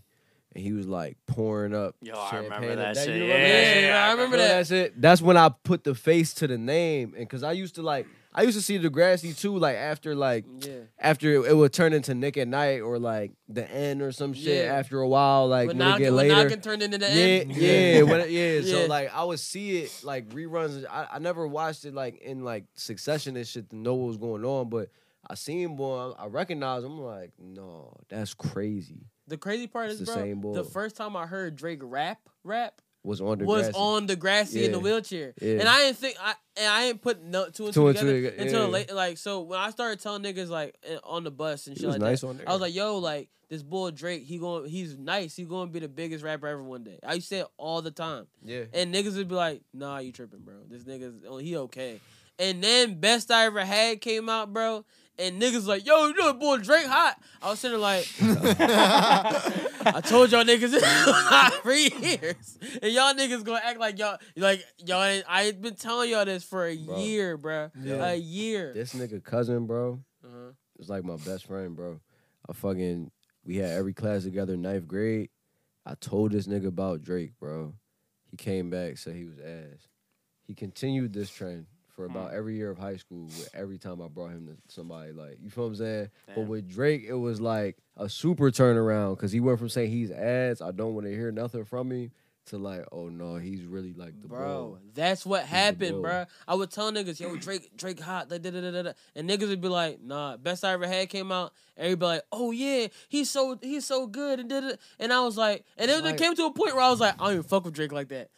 and he was like pouring up.
Yo, I
champagne
remember
and
that shit.
you
Yeah,
remember that
yeah,
shit?
yeah, I remember
Yo,
that.
That's it. That's when I put the face to the name, and because I used to like, I used to see Degrassi too. Like after like
Yeah.
after it, it would turn into Nick at Night or like the end or some shit.
Yeah.
After a while, like
when
when it
Noggin,
get
when
later.
Noggin turned into the
Yeah,
end.
yeah, when it- yeah. So
Yeah.
like, I would see it like reruns. I, I never watched it like in like succession and shit to know what was going on, but I seen boy, I recognized. him, I'm like, no, that's crazy.
The crazy part
It's
is,
the
bro,
same bull.
the first time I heard Drake rap, rap
Was on the
was on the grassy in the
Yeah.
wheelchair,
Yeah.
and I didn't think I and I didn't put no, two and two,
Two and two
together
toge-
until
yeah.
late. Like so, when I started telling niggas like eh, on the bus and
He
shit
was
like
nice
that,
on there.
I was like, yo, like this bull Drake, he going, he's nice, he going to be the biggest rapper ever one day. I used to say it all the time,
Yeah,
and niggas would be like, nah, you tripping, bro. This nigga's oh, he okay. And then best I ever had came out, bro. And niggas like, yo, you know, boy Drake hot. I was sitting there like, I told y'all niggas it's hot for years, and y'all niggas gonna act like y'all like y'all. Ain't, I ain't been telling y'all this for a
Bro.
year, bro.
Yeah.
A year.
this nigga cousin, bro.
Uh-huh.
It's like my best friend, bro. I fucking we had every class together in ninth grade. I told this nigga about Drake, bro. He came back, said he was ass. He continued this trend for about every year of high school. With every time I brought him to somebody, like you feel what I'm saying. But
Damn.
with Drake, it was like a super turnaround because he went from saying he's ass, I don't want to hear nothing from him, to like, oh no, he's really like the
Bro,
bro.
that's what happened,
bull.
bro. I would tell niggas, yo, Drake, Drake hot, da, da, da, da, da, da. and niggas would be like, nah, best I ever had came out. Everybody like, oh yeah, he's so he's so good, and da, da, da. and I was like, and then it
Right.
came to a point where I was like, I don't even fuck with Drake like that.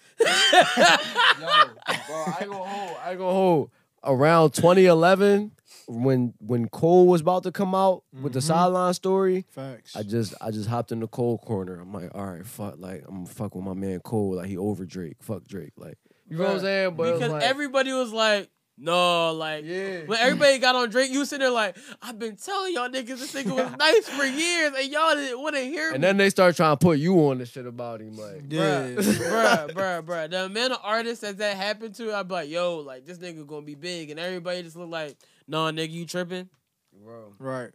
Yo, bro, I ain't gonna hold. I ain't gonna hold. Around 2011, when when Cole was about to come out with
Mm-hmm.
the sideline story,
Facts.
I just I just hopped in the Cole corner. I'm like, all right, fuck, like I'm gonna fuck with my man Cole. Like he over Drake, fuck Drake. Like you know what I'm
Bruh,
saying? But it was
because
like,
everybody was like, no, like
Yeah.
when everybody got on Drake, you was sitting there like, I've been telling y'all niggas this nigga was nice for years, and y'all didn't want to hear me.
and then they start trying to put you on the shit about him. Like
yeah.
bruh, bruh, bruh. The amount of artists that that happened to, I'd be like, yo, like this nigga gonna be big, and everybody just look like, nah, nigga, you tripping.
bro,
Right.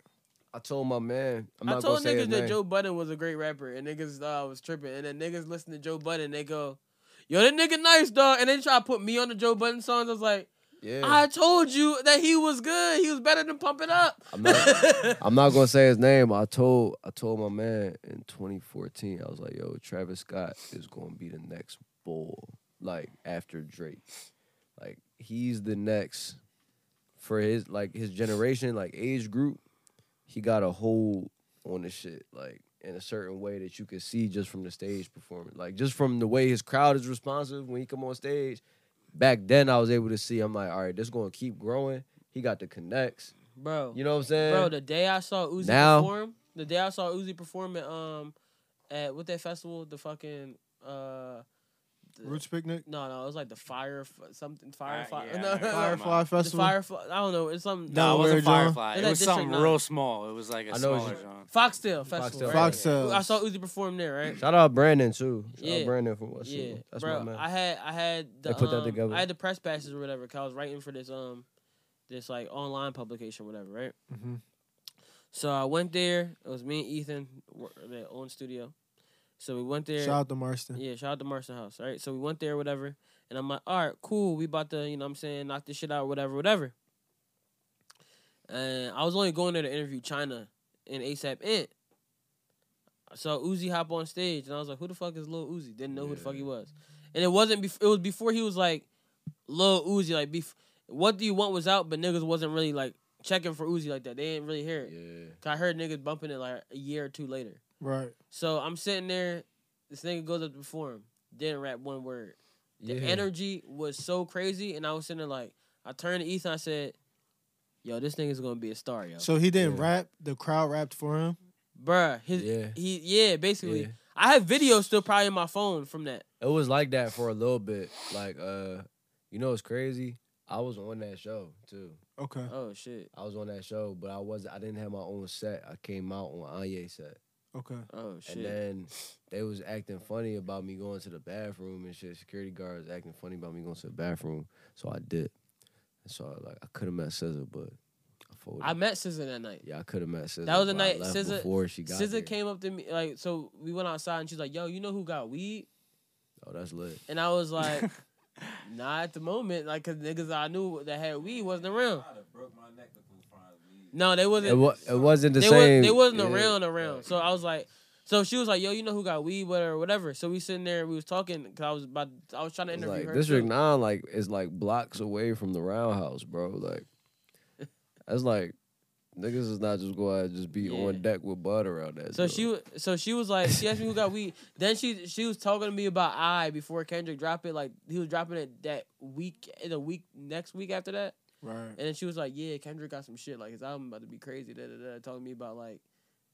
I told my man, I'm
I
not gonna
told
say his
niggas that
name.
Joe Budden was a great rapper, and niggas thought I was tripping, and then niggas listen to Joe Budden, they go, yo, that nigga nice dog, and they try to put me on the Joe Budden songs. I was like,
yeah,
I told you that he was good, he was better than Pump It Up.
I'm not, I'm not gonna say his name. I told I told my man in 2014. I was like, "Yo, Travis Scott is gonna be the next bull, like after Drake. Like he's the next for his like his generation, like age group. He got a hold on the shit, like in a certain way that you could see just from the stage performance, like just from the way his crowd is responsive when he come on stage. Back then, I was able to see. I'm like, all right, this gonna keep growing. He got the connects.
Bro,
You know what I'm saying?
Bro, the day I saw Uzi
Now-
perform, the day I saw Uzi perform at um at what that festival, the fucking uh the-
Roots picnic.
no no it was like the fire f- something
Uh,
fire fi-
yeah, I
no,
remember.
no,
Firefly
the
Festival.
firefly I don't know it's something
No, it
Delaware,
wasn't
John.
Firefly.
It's
It
like
was
District
something
Nine.
real small. It was like a
I know what
smaller
you-
John.
Foxtail Festival
Foxtail.
right?
Fox Cells.
I saw Uzi perform there right
Shout out Brandon too. Shout
Yeah.
out Brandon from West
yeah
Hill. That's
bro
my man.
I had I had the
They put that
um,
together.
I had the press passes or whatever cause I was writing for this um this like online publication whatever right
Mm-hmm.
Mhm.
so I went there it was me and Ethan wor- the own studio so we went there
Shout out to Marston.
Yeah, shout out to Marston House. All right. So we went there, whatever. And I'm like, all right, cool. We about to, you know what I'm saying, knock this shit out, whatever, whatever. And I was only going there to interview China and ASAP Ant. So Uzi hop on stage and I was like, who the fuck is Lil Uzi? Didn't know who the fuck he was. And it wasn't bef- it was before he was like Lil Uzi, like bef- what do you want was out, but niggas wasn't really like checking for Uzi like that. They didn't really hear it.
yeah.
'Cause I heard niggas bumping it like a year or two later.
Right.
So I'm sitting there. This nigga goes up to perform. Didn't rap one word. The
yeah.
energy was so crazy, and I was sitting there like, I turned to Ethan. I said, "Yo, this nigga's gonna be a star, yo,
So he didn't
Yeah.
rap. The crowd rapped for him.
bruh." His
Yeah.
he yeah, basically.
Yeah.
I have videos still probably in my phone from that.
It was like that for a little bit. Like uh, you know, it's crazy. I was on that show too.
Okay.
Uh-huh.
Oh shit.
I was on that show, but I was I didn't have my own set. I came out on Anye's set,
Okay.
Oh shit.
and then they was acting funny about me going to the bathroom and shit. Security guards acting funny about me going to the bathroom, so I did. And so like I could have met Scissor, but I unfolded.
I met SZA that night.
yeah, I could have met SZA.
That was the
but I
night
left
SZA-
before she got
SZA
there.
came up to me like, so we went outside and she's like, "Yo, you know who got weed?"
Oh, that's lit.
And I was like, "Nah, at the moment, like, cause niggas I knew that had weed wasn't around.
I'd have broke my neck to go find me.
No, they wasn't.
It, wa- it wasn't the
they,
same.
Was, they wasn't
yeah.
around around. So I was like, so she was like, "Yo, you know who got weed, whatever, whatever." So we sitting there, we was talking because I was about, I was trying to
It's
interview
like
her.
District
too.
Nine, like is like blocks away from the Roundhouse, bro. Like that's like niggas is not just go out and just be
Yeah.
on deck with bud around that.
So
joint.
she, wa- so she was like, she asked me who got weed. Then she, she was talking to me about I before Kendrick dropped it. Like he was dropping it that week, in a week next week after that.
Right.
And then she was like, "Yeah, Kendrick got some shit. Like his album about to be crazy." Da, da, da, talking to me about like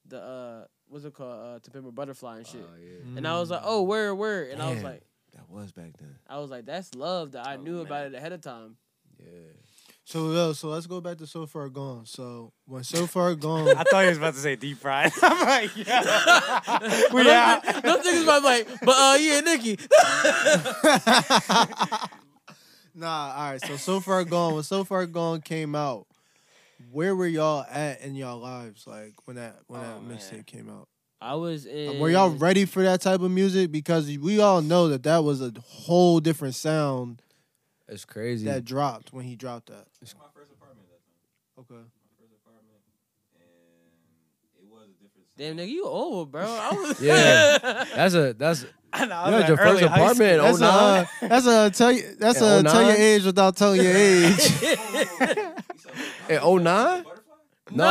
the uh, what's it called, uh, To Pimp a Butterfly and
Oh,
shit.
yeah.
And I was like, "Oh, where, where?" And I was
Damn.
like,
That was back then.
"I was like, that's love that I
Oh,
knew about
man.
it ahead of time."
Yeah.
So yo, so let's go back to so far gone. So when so far gone,
I thought he was about to say deep fried. I'm like, yeah. we out.
Those niggas might be like, but uh, yeah, Nikki.
nah. All right. So so far gone. When so far gone came out, where were y'all at in y'all lives? Like when that when
Oh,
that
man.
mixtape came out.
I was in.
Were y'all ready for that type of music? Because we all know that that was a whole different sound
It's crazy.
that dropped when he dropped that.
This was my first apartment at that time.
Okay.
My first apartment, and it was a different.
Damn,
sound.
nigga, you old, bro. I was.
Yeah. that's a that's
I know, I
you
was
had your
like, early
first
high
apartment in
That's a
09?
uh, that's a tell you that's
Yeah,
a tell your
09?
age without telling your age.
You said, "Oh,
In 09?
Butterfly?
No,
nigga.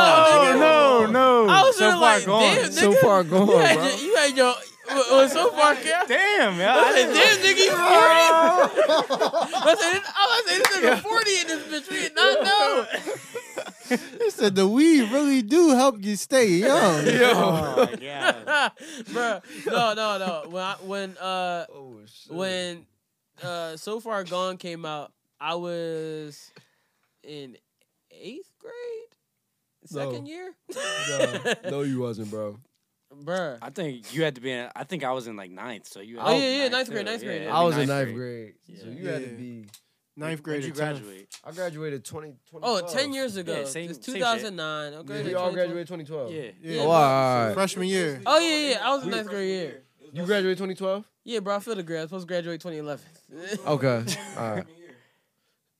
Oh, No, no, no.
I was
so
in
far
like,
gone.
damn, nigga.
So far gone,
you had
bro.
Your, you had your. It was so far gone.
Damn, yeah.
I
I
said,
didn't-
damn, nigga, you 40? I said, I said, this nigga 40 in this bitch. We did not know.
he said the weed really do help you stay young.
Oh my god.
Bruh, no, no, no. When I, when uh
Oh shit.
when uh so far gone came out, I was in eighth grade, second year.
no, no, you wasn't, bro.
Bruh.
I think you had to be in. I think I was in like ninth. So you. had
Oh,
to be
yeah,
in
yeah, ninth
too,
grade, ninth grade.
yeah.
I was in
Ninth
ninth grade, so
Yeah.
you had to
Yeah.
be.
Ninth
When
grade.
did you
or tenth.
graduate?
I graduated 20, 2012.
Oh, 10 years ago.
Yeah, same-
it's
same shit.
2009. Okay,
We all graduated 2012.
Yeah.
Yeah.
Oh, all right.
Freshman year.
Oh, yeah, yeah. I was in ninth grade year.
It was
You
no
graduated 2012?
Yeah, bro, I feel the grad. I was supposed to graduate 2011.
Oh,
Okay. All right.
freshman year.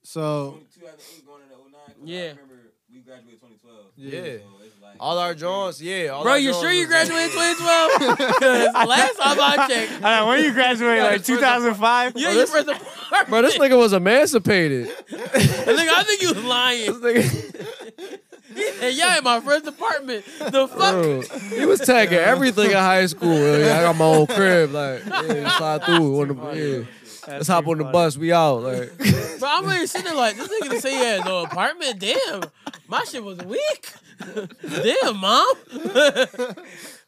So
2008 going into 09. 'cause
Yeah.
I remember we graduated 2012.
Yeah.
So it's like
All our Johns, yeah. All
Bro,
our
you
Johns
sure you
was-
graduated 2012? Because last time I checked,
I know, when you graduated,
Yeah,
like
it's first
2005.
you ain't first apartment.
Bro, this nigga was emancipated.
Nigga, I think you was
This
lying.
nigga,
And y'all in my first apartment. The fuck?
bro, he was tagging everything in high school. Yeah, I got my own crib, like yeah, slide through. On the, yeah. Let's hop on the bus. We out, like
Bro, I'm really sitting there like, this nigga to say he had no apartment? Damn. My shit was weak. Damn, mom.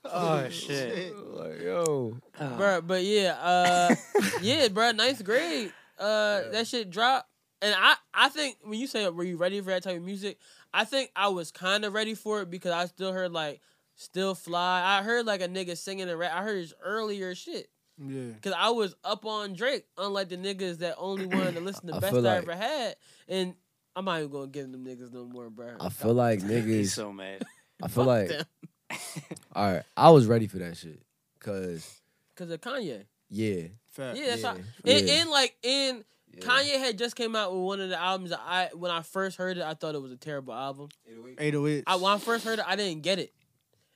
Oh shit.
like yo.
bro, but yeah, uh, yeah, bro, ninth grade, uh, that shit dropped. And I, I think when you say, were you ready for that type of music? I think I was kind of ready for it because I still heard like, still fly. I heard like a nigga singing a rap. I heard his earlier shit.
yeah.
Cause I was up on Drake, unlike the niggas that only wanted to listen to
I
best I
feel like-
ever had. And I'm not even gonna give them niggas no more, bro.
I feel like
He's
niggas.
so mad.
I feel like all right. I was ready for that shit, cause
Cause of Kanye.
yeah,
Fact.
Yeah, that's
Uh, yeah,
how. And,
yeah.
and like, and
yeah.
Kanye had just came out with one of the albums. That I when I first heard it, I thought it was a terrible album.
808.
808.
I when I first heard it, I didn't get it.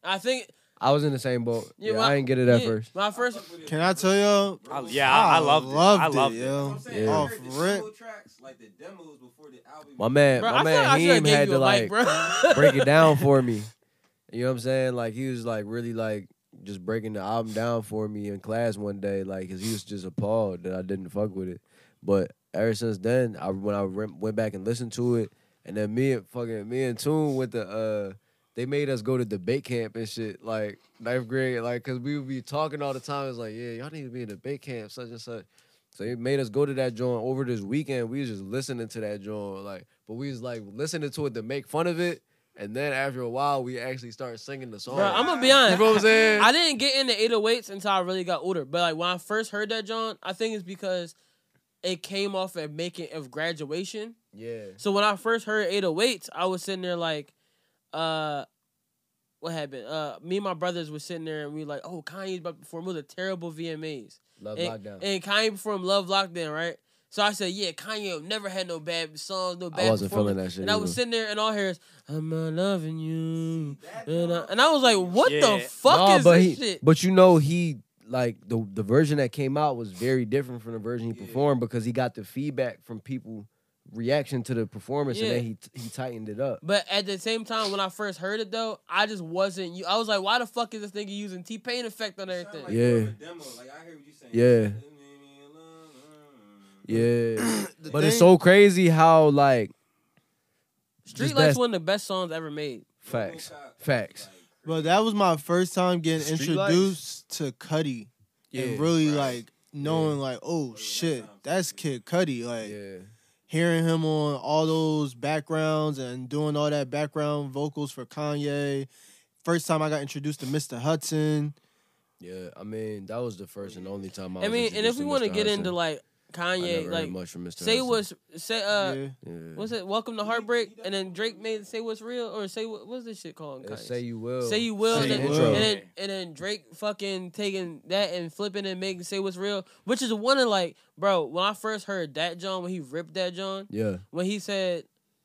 I think
I was in the same boat.
Yeah,
Yeah,
well,
I didn't get it at
yeah,
first.
when I first
Can I tell y'all?
I- yeah, I, I loved, it. I loved it.
That's what
yo.
I'm saying.
Yeah.
I
Off
heard the
rip.
solo tracks, like the demos before the album.
My man,
bro,
my
I feel
man,
like I should have
Heem
gave
had
you a
to
like,
like
bro.
break it down for me. You know what I'm saying? Like he was like really like just breaking the album down for me in class one day, like 'cause he was just appalled that I didn't fuck with it. But ever since then, I when I re- went back and listened to it, and then me and fucking me and Tune went to uh, they made us go to debate camp and shit, like ninth grade, like 'cause we would be talking all the time. It's like, yeah, y'all need to be in debate camp, such and such. So they made us go to that joint over this weekend. We was just listening to that joint, like, but we was like listening to it to make fun of it, and then after a while, we actually started singing the song.
Bro, I'm gonna be
you
honest.
know what I'm saying?
I oh didn't get into 808s until I really got older. But like when I first heard that John, I think it's because it came off at making of graduation.
Yeah.
So when I first heard 808s, I was sitting there like, uh, what happened? Uh, me and my brothers were sitting there and we like, oh, Kanye's about to perform. It was a terrible VMAs.
Love
and,
lockdown.
And Kanye performed Love Lockdown, right? So I said, yeah, Kanye never had no bad songs, no bad.
wasn't feeling
performance.
that shit
And I was
either.
sitting there and all I hear is, I'm not loving you. And I, and I was like, what the
Yeah.
fuck
Nah,
is
but
this
he,
shit?
But you know he like the the version that came out was very different from the version he performed because he got the feedback from people reaction to the performance and then
Yeah.
he he tightened it up.
But at the same time, when I first heard it though, I just wasn't. You, I was like, why the fuck is this nigga using T Pain effect on everything?
Sound like more of
Yeah.
a demo. Like, I hear what you're saying.
Yeah.
Leave me alone.
Yeah.
The
but it's
thing-
so crazy how like
Streetlight's
that's-
one of the best songs ever made.
facts. Facts.
But that was my first time getting
Streetlights?
introduced to Cuddy and really like knowing like, oh shit, that's Kid Cuddy. Like
Yeah.
hearing him on all those backgrounds and doing all that background vocals for Kanye. First time I got introduced to Mr. Hudson.
Yeah. I mean, that was the first and only time I
I
was
mean, and if
introduced
we want to
Mr.
get into
Hudson.
like
I never
Kanye,
heard
like
much from Mr.
say
Hudson.
what's say uh
yeah.
Yeah.
what's it? Welcome to Heartbreak, and then Drake made say what's real or say what what's this shit called?
Uh,
Kanye?
say you will.
Say you will,
Say
and, then,
You
and,
Will.
then, and then Drake fucking taking that and flipping and making say what's real, which is one of like, bro. When I first heard that John, when he ripped that John,
Yeah.
when he said,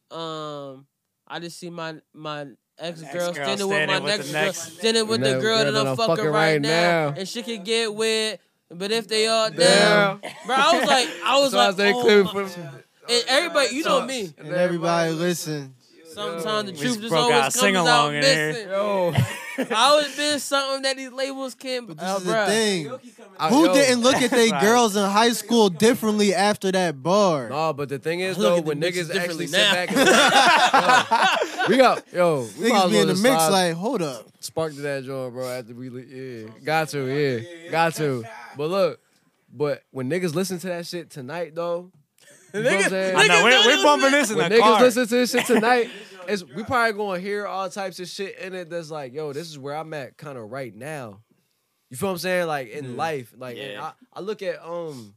um, I just see my my ex
Next
girl
girl
standing with my
standing with
next
the
girl,
next-
standing with
And
the
that
girl that I'm fucking right now,
now.
and she could get with, but if they all down, bro, I was like, I was
So I
like,
say
oh,
Cliff
my-
for-
and everybody, you know me.
And everybody listen.
Sometimes the
We
truth just
broke
always
out
comes out
sing-along in here.
missing.
Yo.
I always been something that these labels can't.
But this
Uh,
is the
bruh.
thing.
I-
Who
yo.
didn't look at their
Right.
girls in high school differently after that bar?
Nah, but the thing is
Look
though,
at the
when
mixes
niggas
differently
actually sit
now.
back and Yo, we got yo, we might
Niggas
as
be
well
in the
just
mix
slide-
like, hold up.
sparked that joint, bro. After we, le- yeah, got to, yeah, got to. But look, but when niggas listen to that shit tonight, though, you know what I'm saying?
I know, we're,
know
we're
this
bumping this in
When
the
niggas
car.
listen to this shit tonight, it's, we probably gonna hear all types of shit in it that's like, yo, this is where I'm at, kind of right now. You feel what I'm saying? Like in life, like and
Mm-hmm. Yeah.
I, I look at um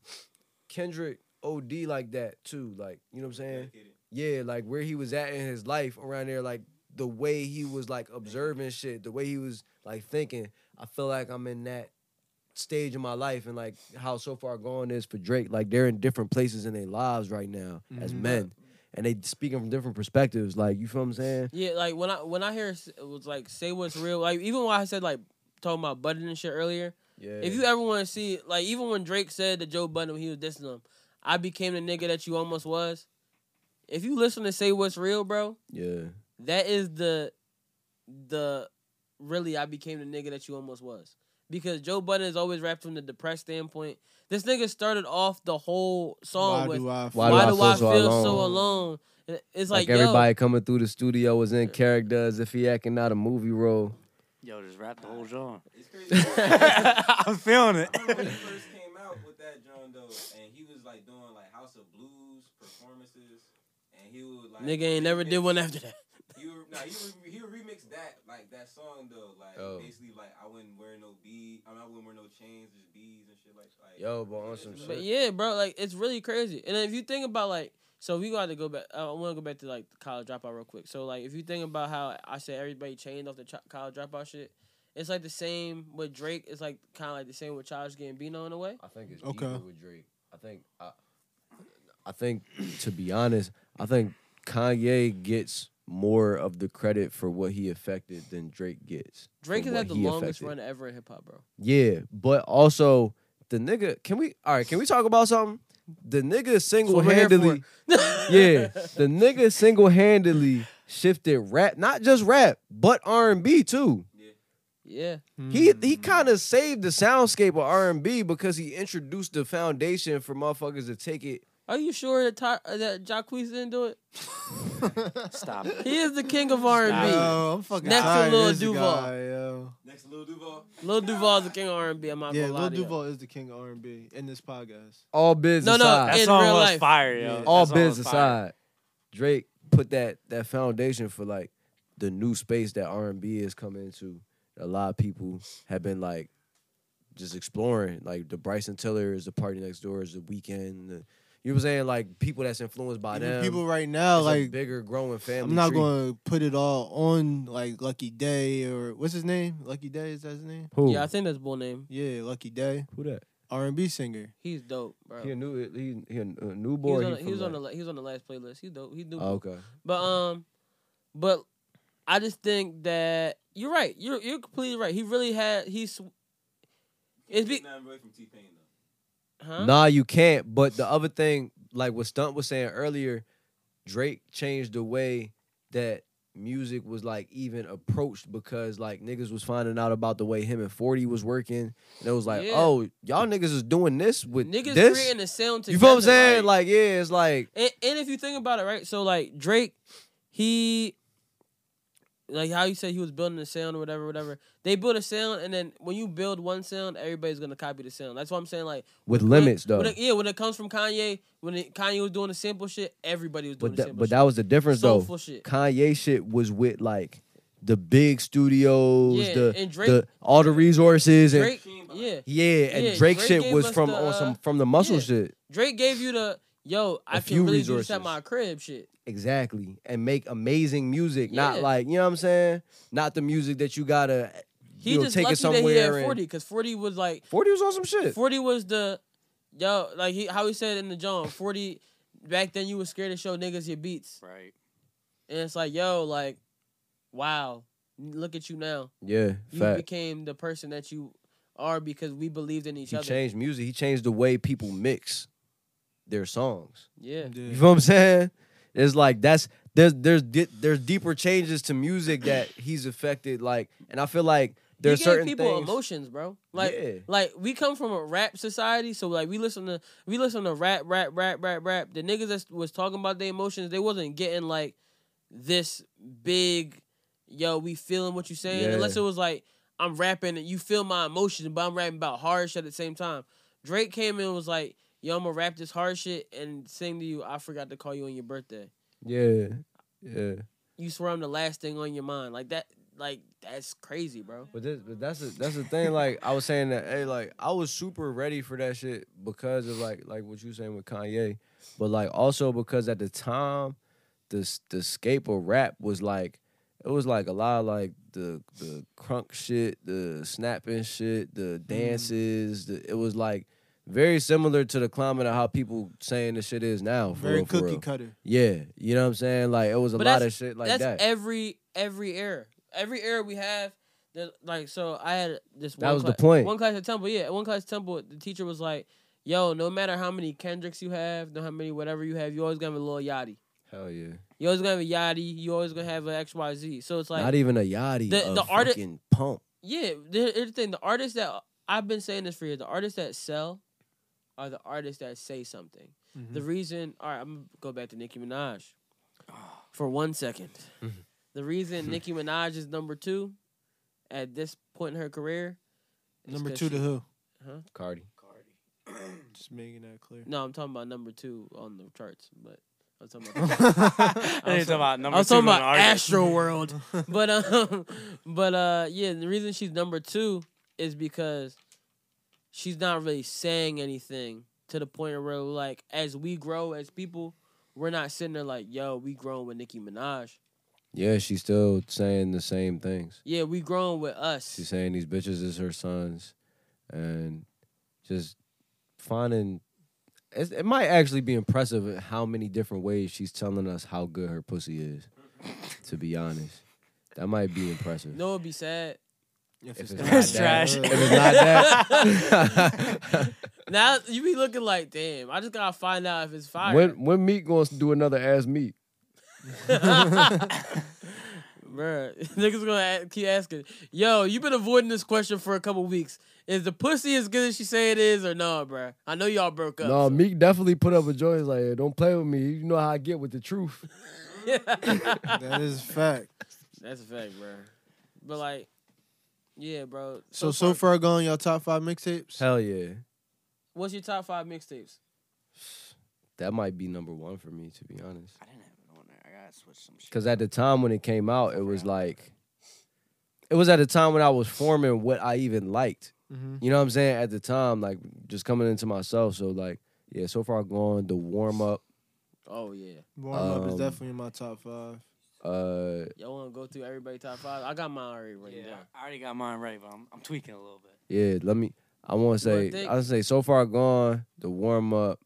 Kendrick OD like that too, like you know what I'm saying? Yeah, like where he was at in his life around there, like the way he was like observing shit, the way he was like thinking. I feel like I'm in that stage of my life and like how so far gone is for Drake. Like they're in different places in their lives right now as
Mm-hmm.
men. And they speaking from different perspectives. Like, you feel what I'm saying?
Yeah, like when I when I hear s- it was like say what's real. Like even when I said like talking about Budden and shit earlier.
Yeah.
If you ever want to see like even when Drake said to Joe Budden when he was dissing him, I became the nigga that you almost was. If you listen to say what's real, bro,
Yeah.
that is the the really I became the nigga that you almost was. Because Joe Budden is always rapped from the depressed standpoint. This nigga started off the whole song
Why
with
do I
Why
why,
do I
do I,
feel so
feel
alone?
so alone? And It's
Like,
like,
everybody coming through the studio was in character as if he acting out a movie role.
Yo, just rap the whole genre.
It's crazy.
I'm feeling it.
I remember when he first came out with that John Doe, and he was like doing like House of Blues performances, and he would like
yo, nigga ain't never did one after that.
He would, nah, he would, he would remix that like that song though, like
Oh.
basically like I wouldn't wear no beads, I, mean, I wouldn't wear no chains, just beads and shit like. like
Yo, but on some
But
shit.
yeah, bro, like it's really crazy. And if you think about like, so we got to go back. I want to go back to like the college dropout real quick. So like, if you think about how I said everybody chained off the ch- college dropout shit, it's like the same with Drake. It's like kind of like the same with Childish Gambino in a way.
I think it's
Okay.
deeper with Drake. I think I, I think to be honest, I think Kanye gets more of the credit for what he affected than Drake gets. for
Drake has
what
had the
he
longest
affected.
run ever in hip hop, bro.
Yeah, but also the nigga. Can we? All right. Can we talk about something? The nigga single
we're here
handedly. yeah, the nigga single handedly shifted rap, not just rap, but R and B too.
Yeah,
He
Mm.
he kind of saved the soundscape of R and B because he introduced the foundation for motherfuckers to take it.
are you sure that Ty- uh, that Jacquees didn't do it?
Stop it.
He is the king of
Hmm.
R and B.
Yo, I'm fucking
Next to
tired
Lil
of this
Duval.
guy, yo.
Next, Lil Duval.
Lil Duval's the king of R and B. I'm not
Yeah,
gonna lie
Lil
to you.
Duval is the king of R&B in this podcast.
All biz
No, no,
aside,
That
In
song
real
was
life.
fire, yo.
Yeah.
That
all
song
biz
was fire.
aside, Drake put that that foundation for like the new space that R and B is coming into. A lot of people have been like just exploring, like the Bryson Tillers, the Party Next Doors, the Weekend, the, You know what I'm saying? Like people that's influenced by
Even
them.
people right now,
it's a
like
bigger growing family.
I'm not
tree.
gonna put it all on like Lucky Day or what's his name? Lucky Day is that his name?
Who?
Yeah, I think that's bull name.
Yeah, Lucky Day,
Who that?
R and B singer.
He's dope, bro.
He
He
a new. He, he a a new boy.
was on,
he
the, he was
from
on the
like-
la- he was on the last playlist. He's dope. He's dope.
Oh, okay.
But um, but I just think that you're right. You're you're completely right. He really had he's It's be-
Take nothing away from T Pain though.
huh?
Nah, you can't. But the other thing, like what Stunt was saying earlier, Drake changed the way that music was like even approached because like niggas was finding out about the way him and 40 was working. And it was like,
Yeah.
oh, y'all niggas is doing this with
niggas
this.
creating a sound together.
you feel what I'm saying?
like-
Like, yeah, it's like
And, and if you think about it, right? So like Drake, he like how you said he was building a sound or whatever, whatever. They build a sound, and then when you build one sound, everybody's gonna copy the sound. That's what I'm saying. Like
with
when it-
limits though.
When it, yeah, when it comes from Kanye, when it, Kanye was doing the simple shit, everybody was doing
but
the
that,
simple
but
shit.
that was the difference
Soulful
though.
shit.
Kanye shit was with like the big studios,
Yeah,
the,
and Drake-
the all the resources and
Drake, yeah,
Yeah, and
Yeah,
Drake,
Drake
shit
gave
was
us
from
the,
on
uh,
some from the muscle
yeah.
shit.
Drake gave you the yo. I
few
can really do this at
resources.
my crib shit.
Exactly. And make amazing music. Not
Yeah.
like, you know what I'm saying? Not the music that you gotta
He
you know,
just
take
lucky
it
that
somewhere.
he had
and-
forty because forty was like
40 was on some shit.
40 was the yo like he how he said in the John 40 back then you was scared to show niggas your beats
Right.
and it's like yo like wow look at you now
Yeah,
you
fact.
became the person that you are because we believed in each
He
other
changed music. He changed the way people mix their songs.
yeah
You feel what I'm saying? It's like that's there's there's di- there's deeper changes to music that he's affected. Like, and I feel like there's
he gave
certain
people
things.
emotions, bro. Like,
Yeah.
like we come from a rap society, so like we listen to we listen to rap, rap, rap, rap, rap. The niggas that was talking about their emotions, they wasn't getting like this big, yo, we feeling what you saying,
Yeah.
unless it was like I'm rapping and you feel my emotions, but I'm rapping about hard shit at the same time. Drake came in and was like, yo, I'm gonna rap this hard shit and sing to you. I forgot to call you on your birthday.
Yeah, yeah.
You swear I'm the last thing on your mind, like that. Like that's crazy, bro.
But this, but that's the that's the thing. Like I was saying that, hey, like I was super ready for that shit because of like like what you saying with Kanye, but like also because at the time, the s- the scape of rap was like, it was like a lot of like the the crunk shit, the snapping shit, the
Mm-hmm.
dances. The, it was like very similar to the climate of how people saying the shit is now. For
Very
real, for
cookie
real.
cutter.
Yeah, you know what I'm saying. Like it was a
But
lot
that's-
of shit like
that's e
that.
every every era. Every era we have, there's- like so. I had this. One
That was the
cla-
point.
One class at Temple, yeah. One class at Temple, the teacher was like, "Yo, no matter how many Kendricks you have, no how many whatever you have, you always gonna have a little yachty.
Hell yeah.
You always gonna have a yachty. You always gonna have a X Y Z. So it's like,
Not even a yachty.
the-
The, a
the arti-
fucking pump.
yeah. The, here's the thing: the artists that I've been saying this for years, the artists that sell are the artists that say something.
Mm-hmm.
The reason, all right, I'm gonna go back to Nicki Minaj for one second.
Mm-hmm.
the reason Nicki Minaj is number two at this point in her career, is
Number
'cause
two to
she-
who?
Cardi.
Just making that clear.
No, I'm talking about number two on the charts, but I'm talking about.
I
I was
was talking about number
I was
two
talking
on
about
the artist.
Astro World, but um, but uh, yeah, the reason she's number two is because she's not really saying anything to the point where like as we grow as people, we're not sitting there like, yo, we growing with Nicki Minaj.
Yeah, she's still saying the same things.
Yeah, we growing with us.
She's saying these bitches is her sons, and just finding. it's- It might actually be impressive at how many different ways she's telling us how good her pussy is. To be honest, that might be impressive.
No, it'd be sad.
If
If
it's
it's
not
not
It's
that-
trash.
If it's not that.
Now you be looking like, damn, I just gotta find out if it's fire.
when when Meek going to do another ass meat?
Bruh, niggas gonna a- keep asking, yo, you been avoiding this question for a couple weeks. Is the pussy as good as she say it is or no, bruh? I know y'all broke up.
No,
so-
Meek definitely put up a joint. He's like, "Hey, don't play with me. You know how I get with the truth.
that is fact.
That's a fact, bruh. But like, yeah, bro.
So so far gone, y'all top five mixtapes.
Hell yeah.
what's your top five mixtapes?
That might be number one for me, to be honest.
I didn't have it on there. I gotta switch some shit.
Because at the time when it came out, it was like, it was at a time when I was forming what I even liked.
Mhm.
You know what I'm saying? At the time, like just coming into myself. So like, Yeah, so far gone. The warm up.
Oh yeah.
Warm up is
Um,
definitely in my top five.
Uh,
Y'all want to go through everybody top five? I got mine already written
Yeah,
down.
I already got mine right, but I'm, I'm tweaking a little bit.
yeah. Let me. I want
You wanna
to say.
think?
I say so far gone. The warm up.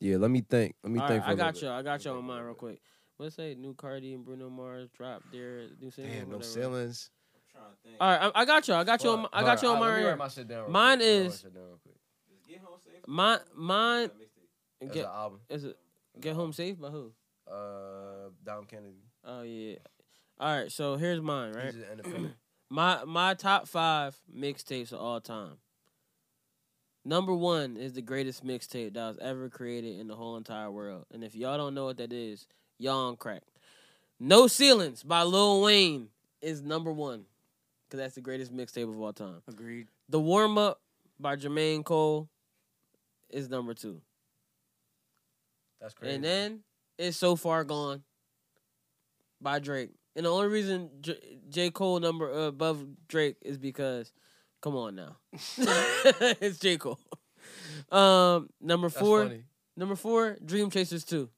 Yeah. Let me think. Let me
All
think.
right,
for a
I
little
got
bit.
y'all. I got
Let me
y'all on
think for a
mine
little
real
bit.
quick. Let's say New Cardi and Bruno Mars dropped their new single.
Damn, no
whatever.
ceilings.
I'm trying to think.
All right, I, I got y'all. I got y'all. on my- I got y'all on mine. right here. Mine is-
Just get home safe.
Mine, mine.
That mixtape.
Get,
album.
is it Get Home Safe by who?
Uh, Dom Kennedy.
Oh yeah. All right, so here's mine. Right,
an independent.
my my top five mixtapes of all time. Number one is the greatest mixtape that was ever created in the whole entire world, and if y'all don't know what that is, y'all on crack. No Ceilings by Lil Wayne is number one, cause that's the greatest mixtape of all time.
Agreed.
The warm up by Jermaine Cole is number two.
That's
And then it's so far gone by Drake. And the only reason J, J. Cole number uh, above Drake is because, come on now, it's J. Cole. Um, number four, number four, Dream Chasers two.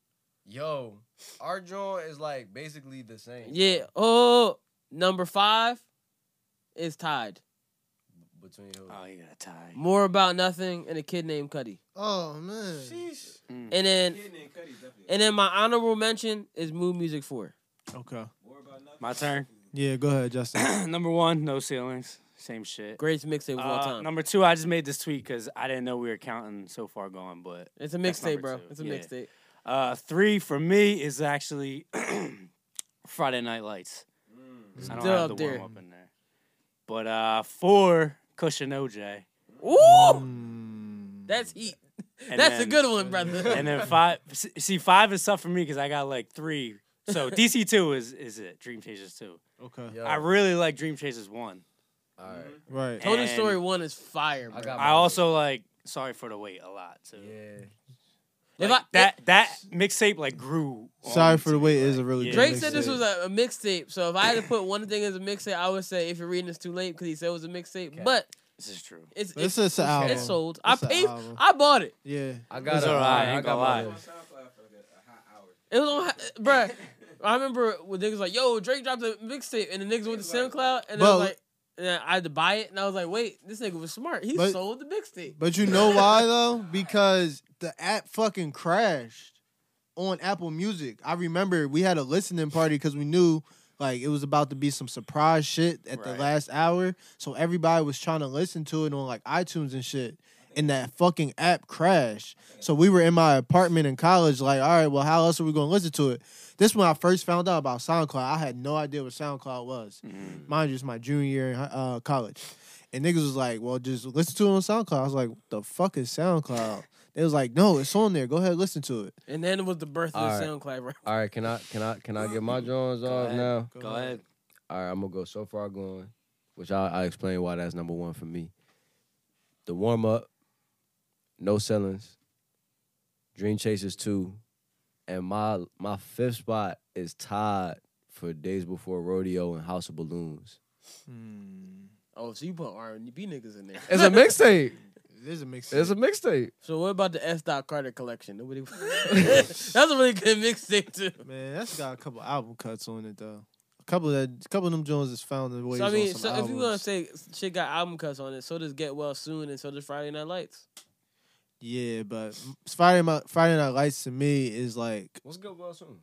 Yo, our joint is like basically the same.
Yeah. Oh, number five is tied.
Between who?
Oh, you got a tie.
More about nothing and a kid named Cuddy.
Oh man,
And then,
Kid named Cudi definitely.
and then my honorable mention is Mood Music four.
okay,
More about nothing.
My turn.
yeah, go ahead, Justin.
number one, no ceilings. Same shit.
Greatest mixtape of all
Uh,
time.
number two, I just made this tweet because I didn't know we were counting so far gone, but
it's a
that's
mixtape,
number
bro.
two.
It's a
Yeah.
mixtape.
Uh, three for me is actually Friday Night Lights. I don't
Still
have
up
the
there.
warm up in there. But uh, four Cushion OJ,
Ooh,
Mm,
that's heat.
And
that's a
then-
good one, brother.
and then five. s- See, five is tough for me because I got like three. So DC two is is it Dream Chasers two.
okay,
Yo,
I Mm-hmm. really like Dream Chasers one.
all right.
right.
Tony
And
Story one is fire, bro.
I got
I also like Sorry for the Wait a lot. So
Yeah.
if I,
that that mixtape like grew. on
Sorry
me
for
to
the
be
wait
like-
is a really
Yeah.
good
Drake said this
mixtape.
was a, a mixtape, so if I had to put one thing as a mixtape, I would say if you're reading this too late because he said it was a mixtape, but
This is true.
it's
But
it's,
it's just an
it's-
album.
it's sold.
It's
I
an
paid,
album.
I bought it.
yeah.
I got
It's
a-
alright, I
I
ain't
got
gonna
my
lie.
On
list.
SoundCloud for like a, a hot hour.
It was on, bruh. I remember when niggas like, "Yo, Drake dropped a mixtape," and the niggas went to SoundCloud, and they
But-
was like, and I had to buy it, and I was like, "Wait, this nigga was smart. He
But-
sold the mixtape."
But you know why though? Because the app fucking crashed on Apple Music. I remember we had a listening party because we knew like it was about to be some surprise shit at the
Right.
last hour. So everybody was trying to listen to it on like iTunes and shit. And that fucking app crashed. So we were in my apartment in college, like, all right, well, how else are we gonna listen to it? This is when I first found out about SoundCloud. I had no idea what SoundCloud was. Mind you, it's my junior year in hi- uh, college. And niggas was like, well, just listen to it on SoundCloud. I was like, what the fuck is SoundCloud? They was like, no, it's on there. Go ahead, listen to it.
And then it was the birth of the
All
SoundCloud. Right?
All right. Can I? Can I? Can I get my drawings off
ahead.
now?
Go ahead.
All right. I'm gonna go so far gone, which I I explain why that's number one for me. The warm up, no ceilings, Dream Chasers two, and my my fifth spot is tied for Days Before Rodeo and House of Balloons.
Oh, so you put R and B niggas in there.
It's a mixtape.
There's a mix.
It's a mixtape.
So what about the S. Dot Carter collection? Nobody. That's a really good mixtape too.
Man, that's got a couple album cuts on it though. A couple of that, couple of them Jones is found in ways.
So I mean,
on some
so if you gonna
albums.
say shit got album cuts on it, so does Get Well Soon, and so does Friday Night Lights.
yeah, but Friday Night Friday Night Lights to me is like
What's good, Wilson?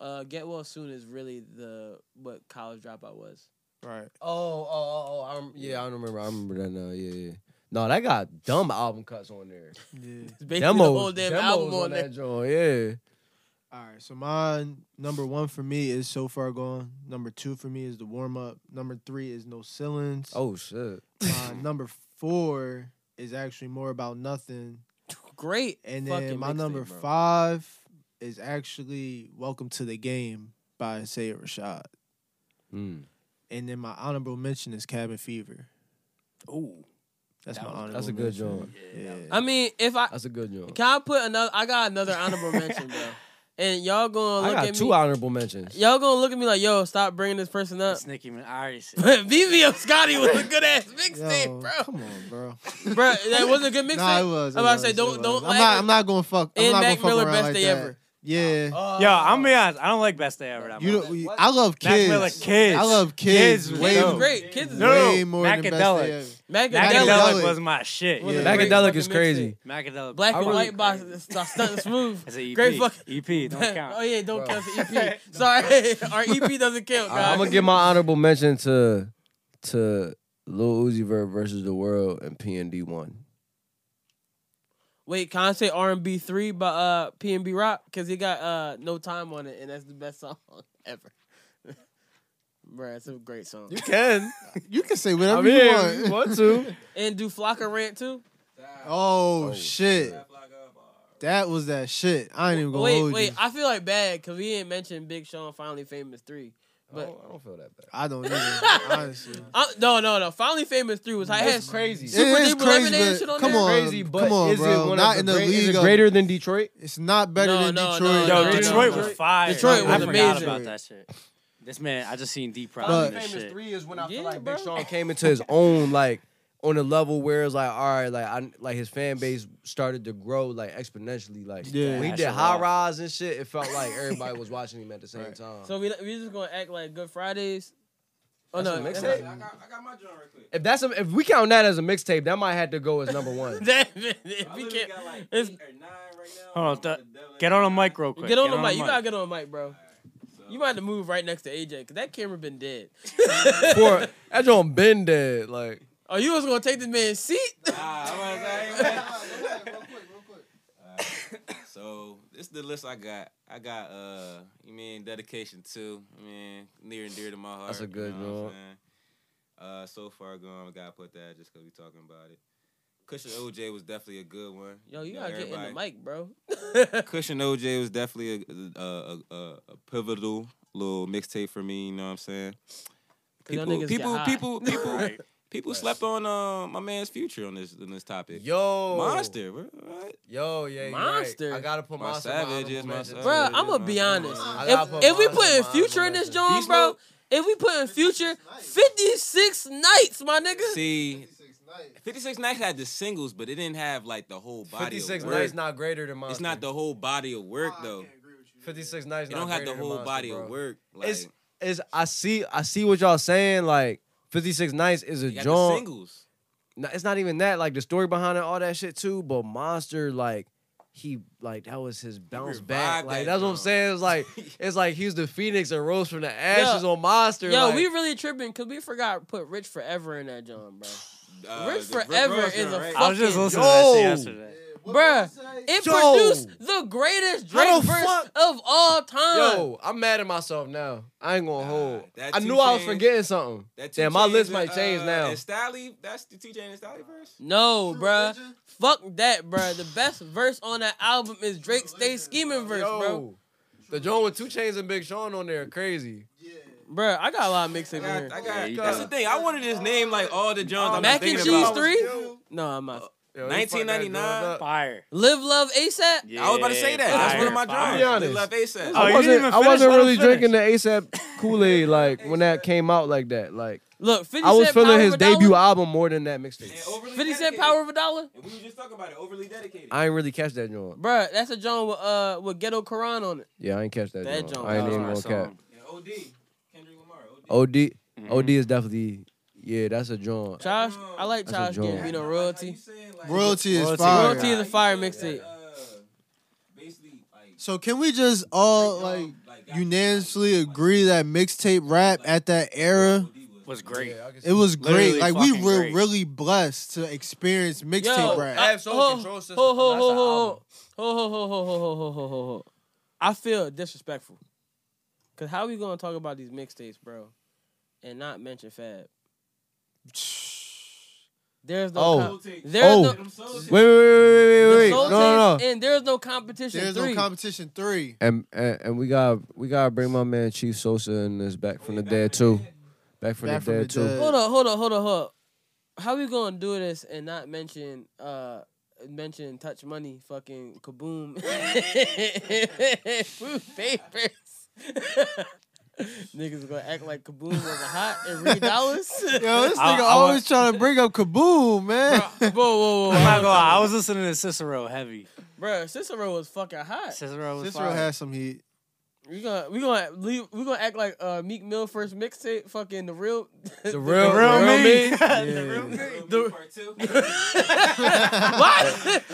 Uh, Get Well Soon is really the what college dropout was.
right.
Oh, oh, oh, oh! I rem- yeah, I remember. I remember that now. Yeah, yeah. No, that got dumb album cuts on there.
Yeah.
It's basically
Demos,
the whole damn
demos
album on,
on,
there.
that joint. Yeah.
All right. So my number one for me is so far gone. Number two for me is the warm up. Number three is no ceilings.
Oh shit.
My number four is actually more about nothing.
Great.
And
fucking
then my
mixtape,
number
bro.
five is actually Welcome to the Game by Sayed Rashad.
Hmm.
And then my honorable mention is Cabin Fever.
Ooh,
That's
That
my
was-
honorable.
That's a good
mention.
joint.
Yeah.
I mean, if I
That's a good joint.
can, I put another. I got another honorable mention, bro. and y'all gonna
I
look
got
at
two
me.
honorable mentions.
Y'all gonna look at me like, yo, stop bringing this person up.
It's Nicki Minaj. I already said.
But BBM Scotty was a good ass
Yo,
mixtape,
come on, bro.
bro. Bro, that was a good mixtape.
Nah, it was. it
I'm about to
was,
say,
it
don't,
was.
don't.
I'm
let
not.
her-
I'm not gonna fuck. I'm
and
not
Mac
gonna fuck
Miller,
around
best
like
day
that.
ever.
Yeah.
Yo, I'm gonna be honest. I don't like Best Day Ever. Oh, That
you
much.
don't, we- I love
Mac
kids.
Miller, kids.
I love kids.
Kids was
way
Kids is
dope.
great. Kids is
No, no,
Way more than best
Macadelic.
day ever.
great. Macadelic.
Macadelic was my shit.
Yeah.
Yeah.
Great
Macadelic
fucking
is crazy.
Macadelic.
Black
I
and
really-
white box. Stop stunting smooth.
That's an EP.
Great fucking.
EP. E Don't count.
oh yeah, don't
Bro.
count the EP. Sorry, our EP doesn't count, guys.
I'm gonna give my honorable mention to to Lil Uzi Vert versus the World and PND One.
Wait, can I say R and B three by uh P and B Rock because he got uh no time on it and that's the best song ever. Bruh, it's a great song.
Can
You can say whatever
mean,
you
if
want.
you want to?
And do Flocka rant too?
Oh, shit. That was that shit. I ain't even gonna
Wait,
hold
wait,
you.
I feel like bad because we didn't mention Big Sean Finally Famous three.
I
But
don't, I don't feel that bad.
I don't either. honestly.
Uh, no, no, no. Finally Famous three was I had
That's crazy.
It
Super
is
Deep
crazy,
Lemonade
but
shit on
come
there?
on,
Crazy, but
come on,
is
bro.
it one
Not
of
in
the,
the
great- is
league
it
of-
greater than Detroit?
It's not better
No,
than
no,
Detroit.
no,
Yo,
no, no,
Detroit
no.
was fire.
Detroit
I
was
forgot
amazing.
about that shit. This man, I just seen Deep
But-
Prodigy and shit.
is when I
feel Yeah, like Big bro. Sean
came into his own like on a level where it's like all right, like I like his fan base started to grow like exponentially. Like
Yeah.
when he
That
did
shit
high
wild.
rise and shit, it felt like everybody was watching him at the same time.
So we we just gonna act like Good Fridays. Oh
That's
no,
a
that's
mixtape?
not-
I got, I got my joint real quick.
if that's a, if we count that as a mixtape, that might have to go as number one.
Damn it, if
I
we
literally
can't,
got like
it's-
eight or nine right now.
Hold on,
I'm
th-
the devil in
get on the
disguise.
mic real quick.
get on the mic. You gotta get on the mic, bro.
So,
You might have to move right next to AJ because that camera been dead.
For that on Ben dead, like
oh, you was gonna take this man's seat?
Nah, I'm gonna say, hey, man. So this is the list I got. I got uh, you mean dedication too. I mean near and dear to my heart.
That's a good
you know what
one.
I'm saying? Uh, so far gone. We gotta put that just because we talking about it. Cushion OJ was definitely a good one.
Yo, you
Got
gotta get in the
everybody-
mic, bro.
Cushion OJ was definitely a a, a, a, a pivotal little mixtape for me. You know what I'm saying?
Y'all
People,
niggas get
people,
high.
people, people,
Right.
people slept on uh, my man's future on this on this topic.
yo
Monster, bro. What?
yo yeah you're right.
Monster.
I gotta put
My
monster.
Savage is my
monster.
Savage.
Bro, I'm gonna be honest.
I
If,
gotta put
if we
Monster
put in
Mind
future in this
Momentum.
joint,
Beast
bro,
Mode?
if we put in future, 56 nights, my nigga.
See, 56 Nights had the singles, but it didn't have like the whole body.
Fifty Six
of work.
Nights not greater than Monster.
It's not the whole body of work though.
Fifty Six Nights.
It don't
not
have the
greater than
whole
Monster,
body
bro.
of work. Like,
It's is I see I see what y'all saying. Like Fifty Six Nights is a
you got the
joint.
singles.
No, It's not even that. Like the story behind it, all that shit too. But Monster, like he like that was his bounce back.
revived
Like
that
that's what I'm
joint.
saying. It's like it's like he was the phoenix that rose from the ashes on Monster.
Yo,
like,
we really tripping because we forgot to put Rich Forever in that joint, bro.
Uh,
Rich
the Rick
Forever
Ross
is
joint,
a
right?
I was just
Fucking
listening to that
yo.
shit yesterday.
Bruh, it
Yo.
produced the greatest Drake
How the
verse
fuck-
of all time.
Yo, I'm mad at myself now. I ain't gonna
Nah,
hold.
that
I
Two
knew I was
Chainz-
forgetting something.
That
Damn,
2
my list
Chainz
might
and,
change
uh,
now.
And Stally, that's the TJ and Stally verse.
No, bruh. Fuck that, bruh. The best verse on that album is Drake Stay Scheming verse, bro.
Yo, the joint with Two Chains and Big Sean on there, crazy.
Bruh, I got a lot of mixtapes in
I
here.
got, I
Yeah,
got,
you
that's
got
the thing. I wanted his name like all the
Oh,
Johns. I'm
Mac and
thinking
Cheese
about. Uh,
Three? No, I'm not.
Yo, they fucked that joint
1999?
up.
Fire.
Live, love, ASAP.
I was about to say that. That's one of my
fire.
Johns.
Be honest.
They left
Oh,
ASAP.
I
you didn't
wasn't,
even
I
finish.
wasn't
Let him
really
finish.
drinking the ASAP Kool Aid like when that came out like that. Like
Look, 50
I was
Cent
feeling
Power
his
of a Dollar.
debut album more than that mixtape.
And overly
50 Cent
dedicated.
Power of a Dollar?
And we were just talking about it. Overly dedicated.
I ain't really catch that joint.
Bruh, that's a joint with, uh, with Ghetto Quran on it.
Yeah, I ain't catch that,
That
joint.
joint
I ain't
was
even
my
gonna cap.
song.
and OD. Kendrick Lamar. OD.
OD, OD is definitely yeah. That's a joint.
Josh, I like
That's a
Josh getting
joint.
Like,
beat on
how
royalty.
you saying, like-
Royalty is
Royalty.
fire.
Royalty is a
you
fire
said
mixtape.
that, uh, Basically, like.
So can we just all
Drake,
like
um, got-
unanimously agree that mixtape rap at that era?
OD was-
Was great.
It was great.
Literally
Like we
fucking
were
great.
really blessed to experience mixtape
Yo,
rap.
I- oh,
Ab Soul
ho-
Control System,
ho- ho-
that's
ho-
the
ho-
album.
ho- ho- ho- ho- ho- ho- ho- ho- ho. I feel disrespectful. Cause how we gonna talk about these mixtapes, bro, and not mention Fab? There's no.
Oh.
com-
Soul
there's
Oh.
no.
Them Soul
Wait, wait, wait, wait, wait, wait.
Soul
No, no,
Tapes
no.
And there's no competition.
There's
three.
no competition three.
And, and and we got we gotta bring my man Chief Sosa in this back from the dead too. Back from
Back
the
from the
dead too.
dead.
hold up, hold up, hold up, hold up. How we gonna do this and not mention uh mentioned Touch Money, fucking Kaboom, food papers. Niggas gonna act like Kaboom was hot and read dollars.
Yo, this nigga
I- I wa-
always trying to bring up Kaboom, man.
whoa, whoa, whoa!
I'm not gonna lie, I was listening to Cicero heavy.
Bruh, Cicero was fucking hot.
Cicero was
Cicero
fire.
has some heat.
We gonna we gonna leave. We gonna act like uh, Meek Mill first mixtape. Fucking the real,
The real, the real, me.
The-
Part two.
what?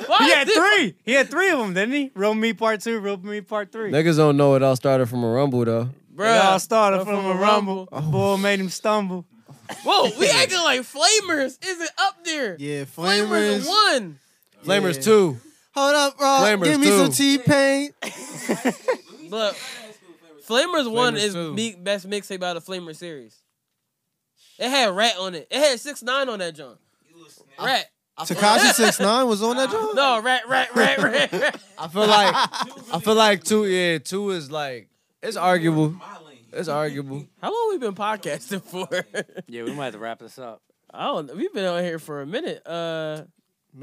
what?
He had three. He had three of them, didn't he? Real Me Part Two, Real Me Part Three.
Niggas don't know it all started from a rumble though.
It all
Bruh.
started
I'm
from,
from
a
a
rumble. Boy made him stumble.
Whoa, we acting like Flamers isn't up there.
Yeah,
Flamers
Flamers.
one.
Flamers
Yeah.
two.
Hold up, bro.
Flamers,
Give me some
too.
T pain.
Look, Flamers, One
Flamers
is
two.
me- best mixtape out of Flamers series. It had Rat on it. It had Six Nine on that joint. Rat.
Takashi Six Nine was on that joint.
No, rat, rat, rat, rat, rat.
I feel like I feel like two. Yeah, two is like it's arguable. It's arguable.
How long we been podcasting for?
Yeah, we might have to wrap this up.
I don't know. We've been on here for a minute. Uh,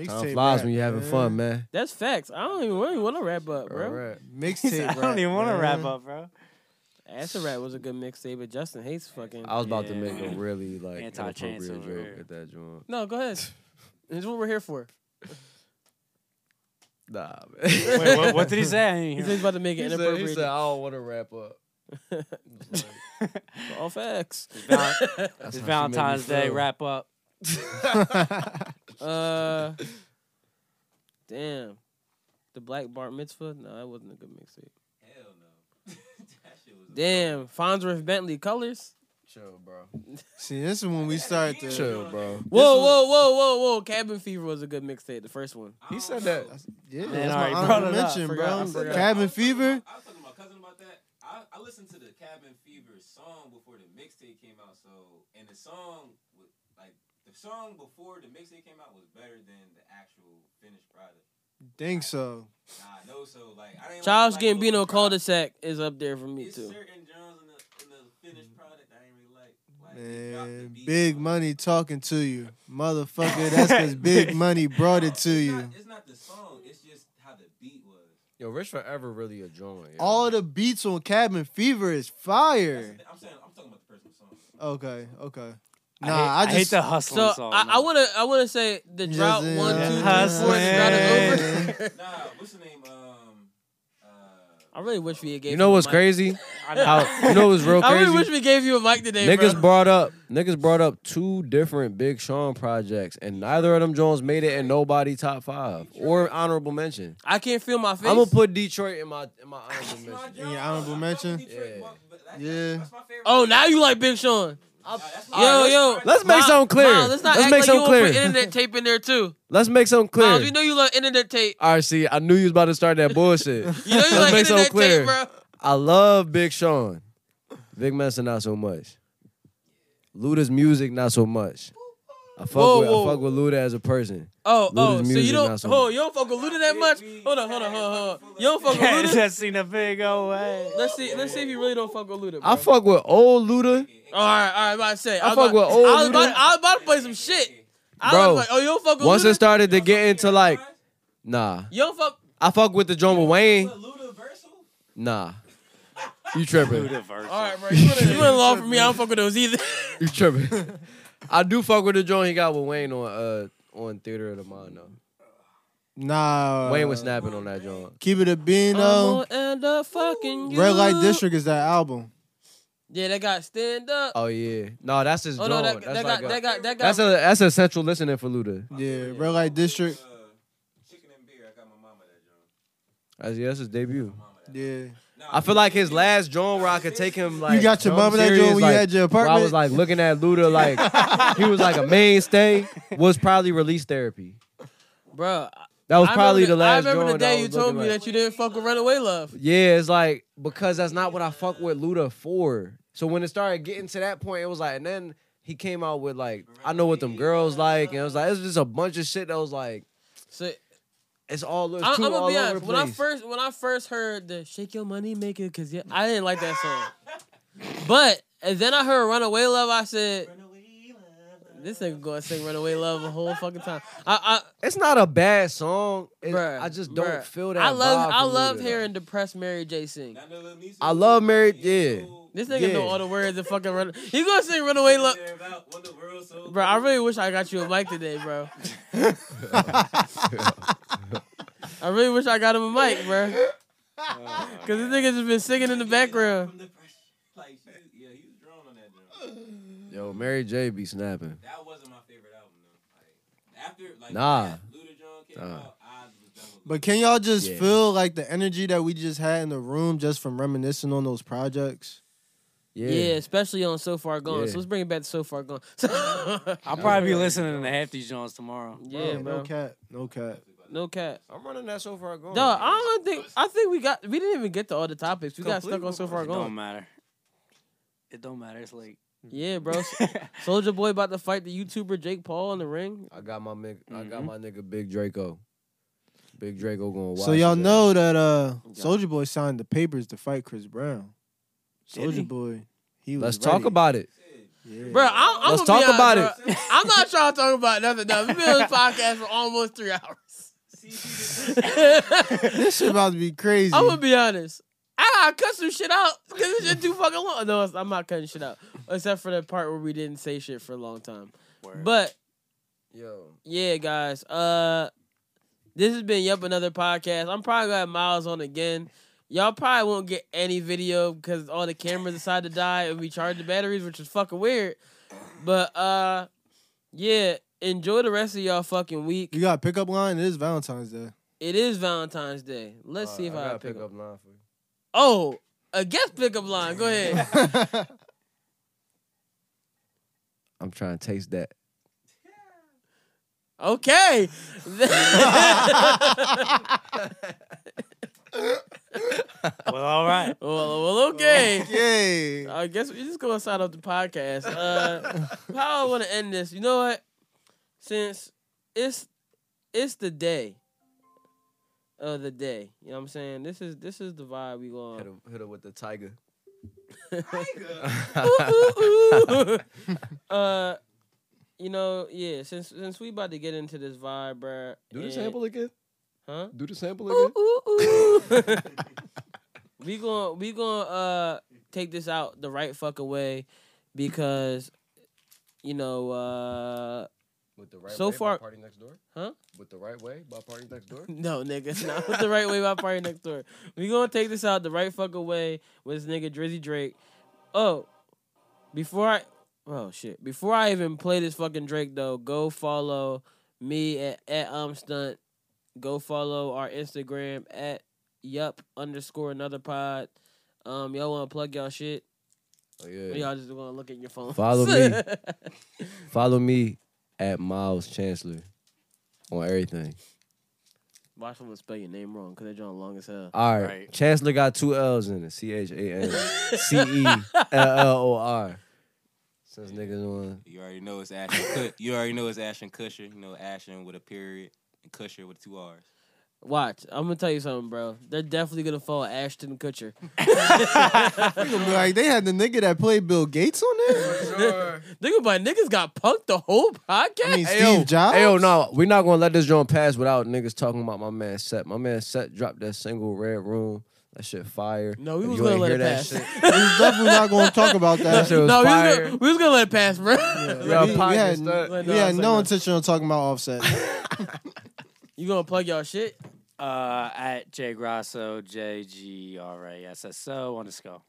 Time flies
rap,
when you're having
man.
fun, man.
that's facts. I don't even, want to wrap up, bro.
All right.
Mixtape.
I
rap,
don't even want to
man.
wrap up, bro.
Ass a Rat was a good mixtape, but Justin hates fucking.
I was about to
Yeah.
make a really like
Anti-chance
inappropriate
over
joke
here.
at that joint.
No, go ahead. It's what we're here for.
Nah, man.
Wait, what, what did he say? I didn't
He's
hear
just
him.
about to make
he,
it
said, he
inappropriate.
said, "I don't want to wrap up."
All facts.
Val-
That's
It's
how she made me
Valentine's Day
feel.
wrap up.
Uh, damn. The Black Bar Mitzvah? No, that wasn't a good mixtape.
Hell no. that shit was.
Damn, Fonzworth Bentley Colors.
Chill, bro.
See, this is when we start to.
Chill, bro.
Whoa, whoa, whoa, whoa, whoa! Cabin Fever was a good mixtape, the first one.
He said that.
Yeah,
Man,
that's
alright,
my
brought
honorable
it up.
mention,
Forgot- I
bro.
forgot.
Cabin Fever.
I was talking to my cousin about that. I, I listened to the Cabin Fever song before the mixtape came out. So, and the song, was, like the song before the mixtape came out, was better than the actual finished product.
Think so.
Nah, I know so. Like, I didn't.
Charles
like,
Gambino
those-
cul-de-sac is up there for me
It's
too.
certain genres in the, in the finished product I ain't really like. Like, they dropped the
Man,
beat,
big
but-
money talking to you, motherfucker. That's because big money brought
No,
it to
it's
you.
Not, it's not the song. It's just how the beat was.
Yo, Rich Forever really a joint. yo.
All the beats on Cabin Fever is fire.
I'm saying I'm talking about the personal song.
Okay, okay.
I hate,
Nah, I,
I hate
just
the hustling
So
song.
I, I
though.
wanna I wanna say the
Just uh,
drought
in
one two
a
three four the drought is over.
hustling.
Nah, what's the name? Um, uh,
I really wish we had gave
You know what's
a mic.
crazy?
I know.
How you know what's real
I really
crazy?
wish we gave you a mic today,
Niggas
bro.
brought up niggas brought up two different Big Sean projects, and neither of them Jones made it in nobody top five or honorable mention.
I can't feel my face.
I'm gonna put Detroit in my in my honorable
That's my
mention.
genre.
honorable
I fuck
mention?
with Detroit,
Yeah.
but- but that's-
Yeah.
That's my favorite.
oh, now you like Big Sean?
Nah, that's my-
Yo, yo.
Let's make
Miles-
something clear.
Miles, let's not
Let's
act
make
like
something
you don't
clear.
Put internet tape in there too.
Let's make something clear.
Miles, we know you love internet tape.
All right, see, I knew you was about to start that bullshit.
You know you
Let's
like
make something
internet
clear.
tape, bro.
I love Big Sean. Big Massa not so much. Luda's music not so much. I fuck
Whoa,
with
whoa.
I fuck with Luda as a person.
Oh, oh,
Luda's
so you
music
don't
not so
oh
much.
you don't fuck with Luda that much? Hold on, hold on, hold on, hold on. You don't fuck
Yeah,
with Luda?
just seen a big old way.
Let's see, let's see if you really don't fuck with Luda. Bro.
I fuck with old Luda.
All right, all right. About to say,
I
was
fuck
about-
with old
I was, about,
Luda.
I was about to play some shit. I
Bro,
was like, oh, you don't fuck with
Once
Luda.
it started to get into like, nah.
you don't fuck.
I fuck with the drum with Wayne.
Luda Versal?
Nah. You tripping.
All right, bro. You went along for me. I don't fuck with those either.
You tripping. I do fuck with the joint he got with Wayne on uh on Theater of the Mind though.
Nah.
Wayne was snapping on that joint.
Keep it a bean
Oh,
though.
I'ma end up fucking you.
Red Light District is that album.
Yeah, that got stand up.
Oh yeah. No, that's his
Oh
joint.
no, that,
that's
that,
like
got,
a-
that got that got
that's a that's a central listening for Luda.
Yeah, Red Light District.
Uh, Chicken and beer. I got my mama that joint.
That's, yeah, that's his debut.
Mama that.
Yeah.
Nah,
I feel like his last joint where I could take him like
You got your
something
mama that
serious,
joint when
like,
you had your
where
apartment.
I was like looking at Luda like he was like a mainstay was probably Release Therapy.
bro.
That was
I
probably
remember
the last.
I remember the
joint that I
day you
was
told
looking
me
like-
that you didn't fuck with Runaway Love.
Yeah, it's like because that's not what I fuck with Luda for. So when it started getting to that point, it was like, and then he came out with like, I know what them girls like, and it was like, it's just a bunch of shit that was like,
So
it's all. It's
I, I'm
too
gonna
all
be
over
honest.
the
When I
place.
first when I first heard the "Shake Your Money Maker," cause yeah, I didn't like that song. but and then I heard "Runaway Love." I said, This nigga gonna sing "Runaway Love" a whole fucking time. I,
It's not a bad song.
I,
It-
bruh,
I just don't
bruh.
feel that.
I love,
vibe
I
from
love
it.
hearing depressed Mary J sing.
I know Lil Nisi
I
was
love Mary.
singing
Yeah,
so-
This nigga know
Yeah.
all the words and fucking run. He gonna sing "Runaway Love."
They're about one of the world's so
Bro, I really wish I got you a mic today, bro. I really wish I got him a mic, bro. Cause this nigga just been singing in the background.
From the pressure. Like, she, yeah, he was drawn on that drum.
yo, Mary J be snapping.
That wasn't my favorite album though. Like after like
Nah.
Luda John came
Nah.
out, I was done with
But can y'all just
Yeah.
feel like the energy that we just had in the room just from reminiscing on those projects?
Yeah,
Yeah. especially on So Far Gone.
Yeah.
So let's bring it back to So Far Gone.
I'll probably be listening to half these joints tomorrow.
yeah,
no
bro.
cap, no cap.
No cap.
I'm running that so far. Going.
Dog, I don't think I think we got we didn't even get to all the topics. We got stuck on So Far
It don't
Gone.
matter. It don't matter. It's late.
Yeah, bro. Soldier Boy about to fight the YouTuber Jake Paul in the ring.
I got my nigga. I got my nigga Big Draco. Big Draco going. Wild
So y'all
today.
know that uh Soldier Boy signed the papers to fight Chris Brown.
Did
Soldier
he?
Boy, he was
Let's talk about it.
it.
Bro, I'm, I'm
Let's
gonna be
talk
honest,
about
bro. I'm not trying to talk about nothing. Now we've been on this podcast for almost three hours.
This shit about to be crazy.
I'm gonna be honest. I gotta cut some shit out because it's just too fucking long. No, it's- I'm not cutting shit out except for the part where we didn't say shit for a long time. But
Yo,
yeah, guys, uh, this has been yep another podcast. I'm probably gonna have Miles on again. Y'all probably won't get any video because all the cameras decide to die and we charge the batteries, which is fucking weird. But uh, yeah, enjoy the rest of y'all fucking week.
you got a pickup line? It is Valentine's Day.
It is Valentine's Day. Let's see if I,
uh, gotta
pick, up.
line for you.
Oh, a guest pickup line. Go ahead.
I'm trying to taste that.
okay.
Well, all right.
well, well, okay.
Yay.
I guess we just gonna sign up the podcast. Uh, how I want to end this? You know what? Since it's it's the day of the day. You know what I'm saying? This is this is the vibe we
Hit
going.
her, hit her with the tiger.
ooh, ooh, ooh. uh, you know, yeah. Since since we about to get into this vibe, bruh.
Do the
and-
sample again.
huh?
Do the sample
Ooh,
again.
ooh, ooh. we going we going uh take this out the right fucking way because you know uh
With the right
So
way by
far-
party next door.
Huh?
With the right way by party next door.
no nigga not with the right way by party next door. We gonna take this out the right fucking way with this nigga Drizzy Drake. Oh, before I oh shit before I even play this fucking Drake though, go follow me at at um stunt. Go follow our Instagram at yup underscore another pod. Um, y'all wanna plug y'all shit?
Oh
Or
yeah.
y'all just gonna look at your phone.
Follow me. Follow me at Miles Chancellor on everything.
Watch someone spell your name wrong because they're drawing long as hell.
All right.
Right.
Chancellor got two L's in it. C H A N C E L L O R. Since niggas on.
You already know it's Ashton. Kut- you already know it's Ashton Kutcher. You know Ashton with a period and Kutcher with two R's.
Watch, I'm gonna tell you something, bro. They're definitely gonna follow Ashton Kutcher.
You gonna be like they had the nigga that played Bill Gates on there?
Nigga, my niggas got punked the whole podcast.
I mean, Steve Jobs.
Ayo, no, we're not gonna let this joint pass without niggas talking about my man Set. My man Set dropped that single Red Room. That shit fire.
No, we
If
was
you
gonna
ain't
let
hear
it
that
pass.
shit-
We're definitely not gonna talk about that.
That shit was
no, we was,
fire.
gonna, we was gonna let it pass, bro.
Yeah,
we, we
pocket
had,
stunt.
Like,
we
uh, nah,
had
it's like
no
that.
intention on talking about Offset.
You gonna plug y'all shit?
Uh, at J Grasso, J G R A S S O underscore.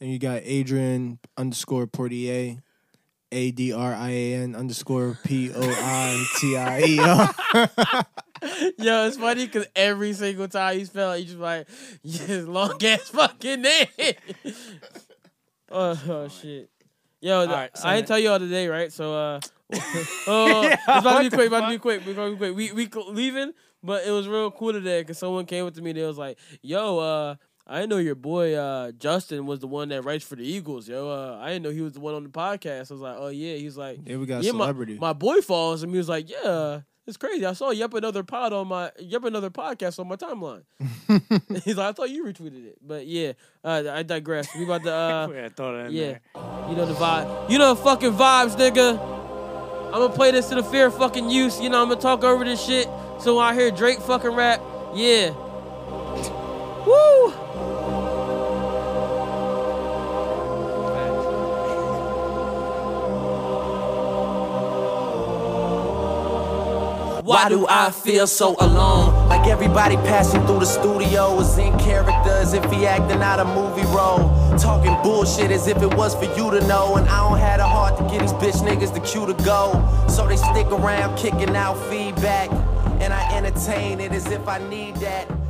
And you got Adrian underscore Portier, A D R I A N underscore P O I T I E R.
Yo, it's funny because every single time you spell it, you just like, yes, long ass fucking name. oh, oh, shit. Yo, the-
right, so
I didn't
then-
tell you all today, right? So, uh, oh, it's about to be quick, about to be quick, we about to be quick. We we cl- leaving, but it was real cool today because someone came up to me. They was like, "Yo, uh, I didn't know your boy uh Justin was the one that writes for the Eagles. Yo, uh, I didn't know he was the one on the podcast." I was like, "Oh yeah," he was like,
Then we got
yeah, my-
celebrity.
My, boy follows him. He was like, "Yeah, it's crazy. I saw yep another pod on my yep another podcast on my timeline." He's like, "I thought you retweeted it, but yeah, uh, I digress. We about to uh,
yeah, throw that in
yeah,
there.
you know the vibe. You know the fucking vibes, nigga. I'm gonna play this to the fair fucking use. You know, I'm gonna talk over this shit. So when I hear Drake fucking rap, yeah. Woo! Why do I feel so alone?
Like everybody passing through the studio is in character as if he acting out a movie role. Talking bullshit as if it was for you to know. And I don't have the heart to get these bitch niggas the cue to go. So they stick around kicking out feedback. And I entertain it as if I need that.